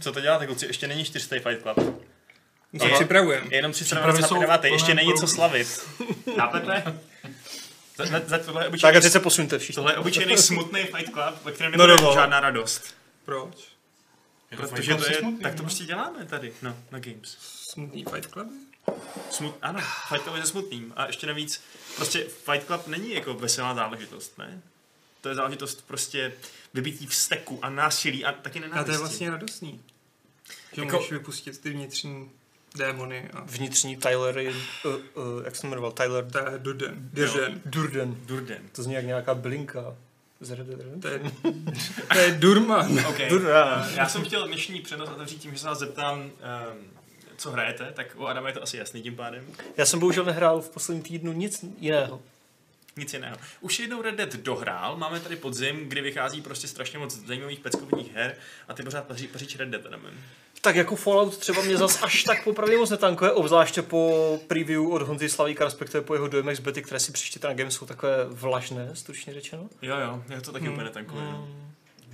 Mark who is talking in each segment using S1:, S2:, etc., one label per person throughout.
S1: co to děláte, kluci? Ještě není čtyřstý Fight Club.
S2: My se připravujeme.
S1: Je Jenom
S3: Přípravy jsou
S1: 399, ještě
S3: plné
S1: není co
S3: proudu.
S1: slavit. Chápete? Za- za- za- Tohle je
S2: Tak a
S1: obyčejný-
S2: teď se posunte všichni.
S1: tohle je obyčejný smutný Fight Club, ve kterém
S2: No
S1: nebude
S2: dobro.
S1: žádná radost.
S2: Proč?
S1: Protože to je, tak to prostě děláme tady, no, na Games.
S2: Smutný Fight Club?
S1: Smut, ano, Fight Club je se smutným. A ještě navíc, prostě Fight Club není jako veselá záležitost, ne? To je záležitost prostě vybití vzteku a násilí a taky
S2: A
S1: nenávisti.
S2: to je vlastně radostný. Že
S1: Jako-
S2: můžeš vypustit ty vnitřní démony a
S4: Vnitřní Tyler, je- uh, uh, jak se jmenoval, Tyler
S2: to je Durden. Durden.
S4: Durden.
S1: Durden.
S4: To zní jak nějaká blinka. Z Red Dead Redemption.
S2: To je, to je Durman.
S1: Okay.
S4: Durden.
S1: Já jsem chtěl dnešní přenos otevřít tím, že se vás zeptám, ehm, co hrajete, tak u Adama je to asi jasný tím pádem.
S4: Já jsem bohužel nehrál v posledním týdnu nic jiného.
S1: Nic jiného. Už jednou Red Dead dohrál, máme tady podzim, kdy vychází prostě strašně moc zajímavých peckovních her a ty pořád paří, paříš Red Dead, Adamem.
S4: Tak jako Fallout třeba mě zas až tak popravdě moc netankuje, obzvláště po preview od Honzy Slavíka, respektive po jeho dojmech z bety, které si příště na Games jsou takové vlažné, stručně řečeno.
S1: Jo, jo, já to taky úplně netankuje. no.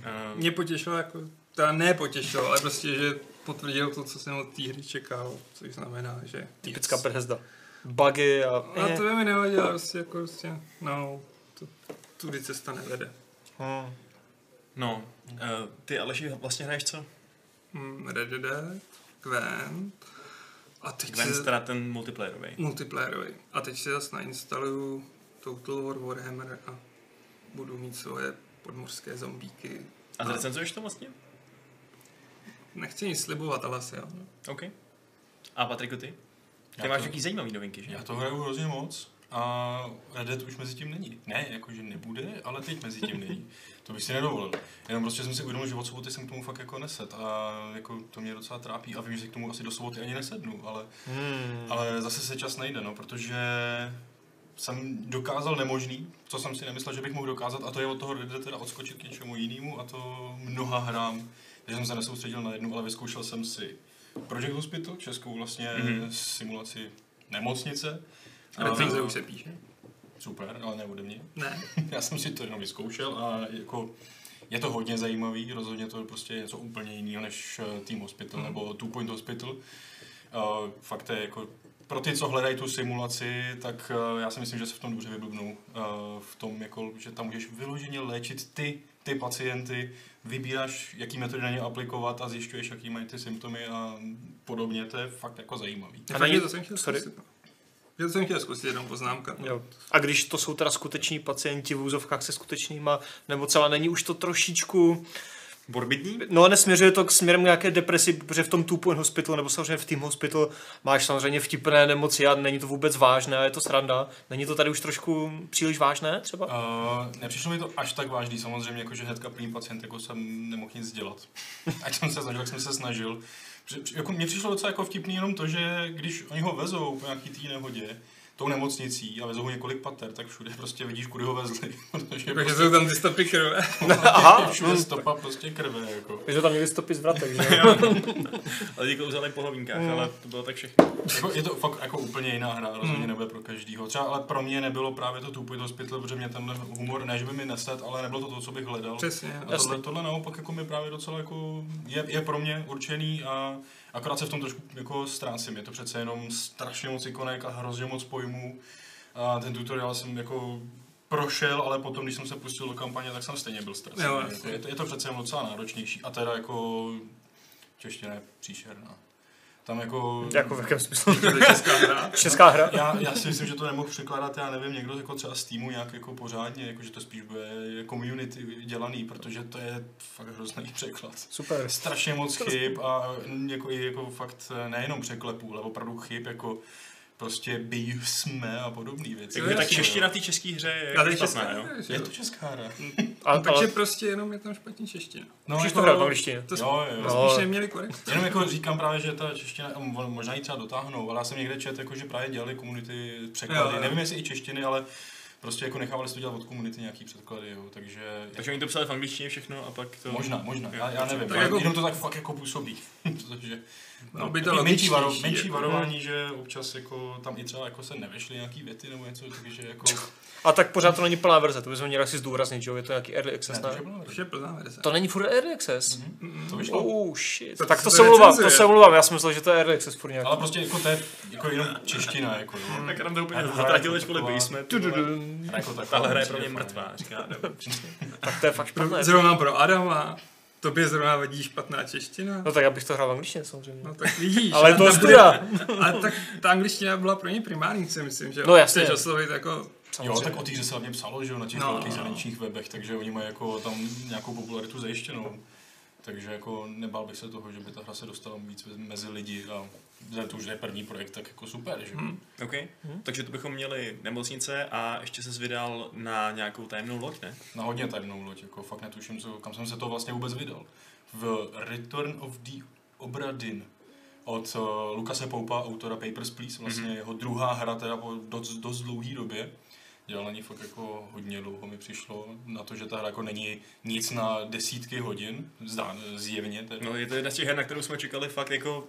S1: Ehm,
S2: Mě potěšilo jako, teda ne potěšilo, ale prostě, že potvrdil to, co jsem od té hry čekal, což znamená, že
S4: Typická
S2: nic.
S4: Bethesda. Bugy a...
S2: A to by mi nevadilo, prostě jako prostě, no, to, tudy cesta nevede.
S4: Hmm.
S1: No, eh, ty Aleši vlastně hraješ co?
S2: Hmm, Red Dead, Gwent, a teď
S1: Gwen
S2: se...
S1: teda ten multiplayerový.
S2: multiplayerový. A teď si zase nainstaluju Total War Warhammer a budu mít svoje podmořské zombíky.
S1: A
S3: No.
S1: zrecenzuješ to vlastně?
S2: Nechci nic slibovat, ale asi jo.
S1: OK. A Patriku, ty? Ty
S3: Já
S1: máš
S3: to-
S1: nějaký zajímavý novinky, že?
S3: Já to hraju hrozně moc a Red Dead už mezi tím není. Ne, jakože nebude, ale teď mezi tím není. To bych si nedovolil. Jenom prostě jsem si uvědomil, že od soboty jsem k tomu fakt jako neset a jako to mě docela trápí a vím, že se k tomu asi do soboty ani nesednu, ale,
S4: Hmm.
S3: ale zase se čas nejde, no, protože jsem dokázal nemožný, co jsem si nemyslel, že bych mohl dokázat, a to je od toho Red Dead teda odskočit k něčemu jinému a to mnoha hrám, takže jsem se nesoustředil na jednu, ale vyzkoušel jsem si Project Hospital, českou vlastně
S1: Mhm.
S3: mm-hmm. simulaci nemocnice.
S2: A recenze už se píše?
S3: Super, ale ne ode mě.
S2: Ne.
S3: Já jsem si to jenom vyzkoušel a jako je to hodně zajímavý, rozhodně to je prostě něco úplně jiného než eh, Team Hospital nebo Two Point Hospital. Uh, fakt to je jako pro ty, co hledají tu simulaci, tak uh, já si myslím, že se v tom dobře vyblbnou. Uh, v tom, jako, že tam můžeš vyloženě léčit ty, ty pacienty, vybíráš, jaký metody na ně aplikovat a zjišťuješ, jaký mají ty symptomy a podobně. To je fakt jako zajímavý.
S2: A
S4: není-
S2: fakt, že to jsem chtěl
S4: sorry.
S2: zkusit. no. Že to jsem chtěl zkusit jenom poznámka. no.
S4: Jo. A když to jsou teda skuteční pacienti v úzovkách se skutečnýma nemocema, není už to trošičku...
S1: Morbidní?
S4: No a nesměřuje to k směrem k nějaké depresi, protože v tom Two Point Hospital nebo samozřejmě v Team Hospital máš samozřejmě vtipné nemoci a není to vůbec vážné, je to sranda. Není to tady už trošku příliš vážné třeba?
S3: Uh, nepřišlo mi to až tak vážný, samozřejmě, jako že hnedka první pacient, jako jsem nemohl nic dělat. Ať jsem se snažil, jak jsem se snažil. Při- při- Jako, mně přišlo docela jako vtipný jenom to, že když oni ho vezou po nějaký té nehodě, tou nemocnicí a vezou ho několik pater, tak všude prostě vidíš, kudy ho vezli. Protože
S2: Jakože
S3: prostě,
S2: Jako, jsou tam ty stopy krve.
S4: Aha,
S3: všude stopa prostě krve, jako.
S4: je to tam někdy stopy z vratek, že? jo?
S1: Lidi kouzelej jako po hovínkách, ale Hmm. to bylo tak všechno.
S3: jako. Je to fakt jako úplně jiná hra, rozhodně nebude pro každýho. Třeba ale pro mě nebylo právě to tupit hospital, protože mě tenhle humor, ne že by mi neset, ale nebylo to to, co bych hledal.
S2: Přesně. no.
S3: A tohle, tohle naopak jako mi právě docela jako je, je pro mě určený a akorát se v tom trošku jako ztrácím. Je to přece jenom strašně moc ikonek a hrozně moc pojmů. A ten tutoriál jsem jako prošel, ale potom, když jsem se pustil do kampaně, tak jsem stejně byl ztracený.
S2: Jo,
S3: Jako
S2: jasně.
S3: je, to, je to přece jenom docela náročnější a teda jako čeština je příšerná. Tam jako...
S4: jako v jakém smyslu?
S2: To je česká hra.
S4: Česká hra?
S3: Já, já si myslím, že to nemohl překládat, já nevím, někdo jako třeba z týmu nějak jako pořádně, jako že to spíš bude community dělaný, protože to je fakt hrozný překlad.
S4: Super.
S3: Strašně moc chyb a jako, i jako fakt nejenom překlepů, ale opravdu chyb jako prostě by jsme a podobné
S1: Takže
S3: věci.
S2: jasně,
S1: ta
S2: jo.
S1: čeština v té české hře je
S2: A
S1: jako
S2: to je
S1: špatná,
S2: česká
S1: jo?
S2: hra. že
S3: Je
S2: jo?
S3: to česká hra.
S4: A,
S2: No, Takže
S4: ale,
S2: prostě jenom je tam špatně čeština.
S3: No,
S4: můžeš to hrát v angličtině.
S2: To
S3: Jo, jo.
S4: No.
S2: spíš neměli korekt.
S3: Jenom jako říkám právě, že ta čeština, a mo- možná ji třeba dotáhnou, ale já jsem někde čet, jako, že právě dělali komunity překlady.
S2: Jo, jo.
S3: Nevím, jestli i češtiny, ale Prostě jako nechávali si to dělat od komunity nějaký předklady, jo, takže...
S1: Takže oni to psali v angličtině všechno a pak to...
S3: Možná, možná, já, já nevím,
S2: Tak
S3: ale
S2: jako-
S3: jenom to tak fakt jako působí, protože
S2: No,
S3: no,
S2: by to
S3: menší, varo,
S2: logičtější,
S3: menší
S2: jako.
S3: varování, že občas jako tam i třeba jako se nevešly nějaký věty nebo něco, takže jako...
S4: A tak pořád to není plná verze, to bychom měli asi zdůraznit, že jo? Je to nějaký early access, ne?
S3: Ne, to, že bylo
S2: Už je plná verze.
S4: To není furt early access.
S3: to vyšlo.
S4: Oh shit.
S2: Tak
S4: tak
S2: se
S4: to
S2: to
S4: se omlouvám, to
S2: recenzuje.
S4: se omlouvám, já jsem myslel, že to je early access furt nějak.
S3: Ale prostě jako to je jako jenom čeština, jako jo.
S2: Mhm.
S1: Tak tam to úplně
S3: Tahle
S1: zatratil,
S3: hra je
S1: než kvůli
S3: taková-
S1: basement.
S4: Du, du,
S1: vole.
S4: du.
S3: Hra Jako taková
S1: Tahle hra je
S3: prostě
S1: pro mě
S3: fajn.
S1: mrtvá, říká Adam.
S4: Tak to je fakt špatné.
S2: Pro, zrovna pro Adama. Tobě zrovna vadí špatná čeština.
S4: No tak já bych to hrál v angličtině samozřejmě.
S2: No tak vidíš.
S4: Ale
S2: a
S4: to
S2: tam-
S4: studa.
S2: Ale tak ta angličtina byla pro ně primární, si myslím, že
S4: No, jasně.
S2: Chceš oslovit jako
S3: Jo, tak o týře se hlavně psalo, že jo, na těch
S2: No.
S3: velkých zahraničních webech, takže oni mají jako tam nějakou popularitu zajištěnou. Takže jako nebál bych se toho, že by ta hra se dostala víc mezi lidi a vzhledem k tomu, že je první projekt, tak jako super, že jo.
S1: OK,
S2: Mhm.
S1: takže to bychom měli nemocnice a ještě se vydal na nějakou tajemnou loď, ne?
S3: Na No, hodně tajemnou loď, jako fakt netuším, co, kam jsem se to vlastně vůbec vydal. V Return of the Obradin od uh, Lukase Poupa, autora Papers, Please, vlastně mm-hmm. jeho druhá hra teda po dost, dost dlouhý době. Dělal na ní fakt jako hodně dlouho mi přišlo, na to, že ta hra jako není nic na desítky hodin, zdá, zjevně teda.
S1: No, je to jedna z těch her, na kterou jsme čekali fakt jako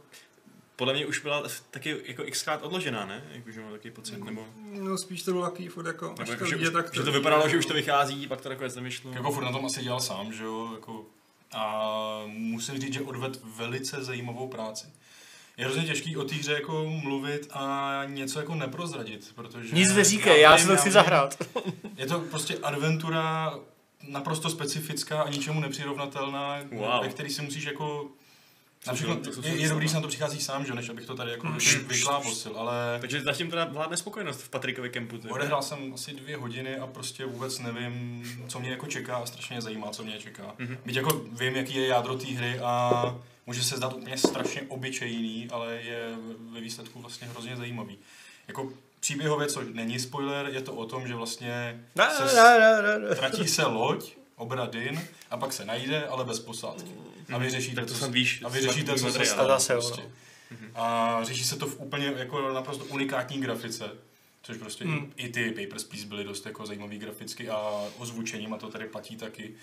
S1: podle mě už byla taky jako xkrát odložená, ne? Jakože mám takový pocit, nebo,
S2: No spíš to bylo takový furt jako, až
S1: nebo
S2: to
S1: jako, že,
S2: vidět,
S1: už,
S2: tak
S1: že to vypadalo, že už to vychází, pak to nakonec nevyšlo.
S3: Jako furt na tom asi dělal sám, že jo, jako, a musím říct, že odved velice zajímavou práci. Je hrozně těžký o té hře jako mluvit a něco jako neprozradit, protože...
S4: Nic neříkej, já si to
S3: vím,
S4: chci
S3: vím.
S4: zahrát.
S3: Je to prostě adventura naprosto specifická a ničemu nepřirovnatelná,
S1: Wow.
S3: ve který si musíš jako...
S1: Co
S3: Například,
S1: to- to jsou no. Hmm.
S3: je, je
S1: slova.
S3: dobrý, že na to přichází sám, že jo, než abych to tady jako vykláposil, ale...
S1: Takže zatím teda vládne spokojenost v Patrikovi kempu. to je-
S3: Odehrál jsem asi dvě hodiny a prostě vůbec nevím, co mě jako čeká a strašně mě zajímá, co mě čeká.
S1: Mhm.
S3: Mm-hmm. Byť jako vím, jaký je jádro té hry a může se zdát úplně strašně obyčejný, ale je ve výsledku vlastně hrozně zajímavý. Jako příběhově, co není spoiler, je to o tom, že vlastně
S4: Ne,
S3: se
S4: ne, ne, ne, ne.
S3: ztratí se loď, obradin, a pak se najde, ale bez posádky. A vyřešíte,
S1: Tak to
S3: co,
S1: snad víš
S3: a vyřešíte,
S1: z
S3: co se
S1: materiálu.
S3: stalo.
S4: Zase, jo, no. Mhm.
S3: Prostě. A řeší se to v úplně jako naprosto unikátní grafice. Což prostě
S2: Hmm.
S3: hmm. i ty Papers, Please byly dost jako zajímavý graficky a ozvučením a to tady platí taky.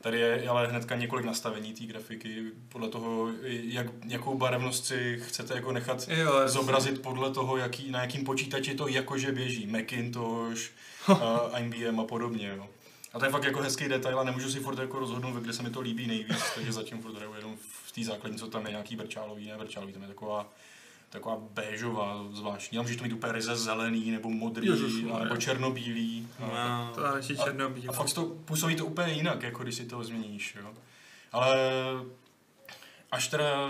S3: Tady je ale hnedka několik nastavení té grafiky podle toho, jak, jakou barevnost si chcete jako nechat
S2: Jo, jasně.
S3: zobrazit podle toho, jaký, na jakým počítači to jakože běží. Macintosh, uh, IBM a podobně. Jo. A to je fakt jako hezký detail a nemůžu si furt jako rozhodnout, ve kde se mi to líbí nejvíc, takže zatím furt hraju jenom v té základní, co tam je nějaký brčálový, ne brčálový, tam je taková taková béžová zvláštní, ale můžeš to mít úplně ryze zelený, nebo modrý,
S2: Ježišmarja.
S3: nebo černobílý. A,
S1: Wow.
S2: To je naši černobílé.
S3: a fakt to působí to úplně jinak, jako když si to změníš, jo. Ale až teda,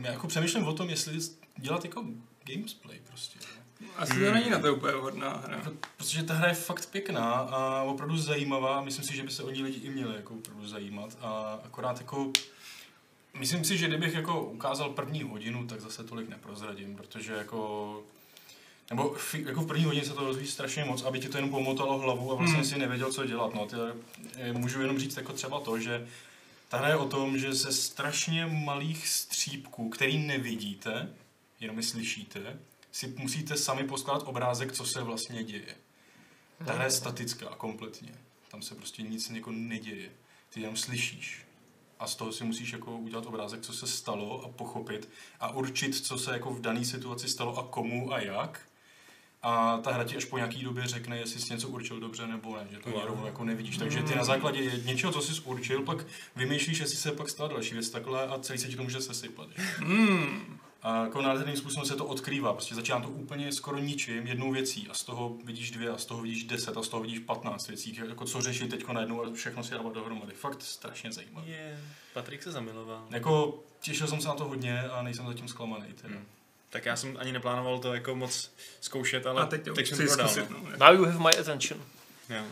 S3: já jako přemýšlím o tom, jestli dělat jako gamesplay prostě. jo.
S2: Asi to
S1: Hmm.
S2: není na to úplně vhodná hra.
S3: Jako, Protože ta hra je fakt pěkná a opravdu zajímavá. Myslím si, že by se o ní lidi i měli jako opravdu zajímat. A akorát jako... Myslím si, že kdybych jako ukázal první hodinu, tak zase tolik neprozradím, protože jako... Nebo fi- jako v první hodině se to rozvíjí strašně moc, aby ti to jenom pomotalo hlavu a vlastně
S2: Hmm.
S3: si nevěděl, co dělat. No, ty, eh, můžu jenom říct jako třeba to, že ta hra je o tom, že ze strašně malých střípků, který nevidíte, jenom je slyšíte, si musíte sami poskládat obrázek, co se vlastně děje. Ta hra je statická kompletně. Tam se prostě nic jako neděje. Ty jenom slyšíš. A z toho si musíš jako udělat obrázek, co se stalo a pochopit a určit, co se jako v dané situaci stalo a komu a jak. A ta hra ti až po nějaký době řekne, jestli jsi něco určil dobře nebo ne, že to
S1: Wow.
S3: wow. rovnou jako nevidíš. Takže ty na základě něčeho, co jsi určil, pak vymýšlíš, jestli se pak stala další věc takhle a celý se ti to může sesypat. že?
S2: Hmm.
S3: A jako nádherným způsobem se to odkrývá. Prostě začíná to úplně skoro ničím, jednou věcí. A z toho vidíš dvě, a z toho vidíš deset, a z toho vidíš patnáct věcí. Jako co řešit teď najednou a všechno si dávat dohromady. Fakt strašně zajímavé.
S1: Je, Patrik se zamiloval.
S3: Jako těšil jsem se na to hodně a nejsem zatím zklamaný. Teda.
S1: Hmm. Tak já jsem ani neplánoval to jako moc zkoušet, ale
S2: A teď to
S1: teď jsem
S2: chci
S1: prodal.
S2: zkusit.
S1: no.
S2: No.
S4: Now you have my attention.
S1: Jo.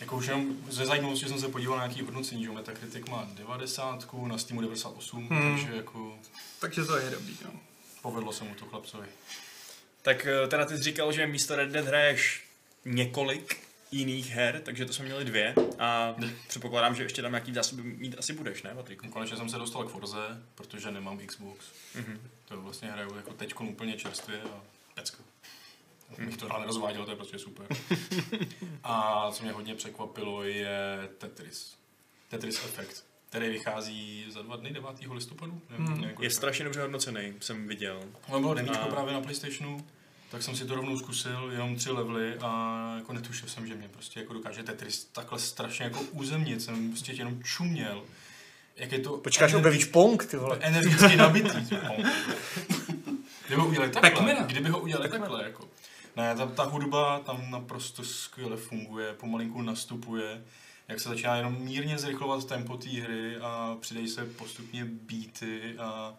S3: Jako už jenom ze zajímavosti jsem se podíval na nějaký hodnocení, že jo, Metacritic má 90, na Steamu 98,
S2: Hmm.
S3: hmm. takže jako
S2: Takže to je dobrý, no.
S3: povedlo se mu to chlapcovi.
S1: Tak eh, teda ty jsi říkal, že místo Red Dead hraješ několik jiných her, takže to jsme měli dvě a předpokládám, že ještě tam nějaký zásoby mít asi budeš, ne Patriku?
S3: Konečně jsem se dostal k Forze, protože nemám Xbox.
S1: Mhm.
S3: To vlastně hraju jako teď úplně čerstvě a pecka.
S1: Mhm.
S3: Bych to rád rozváděl, to je prostě super. A co mě hodně překvapilo je Tetris. Tetris Effect, který vychází za dva dny, 9. listopadu.
S2: Hmm.
S3: Nevím, nevím, kolik
S1: Mhm. Je strašně dobře hodnocený, jsem viděl.
S3: Ono bylo demíčko
S1: A-
S3: právě na Playstationu, tak jsem si to rovnou zkusil, jenom tři levely a jako netušil jsem, že mě prostě jako dokáže Tetris takhle strašně jako uzemnit, jsem prostě jenom čuměl. Jak je to
S4: Počkáš, objevíš Pong, ty vole.
S3: energicky nabitý. Pong. Kdyby ho udělali takhle,
S2: Pac-Mana.
S3: kdyby ho udělali takhle, jako. Ne, ta, ta hudba tam naprosto skvěle funguje, pomalinku nastupuje, jak se začíná jenom mírně zrychlovat tempo té hry a přidají se postupně beaty a,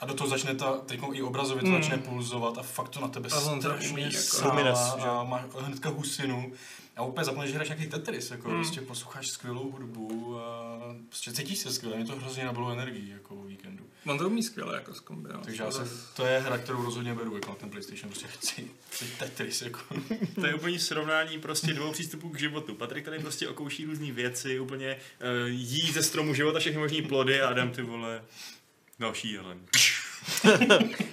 S3: a do toho začne ta, teď i obrazově to
S2: Mm.
S3: začne pulzovat a fakt to na tebe
S2: A on to umí
S3: strašně
S2: jako-
S3: sáhá
S1: Lumines, že?
S3: a máš hnedka husinu a úplně zapomeneš, že hraješ nějaký Tetris, jako
S2: Mm.
S3: mm. prostě posloucháš skvělou hudbu a prostě cítíš se skvěle, mě to hrozně nabilo energii jako o víkendu.
S2: On to umí skvěle jako zkombinovat.
S3: Takže já se, to je hra, kterou rozhodně beru jako na ten PlayStation, prostě chci, chci Tetris, jako.
S1: To je úplně srovnání prostě dvou přístupů k životu. Patrik tady prostě okouší různé věci, úplně uh, jí ze stromu života všechny možný plody a Adam ty vole další jelen.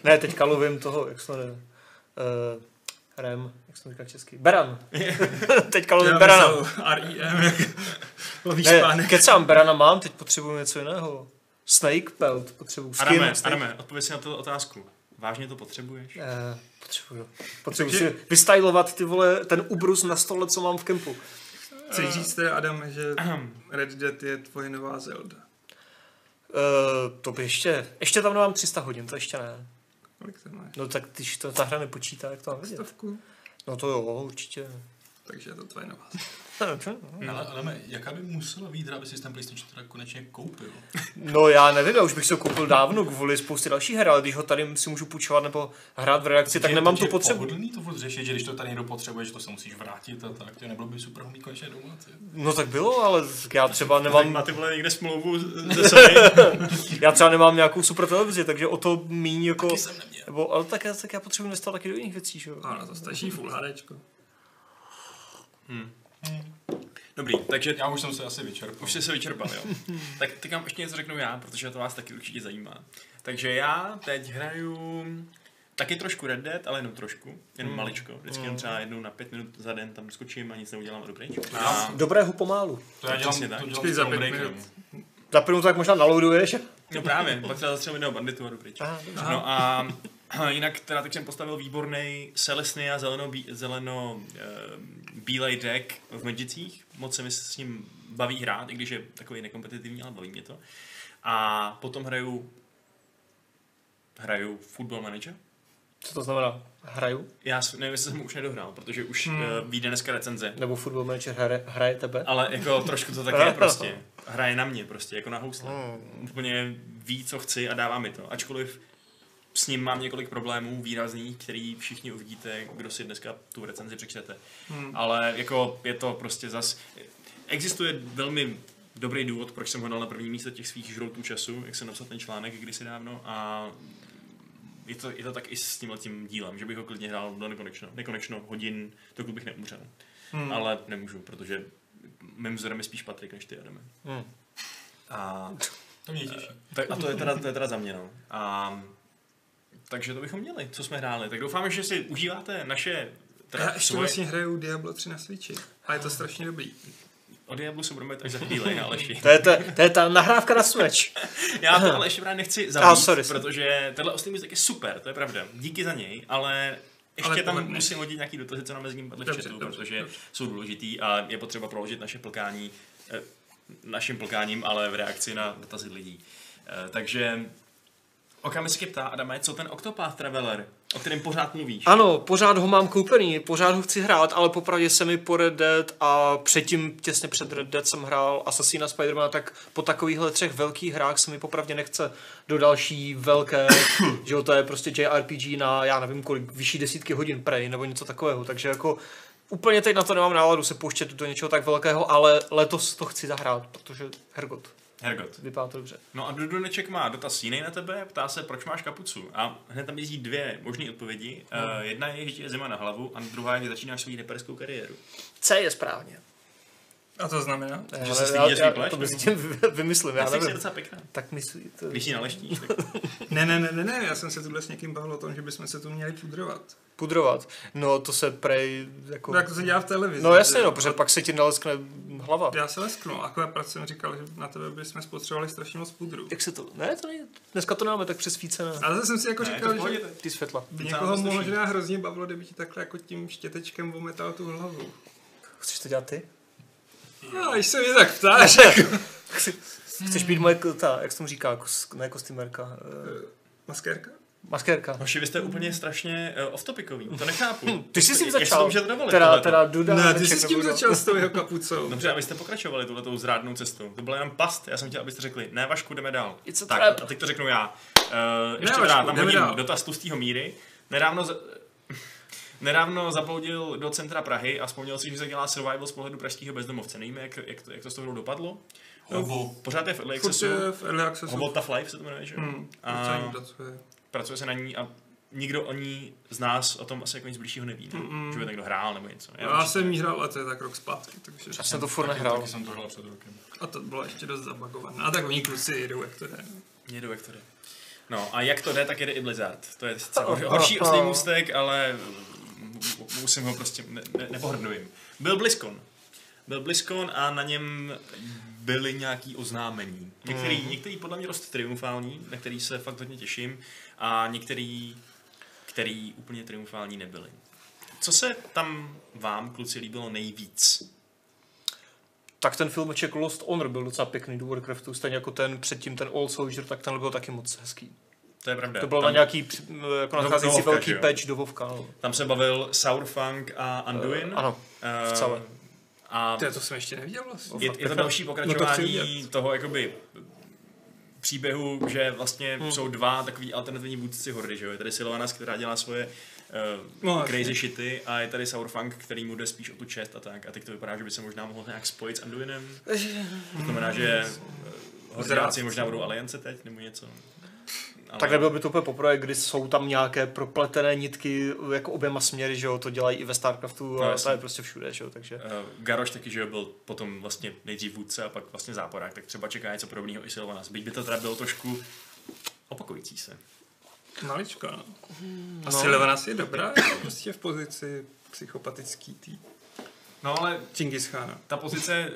S4: Ne, teďka lovím toho, jak se to jmenuje, eh, Rem, jak se to říká česky, Beran. teďka lovím Berana.
S2: R.I.M. E jak lovíš
S4: Ne,
S2: pánek.
S4: kecám, Berana mám, teď potřebuji něco jiného. Snake pelt, potřebuji skin.
S1: Adame,
S4: snake-
S1: Adame, odpověď si na tu otázku. Vážně to potřebuješ?
S4: Eh, potřebuju. Potřebuji si vystylovat ty vole, ten ubrus na stole, co mám v kempu. Eh.
S2: Chceš říct teda, Adam, že Red Dead je tvoje nová Zelda.
S4: Eh, to by ještě, ještě tam mám 300 hodin, to ještě ne.
S2: Kolik to máš?
S4: No tak když to ta hra nepočítá, jak to mám vědět?
S2: Stovku.
S4: No to jo, určitě.
S2: Takže je no. to tvoje nová Zelda.
S3: Hmm. Ale, ale jaká by musela být hra, aby si ten PlayStation teda konečně koupil?
S4: No já nevím, já už bych se ho koupil dávno kvůli spoustě dalších her, ale když ho tady si můžu půjčovat nebo hrát v redakci, tak
S3: Je-
S4: nemám
S3: je
S4: tu potřebu.
S3: pohodlný to furt řešit, že když to tady někdo potřebuje, že to se musíš vrátit a tak, to nebylo by super ho mít konečně doma, ty.
S4: No tak bylo, ale já třeba
S1: Mám... Má
S4: nemám,
S1: ty vole někde smlouvu ze Sony?
S4: já třeba nemám nějakou super televizi, takže o to míň jako...
S3: Taky jsem neměl.
S4: Nebo, ale tak, já- tak já potřebuji investovat taky do jiných věcí, že jo?
S2: Ano, to stačí full HDčko.
S1: Dobrý, takže
S3: Já už jsem se asi vyčerpal.
S1: Už jste se vyčerpal, jo. tak teď vám ještě něco řeknu já, protože to vás taky určitě zajímá. Takže já teď hraju taky trošku Red Dead, ale jenom trošku, jenom
S4: Mm.
S1: maličko. Vždycky jenom třeba jednou na pět minut za den tam skočím a nic neudělám a jdu pryč.
S3: Já-
S1: A
S4: Dobrého pomálu.
S3: To já dělám,
S1: Přesně tak.
S3: to dělám
S2: Počkej,
S3: s
S2: za
S3: Tom
S2: pět
S3: Breakerem.
S2: minut.
S4: Za prvnou tak možná naloaduješ.
S1: no právě, pak třeba zastřelím jednoho banditu a jdu pryč.
S4: Aha, dobře.
S2: Aha.
S1: No a jinak teda tak jsem postavil výborný Selesny a zeleno, bí, zeleno eh, bílej deck v Magicích. Moc se mi s ním baví hrát, i když je takový nekompetitivní, ale baví mě to. A potom hraju hraju Football Manager.
S4: Co to znamená? Hraju?
S1: Já s- nevím, jestli jsem ho už nedohrál, protože už hmm. vyjde dneska recenze.
S4: Nebo Football Manager hraje, hraje tebe?
S1: Ale jako trošku to tak je prostě. Hraje na mě prostě, jako na housle.
S2: Hmm.
S1: úplně ví, co chci a dává mi to. Ačkoliv s ním mám několik problémů výrazných, který všichni uvidíte, kdo si dneska tu recenzi přečtete.
S2: Hmm.
S1: Ale jako je to prostě zas... Existuje velmi dobrý důvod, proč jsem ho dal na první místo těch svých žroutů času, jak jsem napsal ten článek kdysi dávno a je to, je to tak i s tímhle tím dílem, že bych ho klidně hrál do nekonečno, nekonečno hodin, dokud bych neumřel.
S2: Hmm.
S1: Ale nemůžu, protože mým vzorem je spíš Patrik než ty, Adame.
S4: Hmm.
S1: A
S3: To mě těší.
S1: tak a to je teda, to je teda za mě, no. A, takže to bychom měli, co jsme hráli. Tak doufáme, že si užíváte naše... Teda
S2: Já ještě
S1: svoje...
S2: vlastně hraju Diablo 3 na Switchi. A je to strašně dobrý.
S1: O Diablu se budeme bavit až za chvíli, ale ještě.
S4: To je, ta, to je ta nahrávka na smeč.
S1: Já to ale ještě právě nechci zabít,
S4: Ah, sorry, sorry.
S1: protože tenhle oslý muzik je super, to je pravda. Díky za něj, ale ještě
S2: Ale
S1: tam
S2: podle mě-
S1: musím hodit nějaký dotazy, co nám mezi ním padly v
S2: Dobře,
S1: chatu,
S2: dobře,
S1: protože
S2: dobře.
S1: jsou důležitý a je potřeba proložit naše plkání eh, naším plkáním, ale v reakci na dotazy lidí. Eh, takže okamžitě ptá Adame, co ten Octopath Traveler, o kterém pořád mluvíš?
S4: Ano, pořád ho mám koupený, pořád ho chci hrát, ale popravdě se mi po Red Dead a předtím, těsně před Red Dead jsem hrál Assassina Spidermana, tak po takovýchhle třech velkých hrách se mi popravdě nechce do další velké, že jo, to je prostě JRPG na, já nevím kolik, vyšší desítky hodin prej, nebo něco takového, takže jako úplně teď na to nemám náladu se pouštět do něčeho tak velkého, ale letos to chci zahrát, protože hergot,
S1: Hergot.
S4: vypadá to dobře.
S1: No a Duduneček má dotaz jiný na tebe, ptá se, proč máš kapucu. A hned tam jezdí dvě možné odpovědi. Eh,
S4: Hmm.
S1: jedna je, že ti je zima na hlavu, a druhá je, že začínáš svou neperskou kariéru.
S4: C je správně.
S2: A to znamená?
S4: Ne,
S1: Že
S4: ale
S1: se stydí
S4: já-
S1: za svůj
S4: já
S1: plášť,
S4: To
S1: nebo?
S4: mezi tím vy- vymyslím, já
S1: Já je
S4: nevím.
S1: docela pěkná.
S4: Tak myslí to...
S1: Když ji naleštíš,
S2: Jako
S1: tak
S2: Ne, ne, ne, ne, ne, já jsem se tuhle s někým bavil o tom, že bychom se tu měli pudrovat.
S4: Pudrovat. No to se prej jako...
S2: Cool. Tak to se dělá v televizi.
S4: No jasně,
S2: že-
S4: no, protože pak se ti naleskne hlava.
S2: Já se lesknu, akorát proč jsem říkal, že na tebe bychom spotřebovali strašně moc pudru.
S4: Jak se to... Ne, to není... Dneska to dáme tak přesvícené.
S2: Ale zase jsem si jako
S1: Ne, to v
S2: říkal,
S1: pohodě,
S2: že
S1: to je-
S4: Ty světla.
S2: by
S1: docela
S2: někoho
S1: moc sluší.
S2: možná hrozně bavilo, kdyby ti takhle jako tím štětečkem vometal tu hlavu.
S4: Chceš to dělat ty?
S2: No, když se mě tak ptáš,
S4: Chceš být moje, k- ta, jak se tomu říká, kos, ne kostýmerka, eh,
S2: maskérka?
S4: maskérka.
S1: Hoši, vy jste úplně strašně eh, off-topicový, to nechápu.
S4: Hm, Ty jsi s tím
S1: Jak- jak jste
S4: začal.
S1: to můžete dovolit,
S4: Teda,
S1: tohleto?
S4: teda Duda.
S2: Ne, ty
S4: Radek
S2: jsi s tím
S4: Nebuda.
S2: začal s tou jeho kapucou.
S1: Dobře, abyste pokračovali tuhletou zrádnou cestou. To byla jenom past, já jsem chtěl, abyste řekli, ne Vašku, jdeme dál.
S4: It's a
S1: tak,
S4: trap.
S1: a teď to řeknu já. Uh, ještě
S2: Vašku,
S1: teda, tam
S2: jdeme
S1: hodím
S2: dál.
S1: dotaz tlustýho míry. Nedávno, z... nedávno zabloudil do centra Prahy a vzpomněl si, že se dělá survival z pohledu pražského bezdomovce. Nevíme, jak, jak, to, jak to s tou hrou dopadlo.
S3: Hovo.
S1: Pořád je v Early
S2: Furt
S1: Accessu.
S2: je v Early Accessu.
S1: Hobot Tough Life se to jmenuje, že? jo?
S2: Hmm,
S1: A-
S2: docela pracuje.
S1: Pracuje se na ní a nikdo o ní z nás o tom asi jako nic blížšího neví. Ne?
S2: Mm-mm.
S1: Že by někdo hrál nebo něco.
S2: Hmm, Já
S1: určitě
S2: jsem
S1: ne.
S2: jí hrál, ale to je tak rok zpátky, takže...
S4: Já jsem to furt
S3: Taky,
S4: nehrál.
S3: taky jsem to hrál před rokem.
S2: A to bylo ještě dost zabagované. A tak oni kluci jedou, jak to jde.
S1: Jedu, jak to jde. No a jak to jde, tak jede i Blizzard. To je sice
S4: Oh,
S1: hor- horší
S4: oh,
S1: oslý
S4: oh.
S1: můstek, ale mm, mu- musím ho prostě, ne, ne, nepohrdnuji. Byl BlizzCon. Byl BlizzCon a na něm byly nějaký oznámení. Některý,
S4: Mhm.
S1: mm. některý podle mě dost triumfální, na který se fakt hodně těším, a některý, který úplně triumfální nebyly. Co se tam vám, kluci, líbilo nejvíc?
S4: Tak ten filmeček Lost Honor byl docela pěkný do Warcraftu, stejně jako ten předtím, ten All Soldier, tak ten byl taky moc hezký.
S1: To je pravda.
S4: To bylo
S1: Tam-
S4: na nějaký při- m, jako
S1: Do-
S4: nadcházející
S1: do Vovka,
S4: velký
S1: že jo?
S4: patch do Vovka. no.
S1: Tam se bavil Saurfang a Anduin.
S4: Eh, Ano,
S1: Eh,
S4: vcele.
S1: A
S2: To, je- to jsem ještě neviděl vlastně.
S1: Je, je to další
S2: No to chci
S1: pokračování
S2: vidět.
S1: toho jakoby příběhu, že vlastně hmm. jsou dva takový alternativní vůdci hordy, že jo? Je tady Silvanas, která dělá svoje uh,
S2: No,
S1: no,
S2: jasně.
S1: crazy shity a je tady Saurfang, který mu jde spíš o tu čest a tak. A teď to vypadá, že by se možná mohl nějak spojit s Anduinem. To znamená, že uh, hordáci možná budou aliance teď nebo něco. Ale
S4: Tak nebylo by to úplně poprvé, kdy jsou tam nějaké propletené nitky jako oběma směry, že jo, to dělají i ve StarCraftu
S1: No,
S4: a
S1: jasně.
S4: to je prostě všude, že jo, takže.
S1: Uh, Garoš taky, že jo, byl potom vlastně nejdřív vůdce a pak vlastně záporák, tak třeba čeká něco podobného i Silvanas. Byť by to teda bylo trošku opakující se.
S2: Malička, no. A
S4: no.
S2: Silvanas je dobrá, je prostě v pozici psychopatický tý.
S1: No ale
S2: Čingis Chána.
S1: ta pozice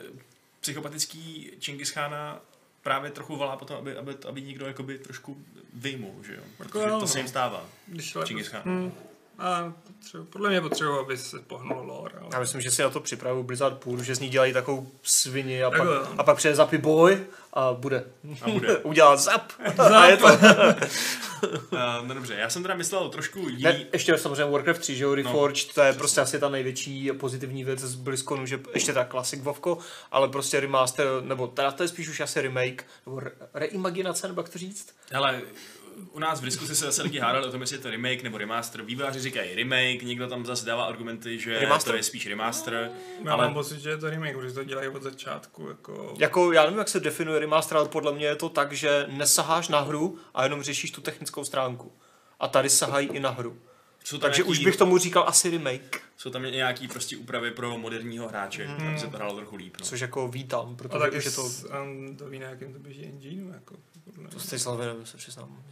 S1: psychopatický Čingischána právě trochu volá potom, aby, aby, aby někdo jakoby trošku vyjmul, že jo? Protože
S2: jo,
S1: to se
S2: no.
S1: jim stává,
S2: Když ale...
S1: Čingischán.
S2: Hmm. A potřebu, podle mě potřebuji, aby se pohnul lore,
S4: Já
S2: ale...
S4: myslím, že si na to připravují Blizzard půl, že z ní dělají takovou svini a
S2: Tak
S4: pak,
S2: jo.
S4: a pak přijde Zappy Boy a bude.
S1: A bude.
S4: Udělá zap a je to.
S1: Uh, no dobře, já jsem teda myslel trošku jiný...
S4: Ne, ještě samozřejmě Warcraft 3, že jo, Reforged, to
S1: No.
S4: je prostě asi ta největší pozitivní věc z BlizzConu, že ještě ta klasik Vovko, ale prostě remaster, nebo teda to je spíš už asi remake, nebo re- reimaginace, nebo jak to říct?
S1: Hele, u nás v diskusi se zase lidi hádali o tom, jestli je to remake nebo remaster. Výváři říkají remake, někdo tam zase dává argumenty, že
S4: Remaster?
S1: to je spíš remaster.
S2: Já
S1: ale-
S2: mám pocit, že je to remake, protože to dělají od začátku, jako...
S4: Jako, já nevím, jak se definuje remaster, ale podle mě je to tak, že nesaháš na hru a jenom řešíš tu technickou stránku. A tady sahají i na hru.
S1: Jsou tam
S4: Takže
S1: nějaký,
S4: už bych tomu říkal asi remake,
S1: Jsou tam nějaký prostě úpravy pro moderního hráče, mm. aby se
S2: Hmm.
S1: to hrálo trochu líp. No.
S4: což jako vítám,
S2: A
S4: protože
S2: tak
S4: už je to...
S2: to ví, na jakém to běží engineu, jako... podle mě.
S4: To jste slavě, nevím, se přiznám.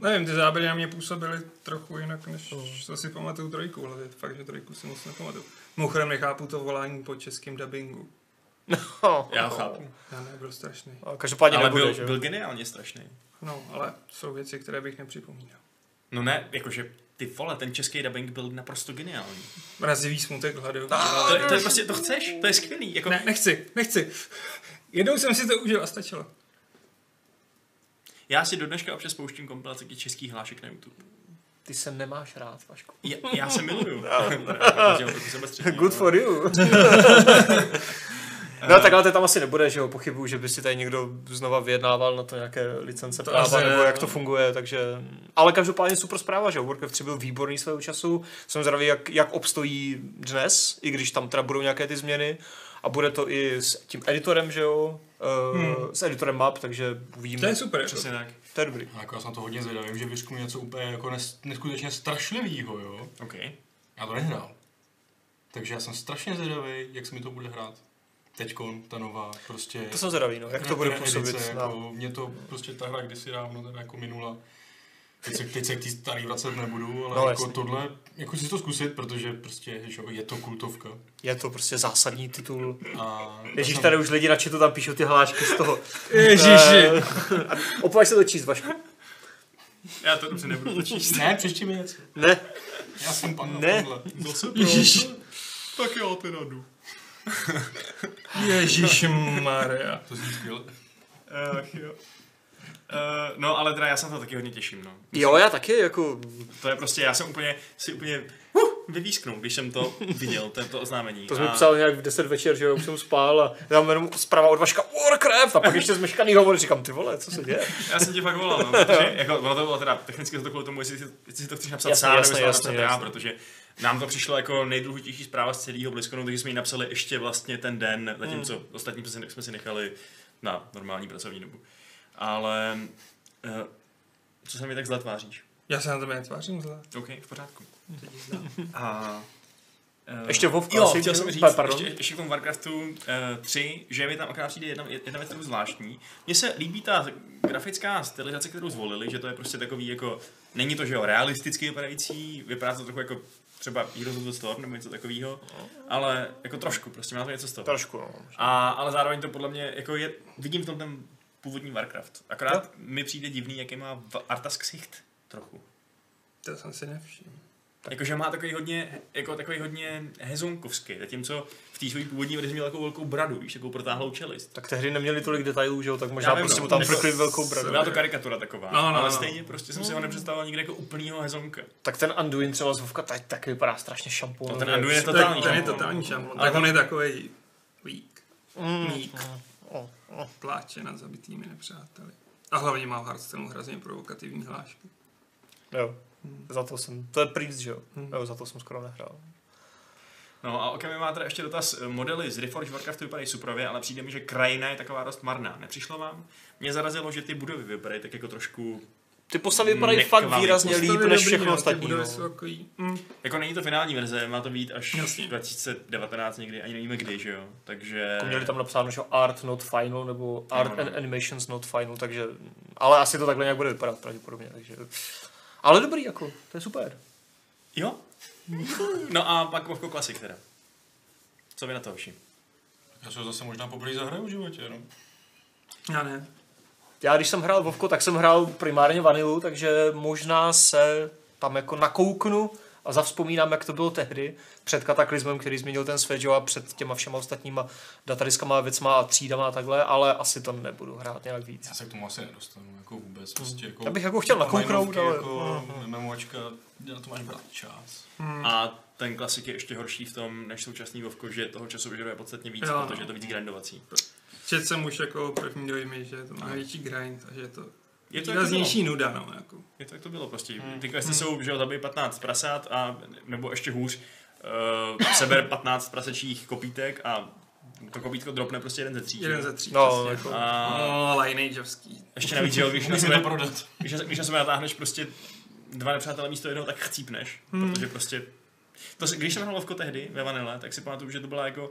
S2: Nevím, ty záběry na mě působily trochu jinak, než co si pamatuju trojku v hlavě. Fakt, že trojku si moc nepamatuju. Mimochodem nechápu to volání po českém dubbingu.
S1: Já chápu.
S2: Já ne, byl strašný.
S4: A Každopádně
S1: Ale
S4: nebude,
S1: byl,
S4: že? jo?
S1: byl geniálně strašný.
S2: No, ale jsou věci, které bych nepřipomínal.
S1: No ne, jakože ty vole, ten český dubbing byl naprosto geniální.
S2: Mrazivý smutek hladu.
S1: To, je- to je prostě, to chceš, to je skvělý. Jako,
S2: Ne, nechci, nechci. Jednou jsem si to užil a stačilo.
S1: já si do dneška občas pouštím kompilaci těch českých hlášek na YouTube.
S4: Ty se nemáš rád, Vašku.
S1: Já, já se miluju. Protože mám trochu sebestřední,
S4: Good
S1: no.
S4: for you. No tak ale to tam asi nebude, že jo, pochybuju, že by si tady někdo znova vyjednával na to nějaké licence
S2: To
S4: práva,
S2: asi ne,
S4: nebo jak
S2: no.
S4: to funguje, takže... Ale každopádně super zpráva, že jo, Warcraft 3 byl výborný svého času, jsem zvědavý, jak, jak obstojí dnes, i když tam teda budou nějaké ty změny a bude to i s tím editorem, že jo, eh, s editorem map, takže
S2: Hmm. To
S4: uvidíme,
S2: je super. Jako.
S1: Přesně prostě tak.
S4: to je dobrý.
S3: A jako já jsem na to hodně zvědavý, vím, že vyřknu něco úplně jako nes, neskutečně strašlivýho, jo.
S1: OK.
S3: Já to nehrál. Takže já jsem strašně zvědavý, jak se mi to bude hrát. teďkon, ta nová, prostě...
S4: To jsem zvědavý, no, jak to bude
S3: Edice,
S4: působit. na-
S3: Jako, mě to prostě ta hra kdysi dávno, teda jako minula. Teď se, teď se k té starý vracet nebudu, ale
S4: No,
S3: no, jako
S4: jasně.
S3: tohle, jako si to zkusit, protože prostě že jo, je to kultovka.
S4: Je to prostě zásadní titul.
S3: A
S4: Ježíš,
S3: já
S4: tady už lidi radši to tam píšou ty hlášky z toho.
S1: Eh.
S2: Ježíši.
S4: A Opovaž se to číst, Vašku.
S1: Já to dobře nebudu to číst.
S3: Ne, přečti mi něco.
S4: Ne,
S3: Já jsem pan na
S4: Ne.
S3: tohle.
S1: Zase proč? Tak já teda jdu.
S2: Ježíš Maria.
S3: To zní skvěle.
S1: Ach jo. Eh, no, ale teda já se na to taky hodně těším, no.
S4: jo, já taky, jako...
S1: To je prostě, já jsem úplně, si úplně uh, vyvísknul, když jsem to viděl, tento oznámení.
S4: To jsme
S1: A-
S4: psal nějak v 10 večer, že jo, už jsem spál a tam jenom zpráva od Vaška Warcraft a pak ještě zmeškaný hovor, říkám, ty vole, co se děje?
S1: Já jsem ti fakt volal, no, protože jako, ono to bylo teda technicky to kvůli tomu, jestli, si- jestli si to chceš napsat
S4: Jasně,
S1: sám,
S4: jasně,
S1: nebo jestli to
S4: jasně,
S1: napsat já,
S4: jasně.
S1: protože nám to přišlo jako nejdůležitější zpráva z celého Blizzconu, takže jsme ji napsali ještě vlastně ten den, zatímco hmm. ostatní jsme si- jsme si nechali na normální pracovní dobu. Ale uh, co se mi tak zle tváříš?
S2: Já se na tebe netvářím zle.
S1: OK, v pořádku. A, eh,
S4: Ještě Vovko
S1: jo,
S4: asi
S1: chtěl jsem
S4: můžu-
S1: říct,
S4: pa- pardon.
S1: ještě, ještě k tomu Warcraftu uh, 3, že mi tam akorát přijde jedna, jedna věc, kterou zvláštní. Mně se líbí ta grafická stylizace, kterou zvolili, že to je prostě takový jako, není to, že jo, realisticky vypadající, vypadá to trochu jako třeba Heroes of the Storm nebo něco takového, ale jako trošku, prostě má to něco z toho.
S4: Trošku, no.
S1: A, ale zároveň to podle mě, jako je, vidím v tom ten původní Warcraft. Akorát mi přijde divný, jaký má v- Artas ksicht trochu.
S2: To jsem si nevšiml.
S1: Jakože má takový hodně, jako takový hodně hezonkovský, zatímco v té své původní verzi měl takovou velkou bradu, víš, takovou protáhlou čelist.
S4: Tak tehdy neměli tolik detailů, že jo, tak možná
S1: vím,
S4: prostě
S1: no.
S4: mu tam
S1: Jako-
S4: prkli velkou bradu.
S1: Byla to karikatura taková,
S2: No,
S1: no,
S2: no,
S1: no, ale
S2: no.
S1: stejně prostě jsem si ho nepředstavoval nikde jako úplnýho hezonka.
S4: Tak ten Anduin třeba z Vovka tak, tak vypadá strašně šampon.
S1: No, ten Anduin je
S2: Tak
S1: totální
S2: ten je
S1: šampon.
S2: totální šampon.
S1: Ale
S2: Tak
S1: tam-
S2: on je takovej weak.
S4: Mm.
S2: Mík. Pláče nad zabitými nepřáteli. A hlavně má v Hearthstoneu hrozně provokativní hlášky.
S4: Jo. Za to jsem, to je Priest, že jo?
S2: Hmm.
S4: Jo, za to jsem skoro nehrál.
S1: No a Okami má teda ještě dotaz, eh, modely z Reforged Warcraftu vypadají suprově, ale přijde mi, že krajina je taková dost marná. Nepřišlo vám? Mě zarazilo, že ty budovy vypadají tak jako trošku,
S4: Ty postavy vypadají
S1: Nekvalitní.
S4: fakt výrazně
S2: Postavy
S4: Prostě líp
S2: dobrý,
S4: než
S2: no, ty
S4: všechno ostatní.
S2: budovy
S4: no.
S2: jsou takový, mm,
S1: jako není to finální verze, má to být až
S2: Jasně.
S1: 2019 někdy, ani nevíme kdy, že jo. Takže...
S4: Jako Měli tam napsáno, že art not final, nebo art
S1: no.
S4: and animations not final, takže, ale asi to takhle nějak bude vypadat pravděpodobně, takže. Ale dobrý, jako, to je super.
S1: Jo? No a pak Vovko Klasik teda. Co vy na to všim?
S3: Já se ho zase možná poprvé zahraju v životě, no.
S2: Já ne.
S4: Já když jsem hrál Vovko, tak jsem hrál primárně vanilu, takže možná se tam jako nakouknu a zavzpomínám, jak to bylo tehdy před kataklizmem, který změnil ten svět, že jo, a před těma všema ostatníma datadiskama, věcma a třídama a takhle, ale asi to nebudu hrát nějak víc.
S3: Já se k tomu asi nedostanu, jako vůbec, prostě jako...
S4: Já bych jako chtěl nakouknout,
S3: onlineovky,
S4: ale...
S3: Jako memočka, na to máš brát čas.
S2: Hmm.
S1: A ten klasik je ještě horší v tom, než současný Vovko, že toho času vyžaduje podstatně víc,
S2: Jo, no.
S1: protože je to víc grandovací.
S2: Četl jsem už jako první dojmy, že to má větší grind a že je to
S1: Je to, jak to bylo.
S2: výraznější Hmm. nuda, no, jako.
S1: Je to, jak to bylo prostě. Ty questy jsou, že jo, zabij 15 prasát, a, nebo ještě hůř, uh, seber 15 prasečích kopítek a to kopítko dropne prostě jeden ze tří.
S2: Jeden ze tří,
S4: No,
S2: přesně.
S4: jako-
S1: A
S2: No, lineageovský.
S1: ještě navíc, že jo, když na
S3: Musíme to
S1: sebe,
S3: prodat.
S1: když, na- když na sebe natáhneš prostě dva nepřátelé místo jednoho, tak chcípneš, protože prostě... To, si- když jsem hrál lovko tehdy ve Vanille, tak si pamatuju, že to byla jako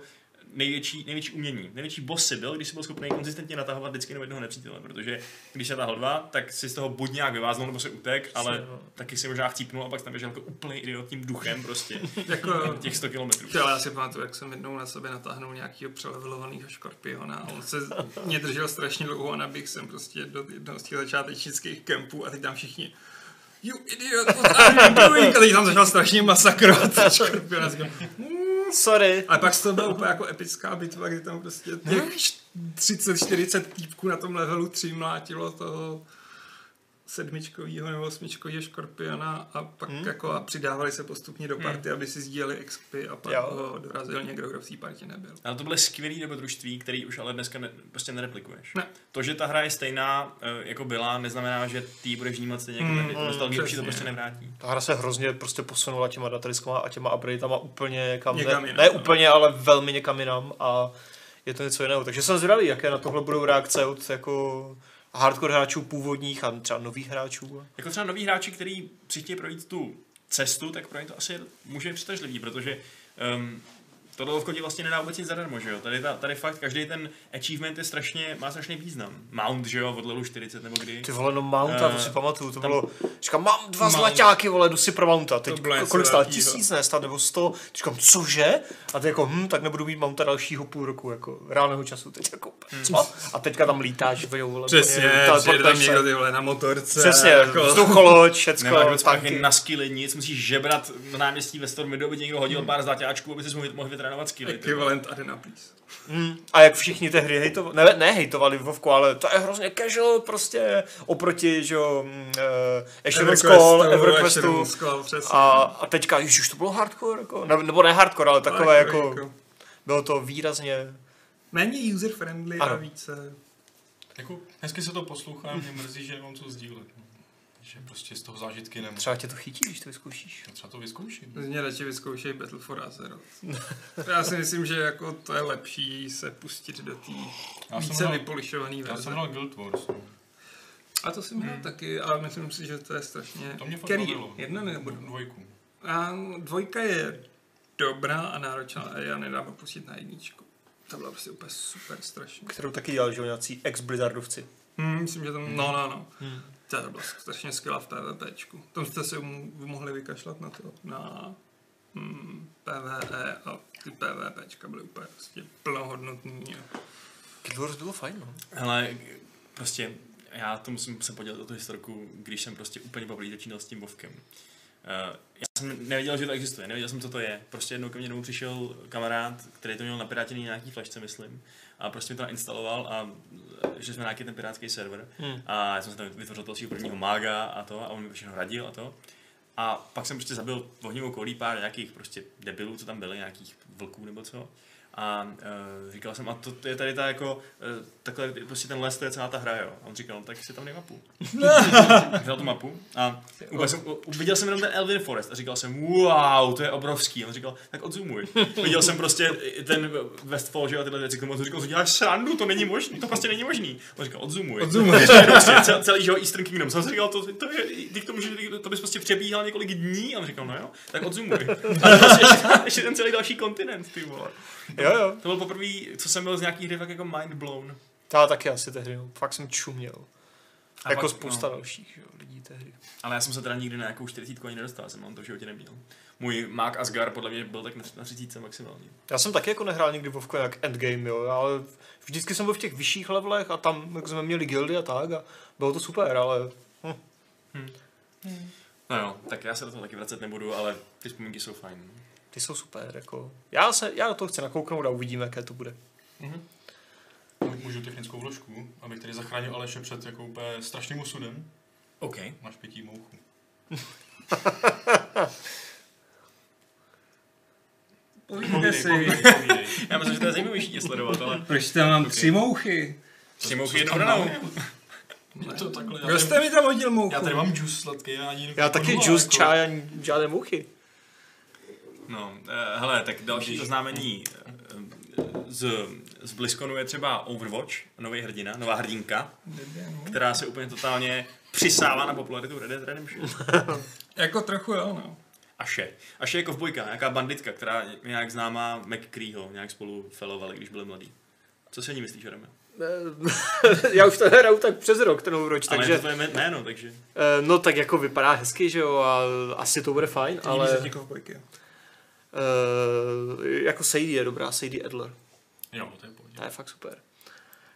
S1: největší, největší umění. Největší boss si byl, když jsi byl schopný konzistentně natahovat vždycky jenom jednoho nepřítele, protože když se tahal dva, tak si z toho buď nějak vyváznul nebo se utek, ale
S4: no.
S1: taky si možná chcípnul a pak jsi tam běžel jako úplný idiot tím duchem prostě
S2: Jako,
S1: těch 100 kilometrů.
S2: Ty, ale já si pamatuju, jak jsem jednou na sebe natáhnul nějakého přelevelovaného škorpiona a on se mě držel strašně dlouho a nabík jsem prostě do jednoho z těch začátečnických kempů a teď tam všichni You idiot, what are you doing? A teď tam začal strašně masakrovat ten škorpiona. Říkám,
S4: Sorry.
S2: Ale pak to byla úplně jako epická bitva, kdy tam prostě těch 30-40 týpků na tom levelu 3 mlátilo toho sedmičkovýho nebo osmičkovýho škorpiona a pak hmm. jako a přidávali se postupně do party, aby si sdíleli XP a pak
S4: Jo.
S2: ho dorazil někdo, kdo v té partě nebyl.
S1: Ale to byly skvělý dobrodružství, který už ale dneska ne, prostě nereplikuješ.
S2: Ne.
S1: To, že ta hra je stejná, eh, jako byla, neznamená, že ty ji budeš vnímat stejně jako
S2: Mm,
S1: mm,
S4: mm,
S1: nostalgii, už ti to
S2: přesně.
S1: prostě nevrátí.
S4: Ta hra se hrozně prostě posunula těma datadiskama a těma upgradeama úplně někam,
S2: Někam
S4: ne,
S2: jinam,
S4: ne
S2: no.
S4: úplně, ale velmi někam jinam a je to něco jiného. Takže jsem zvědavý, jaké na tohle budou reakce od jako hardcore hráčů původních a třeba nových hráčů.
S1: Jako třeba noví hráči, který si chtějí projít tu cestu, tak pro ně to asi může být přitažlivý, protože um, tohle lovko ti vlastně nedá vůbec nic zadarmo, že jo? Tady, ta, tady fakt každý ten achievement je strašně, má strašný význam. Mount, že jo, od levelu 40 nebo kdy.
S4: Ty vole, no Mounta, to si
S1: Eh,
S4: pamatuju, to bylo, říkám, mám dva
S2: Mount.
S4: zlaťáky, vole, jdu si pro Mounta, teď
S2: To bylo něco
S4: kolik stál,
S2: velkýho.
S4: tisíc ne, stál nebo sto, říkám, cože? A teď jako, hm, tak nebudu mít Mounta dalšího půl roku, jako, reálného času, teď jako, co? A teďka tam lítáš, že jo, vole, úplně,
S2: Hmm. Přesně, přijede
S4: teleportuješ
S2: tam
S4: se.
S2: někdo ty vole na motorce.
S4: Přesně,
S2: jako-
S4: vzducholoď,
S1: Nemáš
S4: všecko,
S1: vůbec prachy
S4: tanky.
S1: na skilly, nic, musíš žebrat na náměstí ve Stormy, doby někdo hodil pár zlaťáčků, aby si mohl, mohl vytrénovat skilly. ty vole.
S2: Ekvivalent Arena Please.
S4: Mm. A jak všichni ty hry hejtovali, ne, ne hejtovali Vovku, ale to je hrozně casual prostě oproti, že jo, mm, eh, Asheron's Call, Everquestu.
S2: Everquest Call, přesně.
S4: A, a teďka, ježiš, to bylo hardcore, jako, ne, nebo ne hardcore, ale takové
S2: Tak,
S4: jako, bylo to výrazně,
S2: Méně user friendly a
S4: Ano.
S2: více...
S3: Jako, hezky se to poslouchá, mě mrzí, že nemám co sdílet. no. Že prostě z toho zážitky nemám.
S4: třeba tě to chytí, když to vyzkoušíš.
S3: Já Třeba to vyzkouším.
S2: Mě radši vyzkoušej Battle for Azeroth. Já si myslím, že jako to je lepší se pustit do té
S3: Já jsem,
S2: více
S3: hrál,
S2: vypolišované
S3: já jsem
S2: verze.
S3: hrál Guild Wars. No.
S2: A to jsem hrál taky, ale myslím si, že to je strašně...
S3: To mě fakt
S2: Který?
S3: bavilo.
S2: Jedna nebo dvě?
S3: Dvojku.
S2: A dvojka je dobrá a náročná, ale já nedám pustit na jedničku. To byla prostě úplně super strašně.
S4: Kterou taky dělali, že jo, nějací ex-Blizzardovci.
S2: Hmm, myslím, že tam, no, no, no.
S4: Hmm.
S2: To byla strašně skvělá v PvPčku. Tam jste se mu- mohli vykašlat na to, na hmm, PvE a ty PvPčka byly úplně prostě plnohodnotný. a-
S4: Guild Wars bylo fajn, no.
S1: Hele, prostě já to musím se podělit o tu historku, když jsem prostě úplně poprvé začínal s tím Vovkem. Eh, já jsem nevěděl, že to existuje, nevěděl jsem, co to je. Prostě jednou ke mně domů přišel kamarád, který to měl napirátěný na nějaký flašce, myslím, a prostě mi to nainstaloval a eh, že jsme na nějaký ten pirátský server.
S4: Hmm.
S1: A já jsem se tam vytvořil toho svého prvního mága a to, a on mi všechno radil a to. A pak jsem prostě zabil v ohnivou kolí pár nějakých prostě debilů, co tam byli, nějakých vlků nebo co. A e, říkal jsem, a to, to je tady ta jako, e, takhle prostě ten les, to je celá ta hra, jo. A on říkal, "No, tak si tam dej mapu. Vzal tu mapu a úplně jsem, u- viděl jsem jenom ten Elvin Forest a říkal jsem, wow, to je obrovský. A on říkal, tak odzumuj. Viděl jsem prostě i ten Westfall, že jo, a tyhle věci k tomu. A on říkal, co děláš srandu, to není možný, to prostě není možný. On říkal, odzumuj.
S2: Odzumuj.
S1: Ještě jednou prostě cel, celý jeho Eastern Kingdom. Jsem si říkal, to, to je, ty k tomu, že to bys prostě přebíhal několik dní. A on říkal, no jo, tak odzumuj. A prostě ještě, ještě, ten celý další kontinent, ty vole.
S4: Jo, jo.
S1: To byl poprvé, co jsem byl z nějaký hry fakt jako mind blown.
S4: Já taky asi tehdy, no. fakt jsem čuměl.
S1: A
S4: jako
S1: pak-
S4: spousta
S1: no.
S4: dalších že jo, lidí tehdy.
S1: Ale já jsem se teda nikdy na nějakou 40 ani nedostal, já jsem on to v životě neměl. Můj Mark Asgar podle mě byl tak na- na 30 maximálně.
S4: Já jsem taky jako nehrál nikdy Vovko jak endgame, jo, ale vždycky jsem byl v těch vyšších levelech a tam jak jsme měli gildy a tak a bylo to super, ale
S1: No jo, tak já se do toho taky vracet nebudu, ale ty vzpomínky jsou fajn.
S4: ty jsou super, jako. Já, se, já do toho chci nakouknout a uvidíme, jaké to bude.
S1: Mhm.
S3: Můžu technickou vložku, abych tady zachránil Aleše před jako úplně strašným osudem.
S1: OK.
S3: Máš pití mouchu.
S2: Povídejte si.
S3: povídej.
S1: Já myslím, že to je zajímavější tě sledovat, ale...
S2: Proč tam mám tři mouchy?
S1: S tím jednou ranou.
S3: Je to takhle, já
S2: Kdo
S3: tady-
S2: jste mi tam hodil mouchu?
S3: Já tady mám juice sladký, já ani
S4: Já taky
S3: Podula,
S4: juice,
S3: jako-
S4: čaj a žádné mouchy.
S1: No, eh, hele, tak další oznámení eh, eh, z, z BlizzConu je třeba Overwatch, nový hrdina, nová hrdinka, která se úplně totálně přisává na popularitu Red Dead Redemption.
S2: Jako trochu jo, no.
S1: Aše. Aše je kovbojka, nějaká banditka, která je nějak známá McCreeho, nějak spolu felovali, když byli mladí. Co si o ní myslíš, Adame?
S4: Eh, já už to hraju tak přes rok, ten Overwatch,
S1: Ale jako- je to tvoje
S4: takže...
S1: jmé- jméno, takže...
S4: eh, No tak jako vypadá hezky, že jo, a asi to bude fajn,
S2: Ale...
S4: ale...
S2: Líbí se ti kovbojky.
S4: eh, jako Sadie je dobrá, Sadie Adler.
S3: Jo, to je pohodě.
S4: Ta je fakt super.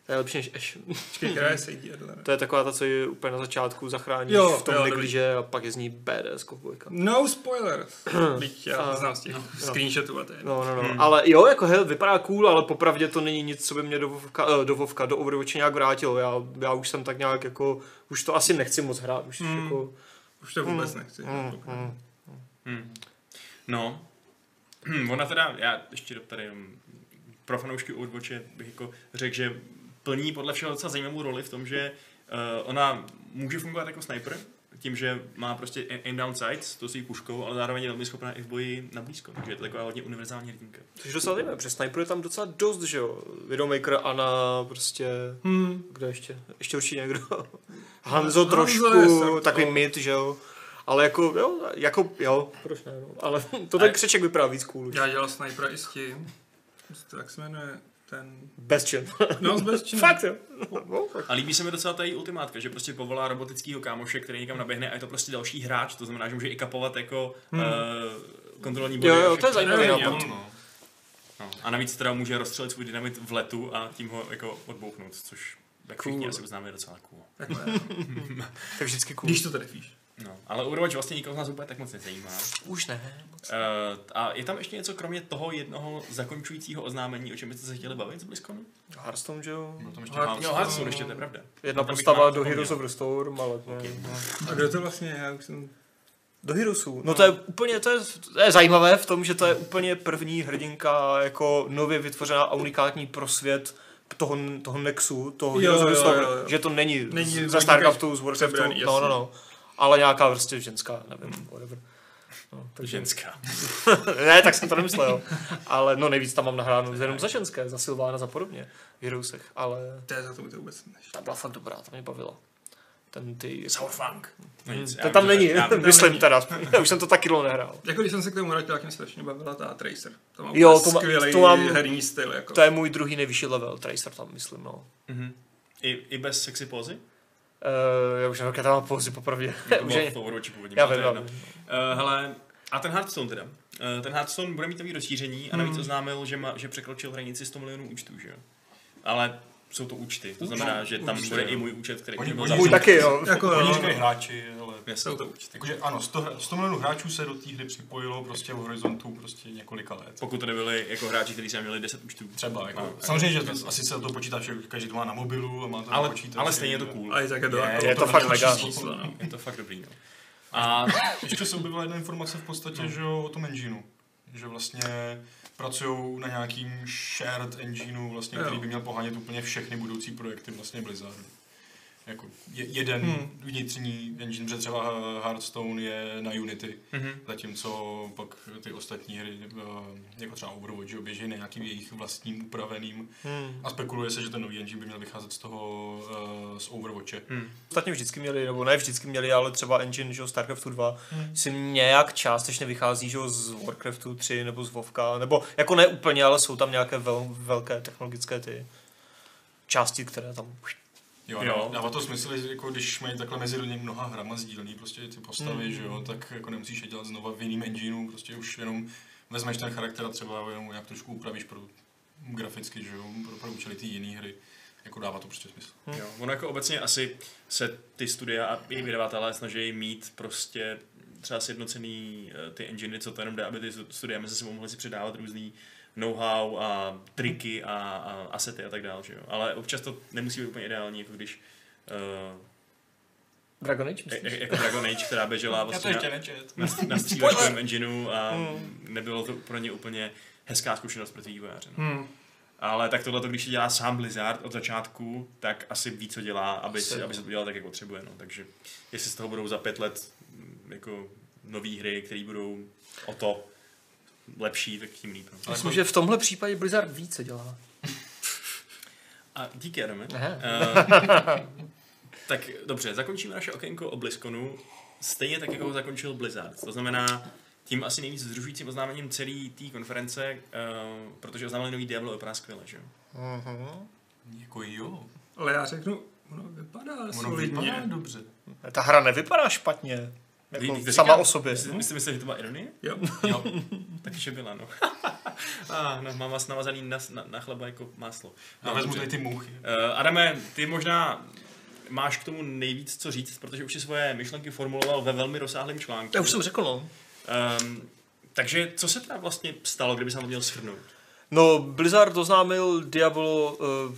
S4: Ta je lepší než Ash.
S2: Počkej, která je
S3: Hmm.
S2: sejdí, Adler.
S4: To je taková ta, co ji úplně na začátku zachrání
S2: Jo,
S4: v tom
S2: jo, dobrý.
S4: negliže a pak je z ní BDS kovbojka.
S2: No spoilers. Byť já
S4: A-
S2: znám
S3: no,
S2: z těch screenshotů a to je jedno.
S4: No, no, no. Hmm. Ale jo, jako hej, vypadá cool, ale popravdě to není nic, co by mě do Vovka, eh, do, Vovka, do Overwatche nějak vrátilo. Já, já už jsem tak nějak jako, už to asi nechci moc hrát. Už
S2: Hmm.
S4: jako,
S2: Už
S3: Hmm.
S2: to vůbec nechci.
S4: mm, mm.
S1: Hm. No. Hm, ona teda, já ještě do tady jenom pro fanoušky Overwatche bych jako řekl, že plní podle všeho docela zajímavou roli v tom, že uh, ona může fungovat jako sniper, tím, že má prostě a- aim down sights, to svý puškou, ale zároveň je velmi schopná i v boji na blízko, takže je to taková hodně univerzální hrdinka.
S4: Což docela zajímavé, protože Sniper je tam docela dost, že jo. Videomaker, Ana, prostě,
S2: Hmm.
S4: kdo ještě? Ještě určitě někdo. Hanzo jako-
S2: Hanzo je
S4: trošku,
S2: srdco.
S4: takový mid, že jo. A Ale jako, jo, jako, jo, proč ne, no. Ale to ten křeček vypadá víc cool.
S2: Já dělal snajpera i s tím. Jak se jmenuje ten...
S4: Bezčin.
S2: No, z Bezčina.
S4: Fakt jo. No, tak.
S1: A líbí se mi docela ta její ultimátka, že prostě povolá robotického kámoše, který někam naběhne a je to prostě další hráč, to znamená, že může i kapovat jako hmm. uh, kontrolní body.
S4: Jo,
S1: a
S4: jo, to je
S1: všechno.
S4: zajímavý
S1: Jo,
S4: nápad.
S1: no. No. A navíc teda může rozstřelit svůj dynamit v letu a tím ho jako odbouchnout, což jak všichni
S4: Cool.
S1: asi uznáme je docela cool.
S2: Takhle,
S4: To je vždycky
S2: Jako
S4: cool.
S2: Když to trefíš.
S1: No, ale Overwatch vlastně nikoho z nás úplně tak moc nezajímá.
S4: Už ne.
S1: Uh, a je tam ještě něco kromě toho jednoho zakončujícího oznámení, o čem byste se chtěli bavit z BlizzConu?
S4: Hearthstone, že jo?
S3: Byl tam ještě
S2: Ale-
S3: Hearthstone.
S1: Jo, Hearthstone ještě, to je pravda.
S4: Jedna
S1: To bych
S4: postava
S1: vám
S4: do
S1: vzpomněl.
S4: Heroes of the Storm, ale ne.
S1: Ok.
S4: no.
S2: A kdo to vlastně je? Já už jsem...
S4: Do Heroesů. No to je úplně, to je, to je zajímavé v tom, že to je úplně první hrdinka jako nově vytvořená a unikátní pro svět toho, toho Nexu, toho
S2: Jo,
S4: Heroes of the
S2: jo,
S4: Storm,
S2: jo, jo.
S4: že to není,
S2: Není
S4: není ze
S2: vodníka
S4: Starcraftu, z Warcraftu,
S2: přebraný,
S4: no,
S2: jasně.
S4: no, no. Ale nějaká vrstě ženská, nevím, whatever. No, takže,
S1: Ženská.
S4: ne, tak jsem to nemyslel. Ale no nejvíc tam mám nahráno jenom za ženské, za Silvána, za podobně v Heroesech, ale
S2: To je za to to vůbec než.
S4: ta byla fakt dobrá, ta mě bavila. Ten ty...
S1: Sourfunk. No nic, já
S4: Hmm. To tam
S1: vím, že-
S4: není,
S1: já vím.
S4: myslím teda, já už jsem to taky dlouho nehrál.
S2: Jako když jsem se k tomu vrátil, tak mě strašně bavila ta Tracer. To má
S4: Jo,
S2: jo,
S4: to
S2: to
S4: má-
S2: skvělý
S4: to mám-
S2: herní styl. Jako.
S4: To je můj druhý nejvyšší level, Tracer tam myslím, no.
S1: Mhm. I, I bez sexy pózy?
S4: Uh, já už nevím, jaká tam mám pozici popravdě.
S1: To
S4: už
S1: bylo
S4: je,
S1: v Overwatchi původně.
S4: já
S1: ale
S4: vím,
S1: to je
S4: já
S1: jedno.
S4: vím.
S1: Eh, hele, a ten Hearthstone teda. Eh, ten Hearthstone bude mít nový rozšíření a navíc oznámil, že, ma, že překročil hranici 100 milionů účtů, že jo? Ale jsou to účty, to znamená, že tam
S2: Účty,
S1: bude
S2: jo.
S1: i můj účet, který
S3: Oni-
S1: byl
S3: oni-
S1: zavřený.
S4: Můj taky, jo.
S2: Jako,
S3: Oni
S2: jo,
S3: říkají hráči, ale...
S1: Jasně.
S2: jsou to určitě.
S3: Jakože ano, 100, hra- 100 milionů hráčů se do té hry připojilo prostě v horizontu prostě několika let.
S1: Pokud to nebyli jako hráči, kteří sami měli 10 účtů.
S3: Třeba, jako,
S1: No,
S3: samozřejmě, že to, asi se to počítá, že každý to má na mobilu a má to na
S1: Ale,
S3: počítači.
S1: ale stejně je to cool.
S2: A je tak je to,
S3: Je,
S2: jako
S4: je to fakt
S2: další
S4: mega.
S2: číslo, no.
S1: Je to fakt dobrý, no. A
S3: Ještě se objevila jedna informace v
S1: No.
S3: podstatě, že jo, o tom engineu. Že vlastně pracují na nějakým shared engineu, vlastně,
S2: Jo.
S3: který by měl pohánět úplně všechny budoucí projekty vlastně Blizzardu. Jako je, jeden
S2: Hmm.
S3: vnitřní engine, protože třeba Hearthstone je na Unity,
S1: mhm.
S3: zatímco pak ty ostatní hry, eh, jako třeba Overwatch, že jo, běží na nějakým jejich vlastním upraveným.
S4: Hmm.
S3: A spekuluje se, že ten nový engine by měl vycházet z toho, eh, z Overwatche.
S1: Hm.
S4: Ostatně vždycky měli, nebo ne vždycky měli, ale třeba engine, že jo, StarCraftu 2 si nějak částečně vychází, že jo, z Warcraftu 3 nebo z Vovka, nebo jako ne úplně, ale jsou tam nějaké vel, velké technologické ty části, které tam...
S3: Jo,
S1: Jo.
S3: jo. dává to smysl, že jako když mají takhle mezi mnoha hrama sdílený prostě ty postavy, že jo, tak jako nemusíš je dělat znova v jiným engineu, prostě už jenom vezmeš ten charakter a třeba jenom nějak trošku upravíš pro graficky, že jo, pro, pro účely ty jiné hry. Jako dává to prostě smysl.
S4: Hm.
S1: Jo, ono jako obecně asi se ty studia a i vydavatelé snaží mít prostě třeba sjednocený eh, ty enginy, co to jenom jde, aby ty stu- studia mezi sebou mohly si předávat různý know-how a triky a, a asety a tak dále, že jo. Ale občas to nemusí být úplně ideální, jako když
S4: Dragon Age,
S1: uh,
S4: myslíš?
S1: jako Dragon Age, která běžela vlastně na,
S3: nečet.
S1: na, na střílečkovém engineu a nebylo to pro ně úplně hezká zkušenost pro ty vývojáře. No.
S2: Hmm.
S1: Ale tak tohle, když dělá sám Blizzard od začátku, tak asi ví, co dělá, aby,
S4: Asi
S1: si,
S4: jo.
S1: aby se to dělal tak, jak potřebuje. No. Takže jestli z toho budou za pět let mm, jako nové hry, které budou o to lepší, tak tím líp. No.
S4: Myslím, že v tomhle případě Blizzard ví, co dělá.
S1: A díky, Adame.
S4: Aha.
S1: Eh, tak dobře, zakončíme naše okénko o BlizzConu stejně tak, jako ho zakončil Blizzard. To znamená, tím asi nejvíc zrušujícím oznámením celé té konference, eh, protože oznámili nový Diablo vypadá skvěle, že jo?
S4: Mhm.
S3: Jako jo,
S2: Ale já řeknu, ono vypadá
S3: ono vypadá
S2: solidně.
S3: dobře.
S4: Ta hra nevypadá špatně.
S1: Vy- vy
S4: Jako
S1: to
S4: sama
S1: říkáte?
S4: o sobě.
S1: Myslíte, myslíte, že to byla ironie?
S2: Jo.
S3: Jo,
S1: Takže byla, no. ah, no mám vás navazaný na, na, na chleba jako máslo.
S3: já
S1: No,
S3: vezmu
S1: dobře.
S3: tady ty mouchy.
S1: Eh, Adame, ty možná máš k tomu nejvíc co říct, protože už si svoje myšlenky formuloval ve velmi rozsáhlém článku.
S4: Já už jsem řekl, no.
S1: Ehm, takže co se teda vlastně stalo, kdyby jsem to měl shrnout?
S4: No, Blizzard oznámil Diablo, uh,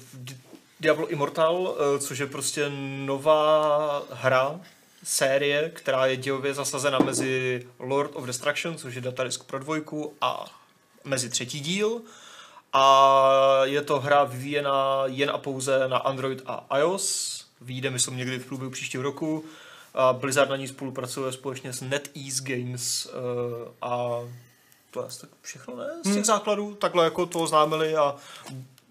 S4: Diablo Immortal, uh, což je prostě nová hra, série, která je dějově zasazena mezi Lord of Destruction, což je datadisk pro dvojku, a mezi třetí díl. A je to hra vyvíjená jen a pouze na Android a iOS. Vyjde, myslím, někdy v průběhu příštího roku. A Blizzard na ní spolupracuje společně s NetEase Games eh, a to je asi tak všechno, ne? Z těch hmm. základů, takhle jako to oznámili a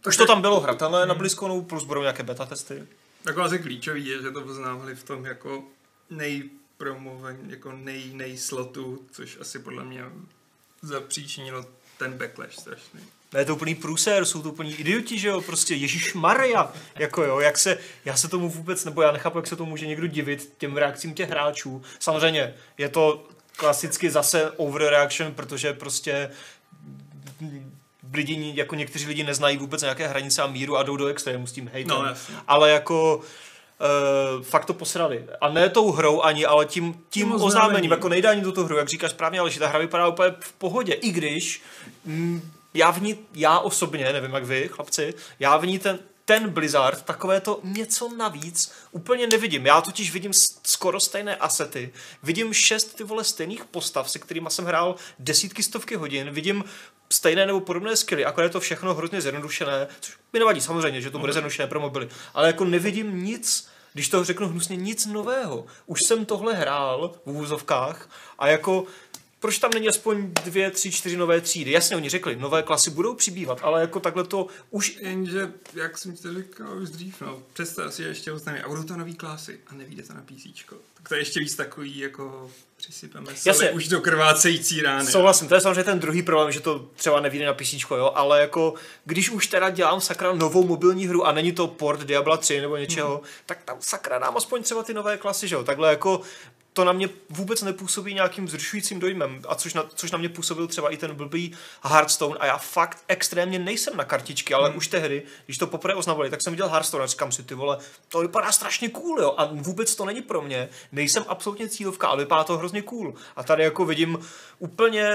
S4: už to tam bylo hratelné na BlizzConu, plus budou nějaké beta testy.
S2: Tak vlastně klíčový je, že to poznámili v tom jako nejprostším promoven jako nej, nej slotu, což asi podle mě zapříčinilo ten backlash strašný.
S4: Ne, je to úplný průsér, jsou to úplní idioti, že jo, prostě Ježíš Maria, jako jo, jak se, já se tomu vůbec, nebo já nechápu, jak se tomu může někdo divit těm reakcím těch hráčů. Samozřejmě, je to klasicky zase overreaction, protože prostě lidi, jako někteří lidi neznají vůbec nějaké hranice a míru a jdou do extrému s tím hejtem.
S2: No, jasně.
S4: ale jako Uh, fakt to posrali. A ne tou hrou ani, ale tím, tím, tím
S2: oznámením.
S4: oznámením. oznámením. Jako nejde ani do tu hru, jak říkáš správně, ale že ta hra vypadá úplně v pohodě. I když mm, já v ní, já osobně, nevím jak vy, chlapci, já v ní ten, ten Blizzard, takové to něco navíc úplně nevidím. Já totiž vidím s- skoro stejné asety. Vidím šest ty vole stejných postav, se kterými jsem hrál desítky, stovky hodin. Vidím stejné nebo podobné skilly, akorát je to všechno hrozně zjednodušené, což mi nevadí samozřejmě, že to bude zjednodušené pro mobily, ale jako nevidím nic, když to řeknu hnusně, nic nového. Už jsem tohle hrál v úvozovkách a jako proč tam není aspoň dvě, tři, čtyři nové třídy? Jasně, oni řekli, nové klasy budou přibývat, ale jako takhle to už
S2: Jenže, jak jsem ti to říkal už dřív, no, představ si, že ještě oznámí, a budou to nový klasy a nevíde to na PC. Tak to je ještě víc takový, jako přisypeme
S4: Jasně.
S2: se už do krvácející rány.
S4: Souhlasím, to je samozřejmě ten druhý problém, že to třeba nevíde na PC, jo, ale jako když už teda dělám sakra novou mobilní hru a není to port Diabla 3 nebo něčeho, mm-hmm. tak tam sakra dám aspoň třeba ty nové klasy, že jo, takhle jako to na mě vůbec nepůsobí nějakým zrušujícím dojmem, a což na, což na mě působil třeba i ten blbý Hearthstone a já fakt extrémně nejsem na kartičky,
S2: Hmm.
S4: ale už tehdy, když to poprvé oznamovali, tak jsem viděl Hearthstone a říkám si, ty vole, to vypadá strašně cool, jo, a vůbec to není pro mě, nejsem absolutně cílovka, ale vypadá to hrozně cool. A tady jako vidím úplně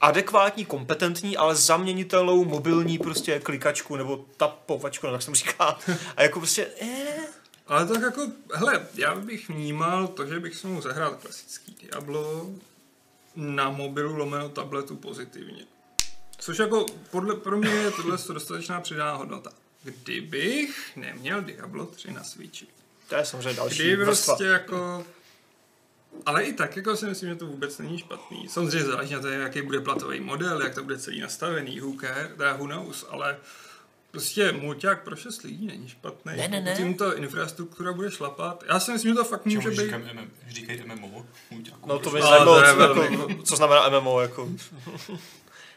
S4: adekvátní, kompetentní, ale zaměnitelnou mobilní prostě klikačku nebo no, tapovačku, nebo jak se tomu říká. A jako prostě, eh,
S2: Ale tak jako, hele, já bych vnímal to, že bych si mohl zahrát klasický Diablo na mobilu lomeno tabletu pozitivně. Což jako, podle, pro mě je tohle dostatečná přidaná hodnota. Kdybych neměl Diablo 3 na Switchi.
S4: to je samozřejmě další
S2: Kdy
S4: vrstva.
S2: prostě jako... Ale i tak jako si myslím, že to vůbec není špatný. Samozřejmě záleží na to, jaký bude platový model, jak to bude celý nastavený, who care, teda who knows, ale prostě mulťák pro šest lidí není špatný.
S4: Ne, ne, ne.
S2: Tím ta infrastruktura bude šlapat. Já si myslím, že to fakt může
S3: Čemu
S2: být...
S3: říkám MM, říkají MMO? Můťáku,
S4: No to by
S2: Ale
S4: zajímalo,
S2: to je
S4: co-
S2: velmi-
S4: jako, co znamená MMO, jako.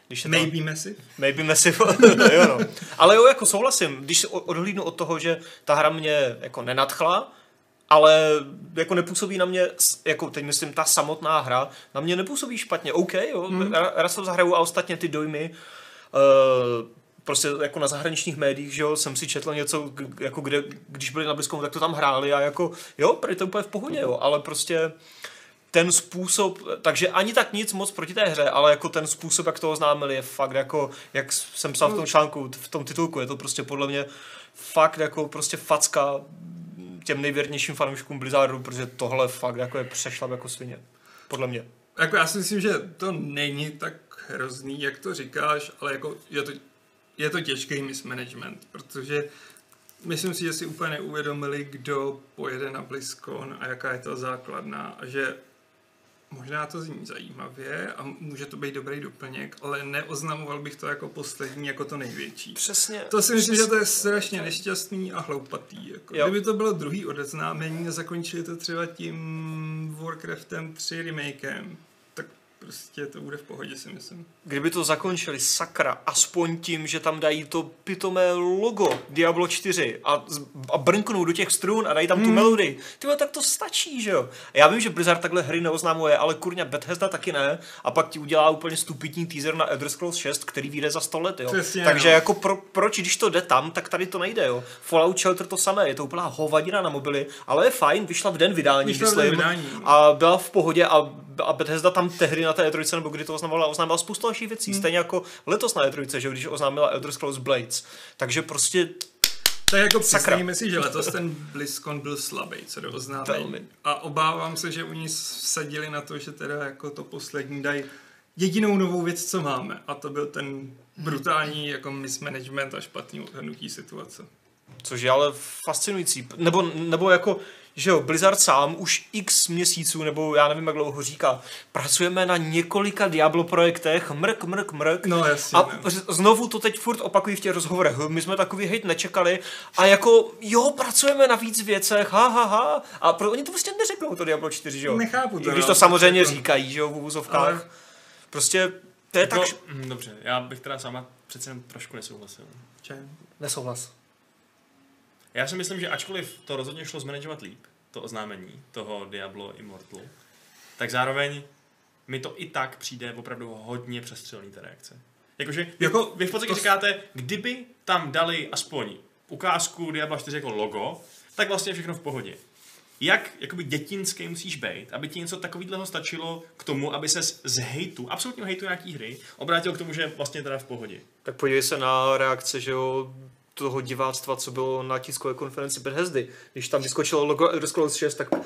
S4: Když je to-
S2: Maybe Messi.
S4: Maybe massive, no, jo, no. Ale jo, jako souhlasím, když se o- odhlídnu od toho, že ta hra mě jako nenadchla, ale jako nepůsobí na mě, s- jako teď myslím, ta samotná hra, na mě nepůsobí špatně, OK, jo, hmm. raz to zahraju a ostatně ty dojmy, uh, prostě jako na zahraničních médiích, že jo, jsem si četl něco, k- jako kde, když byli na Blizzconu, tak to tam hráli a jako, jo, prý to je úplně v pohodě, jo, ale prostě ten způsob, takže ani tak nic moc proti té hře, ale jako ten způsob, jak to oznámili, je fakt jako, jak jsem psal
S2: No.
S4: v tom článku, v tom titulku, je to prostě podle mě fakt jako prostě facka těm nejvěrnějším fanouškům Blizzardu, protože tohle fakt jako je přešlap jako svině. Podle mě.
S2: Jako já si myslím, že to není tak hrozný, jak to říkáš, ale jako je to, je to těžký mismanagement, protože myslím si, že si úplně neuvědomili, kdo pojede na BlizzCon a jaká je ta základna a že možná to zní zajímavě a může to být dobrý doplněk, ale neoznamoval bych to jako poslední, jako to největší.
S4: Přesně.
S2: To si myslím, že to je strašně nešťastný a hloupatý. Jako.
S4: Jo.
S2: Kdyby to bylo druhý odeznámení a zakončili to třeba tím Warcraftem 3 remakem, tak prostě to bude v pohodě, si myslím.
S4: Kdyby to zakončili sakra, aspoň tím, že tam dají to pitomé logo Diablo 4 a, z- a brnknou do těch strun a dají
S2: Hmm.
S4: tam tu melodii. Ty vole, tak to stačí, že jo? Já vím, že Blizzard takhle hry neoznamuje, ale kurňa Bethesda taky ne. A pak ti udělá úplně stupidní teaser na Elder Scrolls 6, který vyjde za 100 let, jo?
S2: Přesně,
S4: Takže
S2: no.
S4: jako pro, proč, když to jde tam, tak tady to nejde, jo? Fallout Shelter to samé, je to úplná hovadina na mobily, ale je fajn, vyšla v den vydání,
S2: Vyšla v den
S4: myslím.
S2: vydání, no.
S4: A byla v pohodě a, a Bethesda tam tehdy na té E3, nebo kdy to oznámila, oznámila spoustu dalších věcí. Hmm. Stejně jako letos na E3, že jo, když oznámila Elder Scrolls Blades. Takže prostě
S2: Tak jako
S4: Sakra.
S2: přiznejme si, že letos ten BlizzCon byl slabý, co do
S4: Velmi.
S2: oznámení. A obávám se, že oni sadili na to, že teda jako to poslední dají jedinou novou věc, co máme. A to byl ten brutální jako mismanagement a špatný odhrnutí situace.
S4: Což je ale fascinující. Nebo, nebo jako, že jo, Blizzard sám už x měsíců, nebo já nevím, jak dlouho říká, pracujeme na několika Diablo projektech, mrk, mrk, mrk.
S2: No jasně.
S4: A
S2: ne.
S4: z- znovu to teď furt opakují v těch rozhovorech. Hm, My jsme takový hejt nečekali a jako, jo, pracujeme na víc věcech, ha, ha, ha. A pro, oni to prostě neřeknou, to Diablo 4, že jo?
S2: Nechápu to,
S4: I když
S2: no.
S4: to samozřejmě
S2: Jako-
S4: říkají, že jo, v úvozovkách.
S2: Ale-
S4: Prostě to je tak...
S1: Jako,
S4: š-
S1: mm, dobře, já bych teda sama přece jen trošku nesouhlasil.
S2: Čem?
S4: Nesouhlas.
S1: Já si myslím, že ačkoliv to rozhodně šlo zmanagovat líp, to oznámení toho Diablo Immortal, tak zároveň mi to i tak přijde opravdu hodně přestřelný ta reakce. Jakože
S2: Jako
S1: jako, vy v podstatě
S2: to s-
S1: říkáte, kdyby tam dali aspoň ukázku Diabla 4 jako logo, tak vlastně je všechno v pohodě. Jak jakoby dětinský musíš být, aby ti něco takového stačilo k tomu, aby se z hejtu, absolutního hejtu nějaký hry, obrátil k tomu, že je vlastně teda v pohodě.
S4: Tak podívej se na reakce, že jo, toho diváctva, co bylo na tiskové konferenci Bethesdy. Když tam vyskočilo logo Elder Scrolls 6, tak p-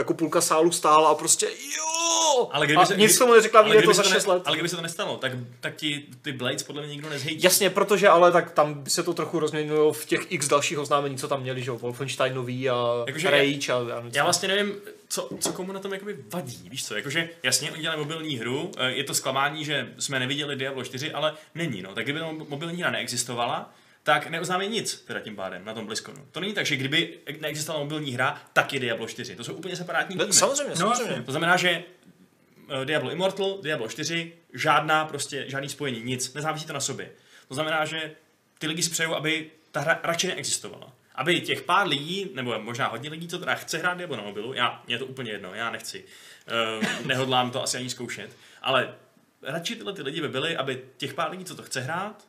S4: jako půlka sálu stála a prostě jo!
S1: Ale kdyby
S4: a
S1: se-
S4: nic
S1: kdyby-
S4: tomu neřekla,
S1: ale
S4: je to
S1: kdyby
S4: za
S1: se ne-
S4: 6 let.
S1: Ale kdyby se to nestalo, tak, tak ti ty Blades podle mě nikdo nezhejtí.
S4: Jasně, protože ale tak tam by se to trochu rozměnilo v těch x dalších oznámení, co tam měli, že jo, Wolfenstein nový a
S1: Jakože
S4: Jakože Rage a já,
S1: Já vlastně nevím, co, co komu na tom jakoby vadí, víš co, jakože jasně, oni dělají mobilní hru, eh, je to zklamání, že jsme neviděli Diablo 4, ale není, no, tak kdyby ta mo- mobilní hra neexistovala, tak neoznámí nic, teda tím pádem, na tom Blizzconu. To není tak, že kdyby neexistovala mobilní hra, tak je Diablo 4, to jsou úplně separátní
S4: Ne,
S1: týmy.
S4: Samozřejmě,
S2: no,
S4: samozřejmě.
S1: To znamená, že eh, Diablo Immortal, Diablo 4, žádná prostě, žádný spojení, nic, nezávisí to na sobě. To znamená, že ty lidi si přejou, aby ta hra radši neexistovala. Aby těch pár lidí, nebo možná hodně lidí, co teda chce hrát Diablo na mobilu, já, mě je to úplně jedno, já nechci, Eh, nehodlám to asi ani zkoušet, ale radši tyhle ty lidi by byly, aby těch pár lidí, co to chce hrát,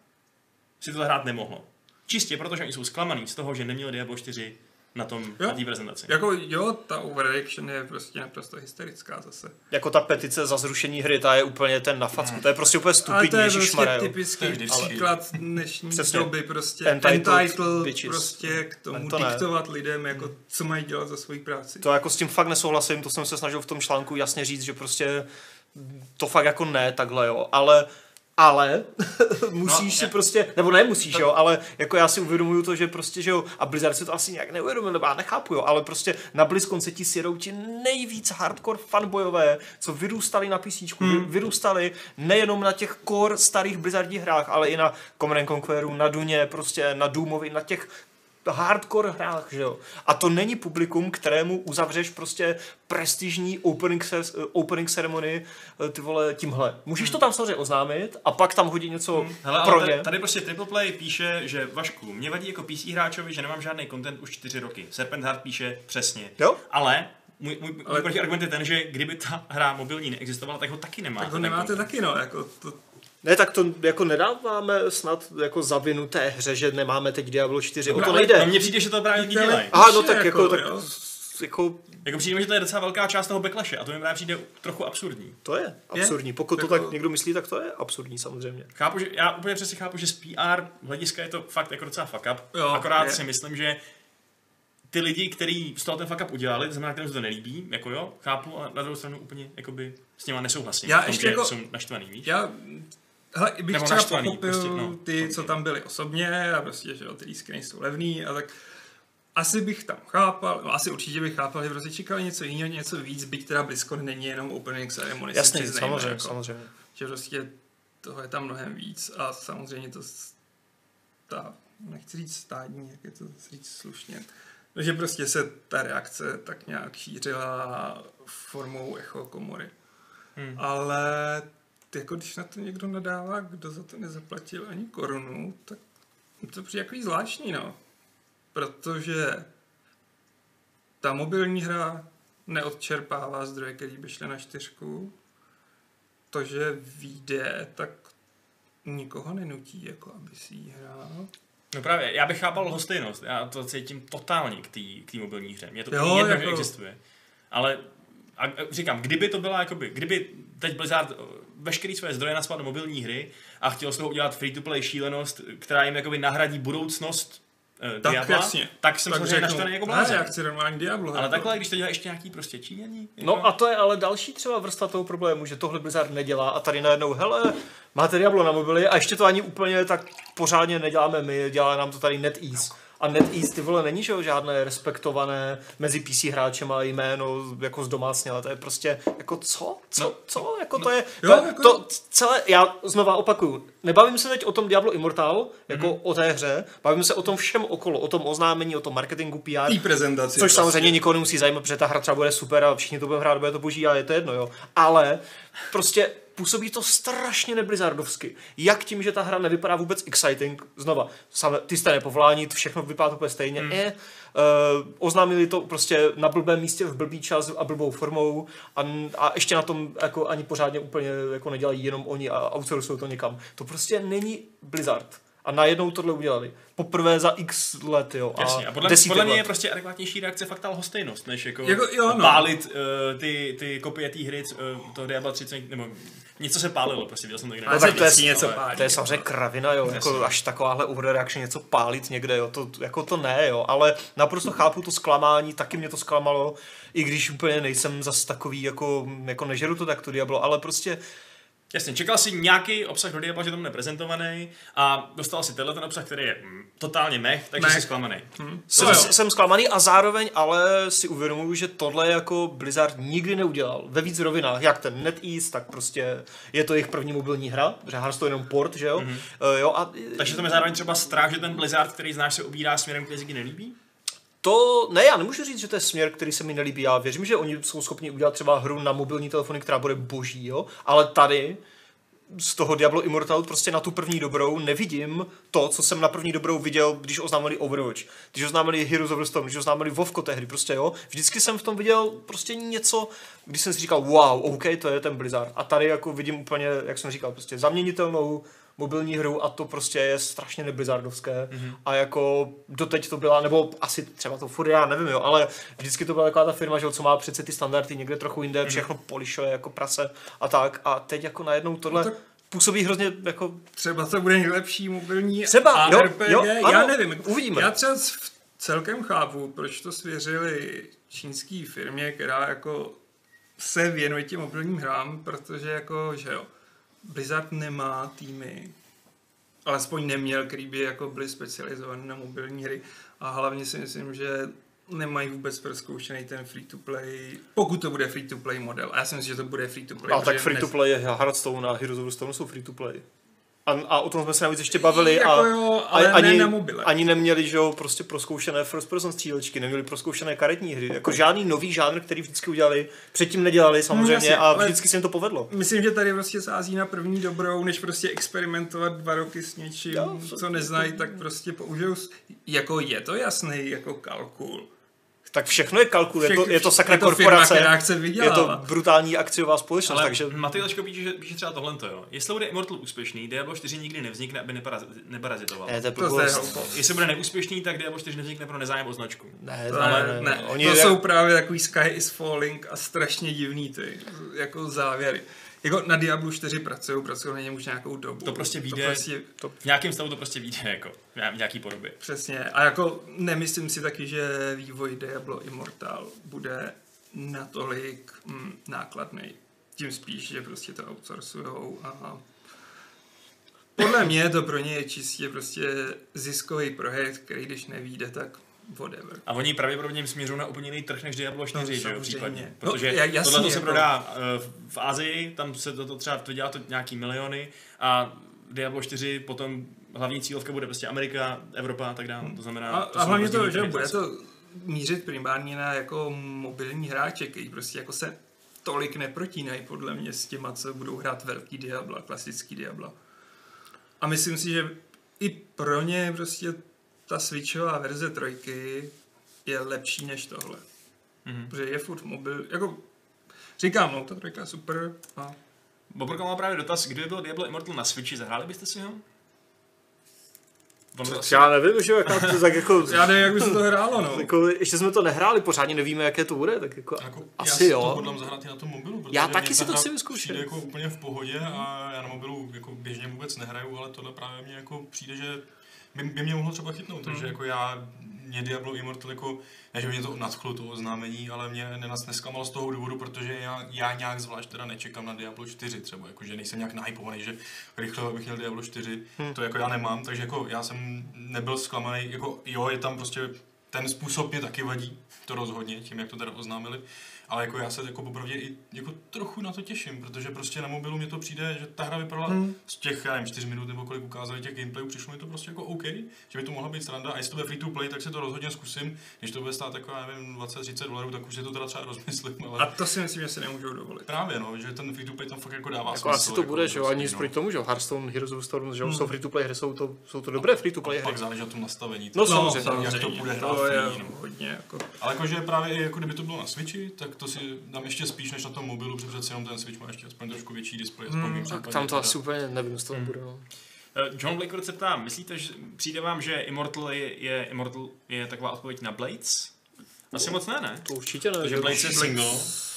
S1: si to hrát nemohlo. Čistě protože oni jsou zklamaný z toho, že neměli Diablo 4 na tom,
S2: Jo.
S1: na té prezentaci.
S2: Jako jo, ta overreaction je prostě naprosto hysterická zase.
S4: Jako ta petice za zrušení hry, ta je úplně ten na facku, to je prostě úplně
S2: Ale
S4: stupidní,
S2: to je prostě
S4: ježišmarja, jo.
S2: typický
S3: To je vždycky.
S2: příklad dnešní
S4: Přesně.
S2: doby, prostě
S4: Entitled
S2: entitled,
S4: bitches.
S2: prostě k tomu
S4: To
S2: to
S4: ne. Hmm.
S2: diktovat lidem, jako co mají dělat za svoji práci.
S4: To jako s tím fakt nesouhlasím, to jsem se snažil v tom článku jasně říct, že prostě to fakt jako ne takhle, jo, ale ale musíš
S1: No,
S4: si
S1: ne.
S4: prostě, nebo ne musíš, jo, ale jako já si uvědomuju to, že prostě, že jo, a Blizzard si to asi nějak neuvědomil, nebo já nechápu, jo, ale prostě na BlizzCon se ti sjedou ti nejvíc hardcore fanbojové, co vyrůstali na písíčku, hmm. vyrůstali nejenom na těch core starých Blizzardí hrách, ale i na Command and Conqueru, na Duně, prostě na Doomovi, na těch hardcore hrách, že jo. A to není publikum, kterému uzavřeš prostě prestižní opening, cer- opening ceremony eh, ty vole tímhle. Můžeš to tam samozřejmě oznámit a pak tam hodit něco
S1: Hmm. Hele, ale
S4: pro
S1: tady,
S4: ně.
S1: tady prostě Triple Play píše, že Vašku, mě vadí jako PC hráčovi, že nemám žádný content už čtyři roky. Serpent Heart píše přesně.
S4: Jo?
S1: Ale můj, můj, můj
S2: Ale-
S1: protiargument je ten, že kdyby ta hra mobilní neexistovala, tak ho taky nemáte.
S2: Tak ho
S1: ten
S2: nemáte
S1: content.
S2: taky, no, jako to,
S4: Ne, tak to jako nedáváme snad jako zavinu té hře, že nemáme teď Diablo 4, o to
S1: ale-
S4: nejde.
S1: No mně přijde, že to právě lidi dělají.
S4: Aha, no tak jako- tak-
S2: jo.
S4: Jako,
S1: Jako přijde mi, že to je docela velká část toho backlashe a to mi právě přijde trochu absurdní.
S4: to je absurdní. Pokud to
S2: Jako-
S4: tak někdo myslí, tak to je absurdní samozřejmě.
S1: Chápu, že, já úplně přesně chápu, že z PR hlediska je to fakt jako docela fuck up.
S2: Jo,
S1: Akorát
S2: je.
S1: si myslím, že ty lidi, kteří z toho ten fuck up udělali, to znamená, kterým se to nelíbí, jako jo, chápu, a na druhou stranu úplně jakoby s něma nesouhlasím.
S2: Já
S1: v tom,
S2: ještě
S1: že
S2: jako-
S1: jsou naštvaný, víš?
S2: Já hele, i bych
S1: Nebo
S2: třeba
S1: naštvaný,
S2: pochopil
S1: prostě, no,
S2: ty,
S1: pochopil.
S2: co tam byli osobně a prostě, že jo, ty lísky nejsou levný a tak asi bych tam chápal, no, asi určitě bych chápal, že prostě čekali něco jiného, něco víc, byť teda blízko není jenom opening ceremony. si
S4: Jasně,
S2: přiznejme,
S4: samozřejmě,
S2: jako,
S4: samozřejmě.
S2: Že prostě toho je tam mnohem víc a samozřejmě to s- ta, nechci říct stádní, jak je to říct slušně, no, že prostě se ta reakce tak nějak šířila formou echo komory.
S1: Hmm.
S2: Ale ty jako když na to někdo nadává, kdo za to nezaplatil ani korunu, tak mi to přijde jako zvláštní, no. Protože ta mobilní hra neodčerpává zdroje, který by šly na čtyřku. To, že vyjde, tak nikoho nenutí, jako aby si ji hrál.
S1: No právě, já bych chápal lhostejnost, já to cítím totálně k té k té mobilní hře, mě to
S2: Jo,
S1: jo, jedno, jako...
S2: jako-
S1: že existuje. Ale a, a říkám, kdyby to byla, jakoby, kdyby teď Blizzard eh, veškerý své zdroje naspal do mobilní hry a chtěl z toho udělat free-to-play šílenost, která jim jakoby nahradí budoucnost eh,
S2: Tak
S1: Diabla,
S2: jasně.
S1: tak jsem samozřejmě naštvaný jako blázen.
S2: "Ne, já chci normální Diablo.
S1: Ale
S2: jako."
S1: takhle, když to dělá ještě nějaký prostě Číňaní. Jako...
S4: No a to je ale další třeba vrstva toho problému, že tohle Blizzard nedělá a tady najednou, hele, máte Diablo na mobily a ještě to ani úplně tak pořádně neděláme my, dělá nám to tady NetEase. A NetEase, ty vole, není, že jo, žádné respektované mezi PC hráčem a jméno jako z domácněla, to je prostě, jako co? Co? No, co? Jako to je, to,
S2: Jo, jako-
S4: to celé, já znova opakuju, nebavím se teď o tom Diablo Immortal, jako o té hře, bavím se o tom všem okolo, o tom oznámení, o tom marketingu, PR,
S2: Tý prezentaci.
S4: Což
S1: vlastně.
S4: samozřejmě nikoho nemusí zajímat, protože ta hra třeba bude super a všichni to budou hrát, bude to boží a je to jedno, jo. Ale prostě působí to strašně neblizzardovsky. Jak tím, že ta hra nevypadá vůbec exciting, znova, samé, ty jste nepovolání, všechno vypadá to úplně stejně.
S1: Hmm.
S4: Mm. E, Uh, oznámili to prostě na blbém místě v blbý čas a blbou formou a, a ještě na tom jako ani pořádně úplně jako nedělají jenom oni a outsourcují to někam. To prostě není Blizzard. A najednou tohle udělali. Poprvé za x let, jo. A
S1: Jasně, a podle,
S4: desítek
S1: podle mě
S4: let.
S1: je prostě adekvátnější reakce fakt ta lhostejnost, než jako,
S2: Jako, jo, no.
S1: pálit uh, ty, ty kopie té hry, uh, toho Diabla 30, nebo něco se pálilo, prostě viděl jsem to někde.
S4: Ale
S1: na
S4: tak to je,
S1: Facebooku,
S2: něco
S1: ale-
S2: pálí.
S4: to je samozřejmě kravina, jo, jako až takováhle overreaction něco pálit někde, jo, to, jako to ne, jo, ale naprosto chápu to zklamání, taky mě to zklamalo, i když úplně nejsem zas takový, jako, jako nežeru to tak to Diablo, ale prostě,
S1: Jasně, čekal si nějaký obsah do Diabla, že tam neprezentovaný a dostal si tenhle ten obsah, který je mm, totálně mech, takže
S2: Mech. Hm.
S1: jsi zklamaný.
S4: jsem,
S2: jo.
S4: jsem zklamaný a zároveň ale si uvědomuju, že tohle jako Blizzard nikdy neudělal, ve víc rovinách, jak ten NetEase, tak prostě je to jejich první mobilní hra, že Hearthstone je jenom port, že jo, mm-hmm. jo, a
S1: Takže to mi zároveň třeba strach, že ten Blizzard, který znáš, se ubírá směrem, který se ti nelíbí.
S4: To ne, já nemůžu říct, že to je směr, který se mi nelíbí. Já věřím, že oni jsou schopni udělat třeba hru na mobilní telefony, která bude boží, jo? ale tady z toho Diablo Immortal prostě na tu první dobrou nevidím to, co jsem na první dobrou viděl, když oznámili Overwatch, když oznámili Heroes of the Storm, když oznámili Vovko tehdy, prostě jo. Vždycky jsem v tom viděl prostě něco, když jsem si říkal, wow, OK, to je ten Blizzard. A tady jako vidím úplně, jak jsem říkal, prostě zaměnitelnou mobilní hru a to prostě je strašně neblizzardovské
S2: Mhm.
S4: mm-hmm. a jako doteď to byla, nebo asi třeba to furt já nevím, jo, ale vždycky to byla taková ta firma, že jo, co má přece ty standardy někde trochu jinde,
S2: Mhm.
S4: mm-hmm. všechno polišuje jako prase a tak a teď jako najednou tohle
S2: No tak
S4: působí hrozně jako...
S2: Třeba to bude nejlepší mobilní
S4: Třeba, jo,
S2: RPG,
S4: jo, ano,
S2: já nevím.
S4: uvidíme.
S2: Já třeba v- celkem chápu, proč to svěřili čínský firmě, která jako se věnuje těm mobilním hrám, protože jako, že jo, Blizzard nemá týmy, alespoň neměl, který by jako byly specializované na mobilní hry a hlavně si myslím, že nemají vůbec prozkoušený ten free-to-play, pokud to bude free-to-play model. A já si myslím, že to bude free-to-play.
S4: A No, tak
S2: protože
S4: free to
S2: dnes-
S4: play je Hearthstone a Heroes of the Storm jsou free to play. A, a o tom jsme se navíc ještě bavili a,
S2: Jako jo, ale
S4: a
S2: ne
S4: ani,
S2: na mobile.
S4: ani neměli, že jo, prostě proskoušené first person střílečky, neměli proskoušené karetní hry, jako žádný nový žánr, který vždycky udělali, předtím nedělali samozřejmě
S2: No, jasně,
S4: a
S2: ale-
S4: vždycky se jim to povedlo.
S2: Myslím, že tady prostě sází na první dobrou, než prostě experimentovat dva roky s něčím,
S4: Jo,
S2: jo,
S4: co-
S2: co neznají, tak prostě použijou, s- jako je to jasný jako kalkul.
S4: Tak všechno je kalkul, je to,
S2: Všechny-
S4: je to sakra
S2: je to firma,
S4: korporace,
S2: která chce
S4: je to
S2: vydělávat. no,
S4: brutální akciová společnost,
S1: Ale
S4: takže
S1: takže... Matej Leško píše, že- píše třeba tohle, jo. Jestli bude Immortal úspěšný, Diablo 4 nikdy nevznikne, aby neparaz- neparazitoval.
S4: ne, to je
S2: To zde je
S4: blbost.
S2: hloupost.
S1: Jestli bude neúspěšný, tak Diablo 4 nevznikne pro nezájem o značku.
S4: Ne,
S2: To,
S4: to
S2: ne,
S4: ne,
S2: ne,
S4: ne. Oni
S2: to
S4: jak-
S2: jsou právě takový Sky is Falling a strašně divný ty, jako závěry. Jako na Diablu 4 pracují, pracují na něm už nějakou dobu.
S1: To prostě vyjde.
S2: prostě,
S1: V nějakém stavu to prostě vyjde, jako v ně- v nějaký podobě.
S2: přesně. A jako nemyslím si taky, že vývoj Diablo Immortal bude natolik mm, nákladný. Tím spíš, že prostě to outsourcujou a podle mě to pro ně je čistě prostě ziskový projekt, který když nevíde, tak whatever.
S1: A oni pravděpodobně směřují na úplně jiný trh než Diablo 4, že jo,
S2: samozřejmě.
S1: případně.
S2: No,
S1: Protože
S2: ja- jasný,
S1: tohle se
S2: jako-
S1: prodá eh, v- v Asii, tam se to, to třeba to dělá to nějaký miliony a Diablo 4 potom hlavní cílovka bude prostě Amerika, Evropa a tak dále. To znamená,
S2: A,
S1: No, to
S2: a
S1: jsou
S2: hlavně
S1: rozdílné
S2: to, že
S1: trhy
S2: bude
S1: zase.
S2: to mířit primárně na jako mobilní hráče, který prostě jako se tolik neprotínají podle mě s těma, co budou hrát velký Diabla, klasický Diabla. A myslím si, že i pro ně prostě ta switchová verze trojky je lepší než tohle.
S1: Mhm.
S2: Mm-hmm. Protože je furt mobil, jako říkám, no, ta trojka je super a
S1: Boborka má právě dotaz, kdyby byl Diablo Immortal na Switchi, zahráli byste si ho? Ono to asi-
S4: Já nevím, že jo, jak nás to tak jako...
S2: já nevím, jak by se to hrálo, no.
S4: jako, ještě jsme to nehráli, pořádně nevíme, jaké to bude, tak jako,
S3: Jako,
S4: asi
S3: já si
S4: jo.
S3: to hodlám zahrát i na tom mobilu, protože
S4: Já taky
S3: mě
S4: si
S3: ta
S4: to
S3: hra
S4: chci vyzkoušet.
S3: Přijde jako úplně v pohodě a já na mobilu jako běžně
S4: Hmm.
S3: vůbec nehraju, ale tohle právě mě jako přijde, že by, by mě mohlo třeba chytnout, takže jako já mě Diablo Immortal jako, ne, že by mě to nadchlo to oznámení, ale mě nenas nesklamalo z toho důvodu, protože já, já nějak zvlášť teda nečekám na Diablo 4 třeba, jako, že nejsem nějak nahypovaný, že rychle bych měl Diablo 4, hmm. to jako já nemám, takže jako já jsem nebyl zklamaný, jako jo, je tam prostě ten způsob mě taky vadí, to rozhodně, tím, jak to teda oznámili. Ale jako já se jako popravdě i jako trochu na to těším, protože prostě na mobilu mě to přijde, že ta hra vypadala hmm. z těch, já nevím, 4 minut nebo kolik ukázali těch gameplayů, přišlo mi to prostě jako OK, že by to mohla být sranda. A jestli to bude free to play, tak si to rozhodně zkusím. Když to bude stát jako, já nevím, 20-30 dolarů, tak už si to teda třeba rozmyslím.
S2: A
S3: Ale
S2: to si myslím, že si nemůžou dovolit.
S3: právě no, že ten free to play tam fakt jako dává
S4: Jako asi to bude, že jo,
S3: prostě,
S4: ani nic
S3: no.
S4: proti tomu, že jo, Hearthstone, Heroes of Storm, že jo, jsou free-to-play hry, jsou to, jsou to dobré free-to-play hry.
S3: Pak záleží na tom nastavení.
S4: No, samozřejmě,
S3: jak to bude hrát
S2: to je
S3: free, no.
S2: hodně jako...
S3: Ale jakože právě i jako kdyby to bylo na Switchi, tak to si dám ještě spíš než na tom mobilu, protože přece jenom ten Switch má ještě aspoň trošku větší displej. aspoň v mém
S4: Hmm, Tak
S3: případě
S4: tam to
S3: teda.
S4: asi úplně nevím, co tam bude. No.
S1: Eh, John Blackwood se ptá, myslíte, že přijde vám, že Immortal je, je, Immortal je taková odpověď na Blades? Asi moc ne, ne?
S4: To určitě ne.
S1: Protože
S4: že jo.
S1: Blades je single,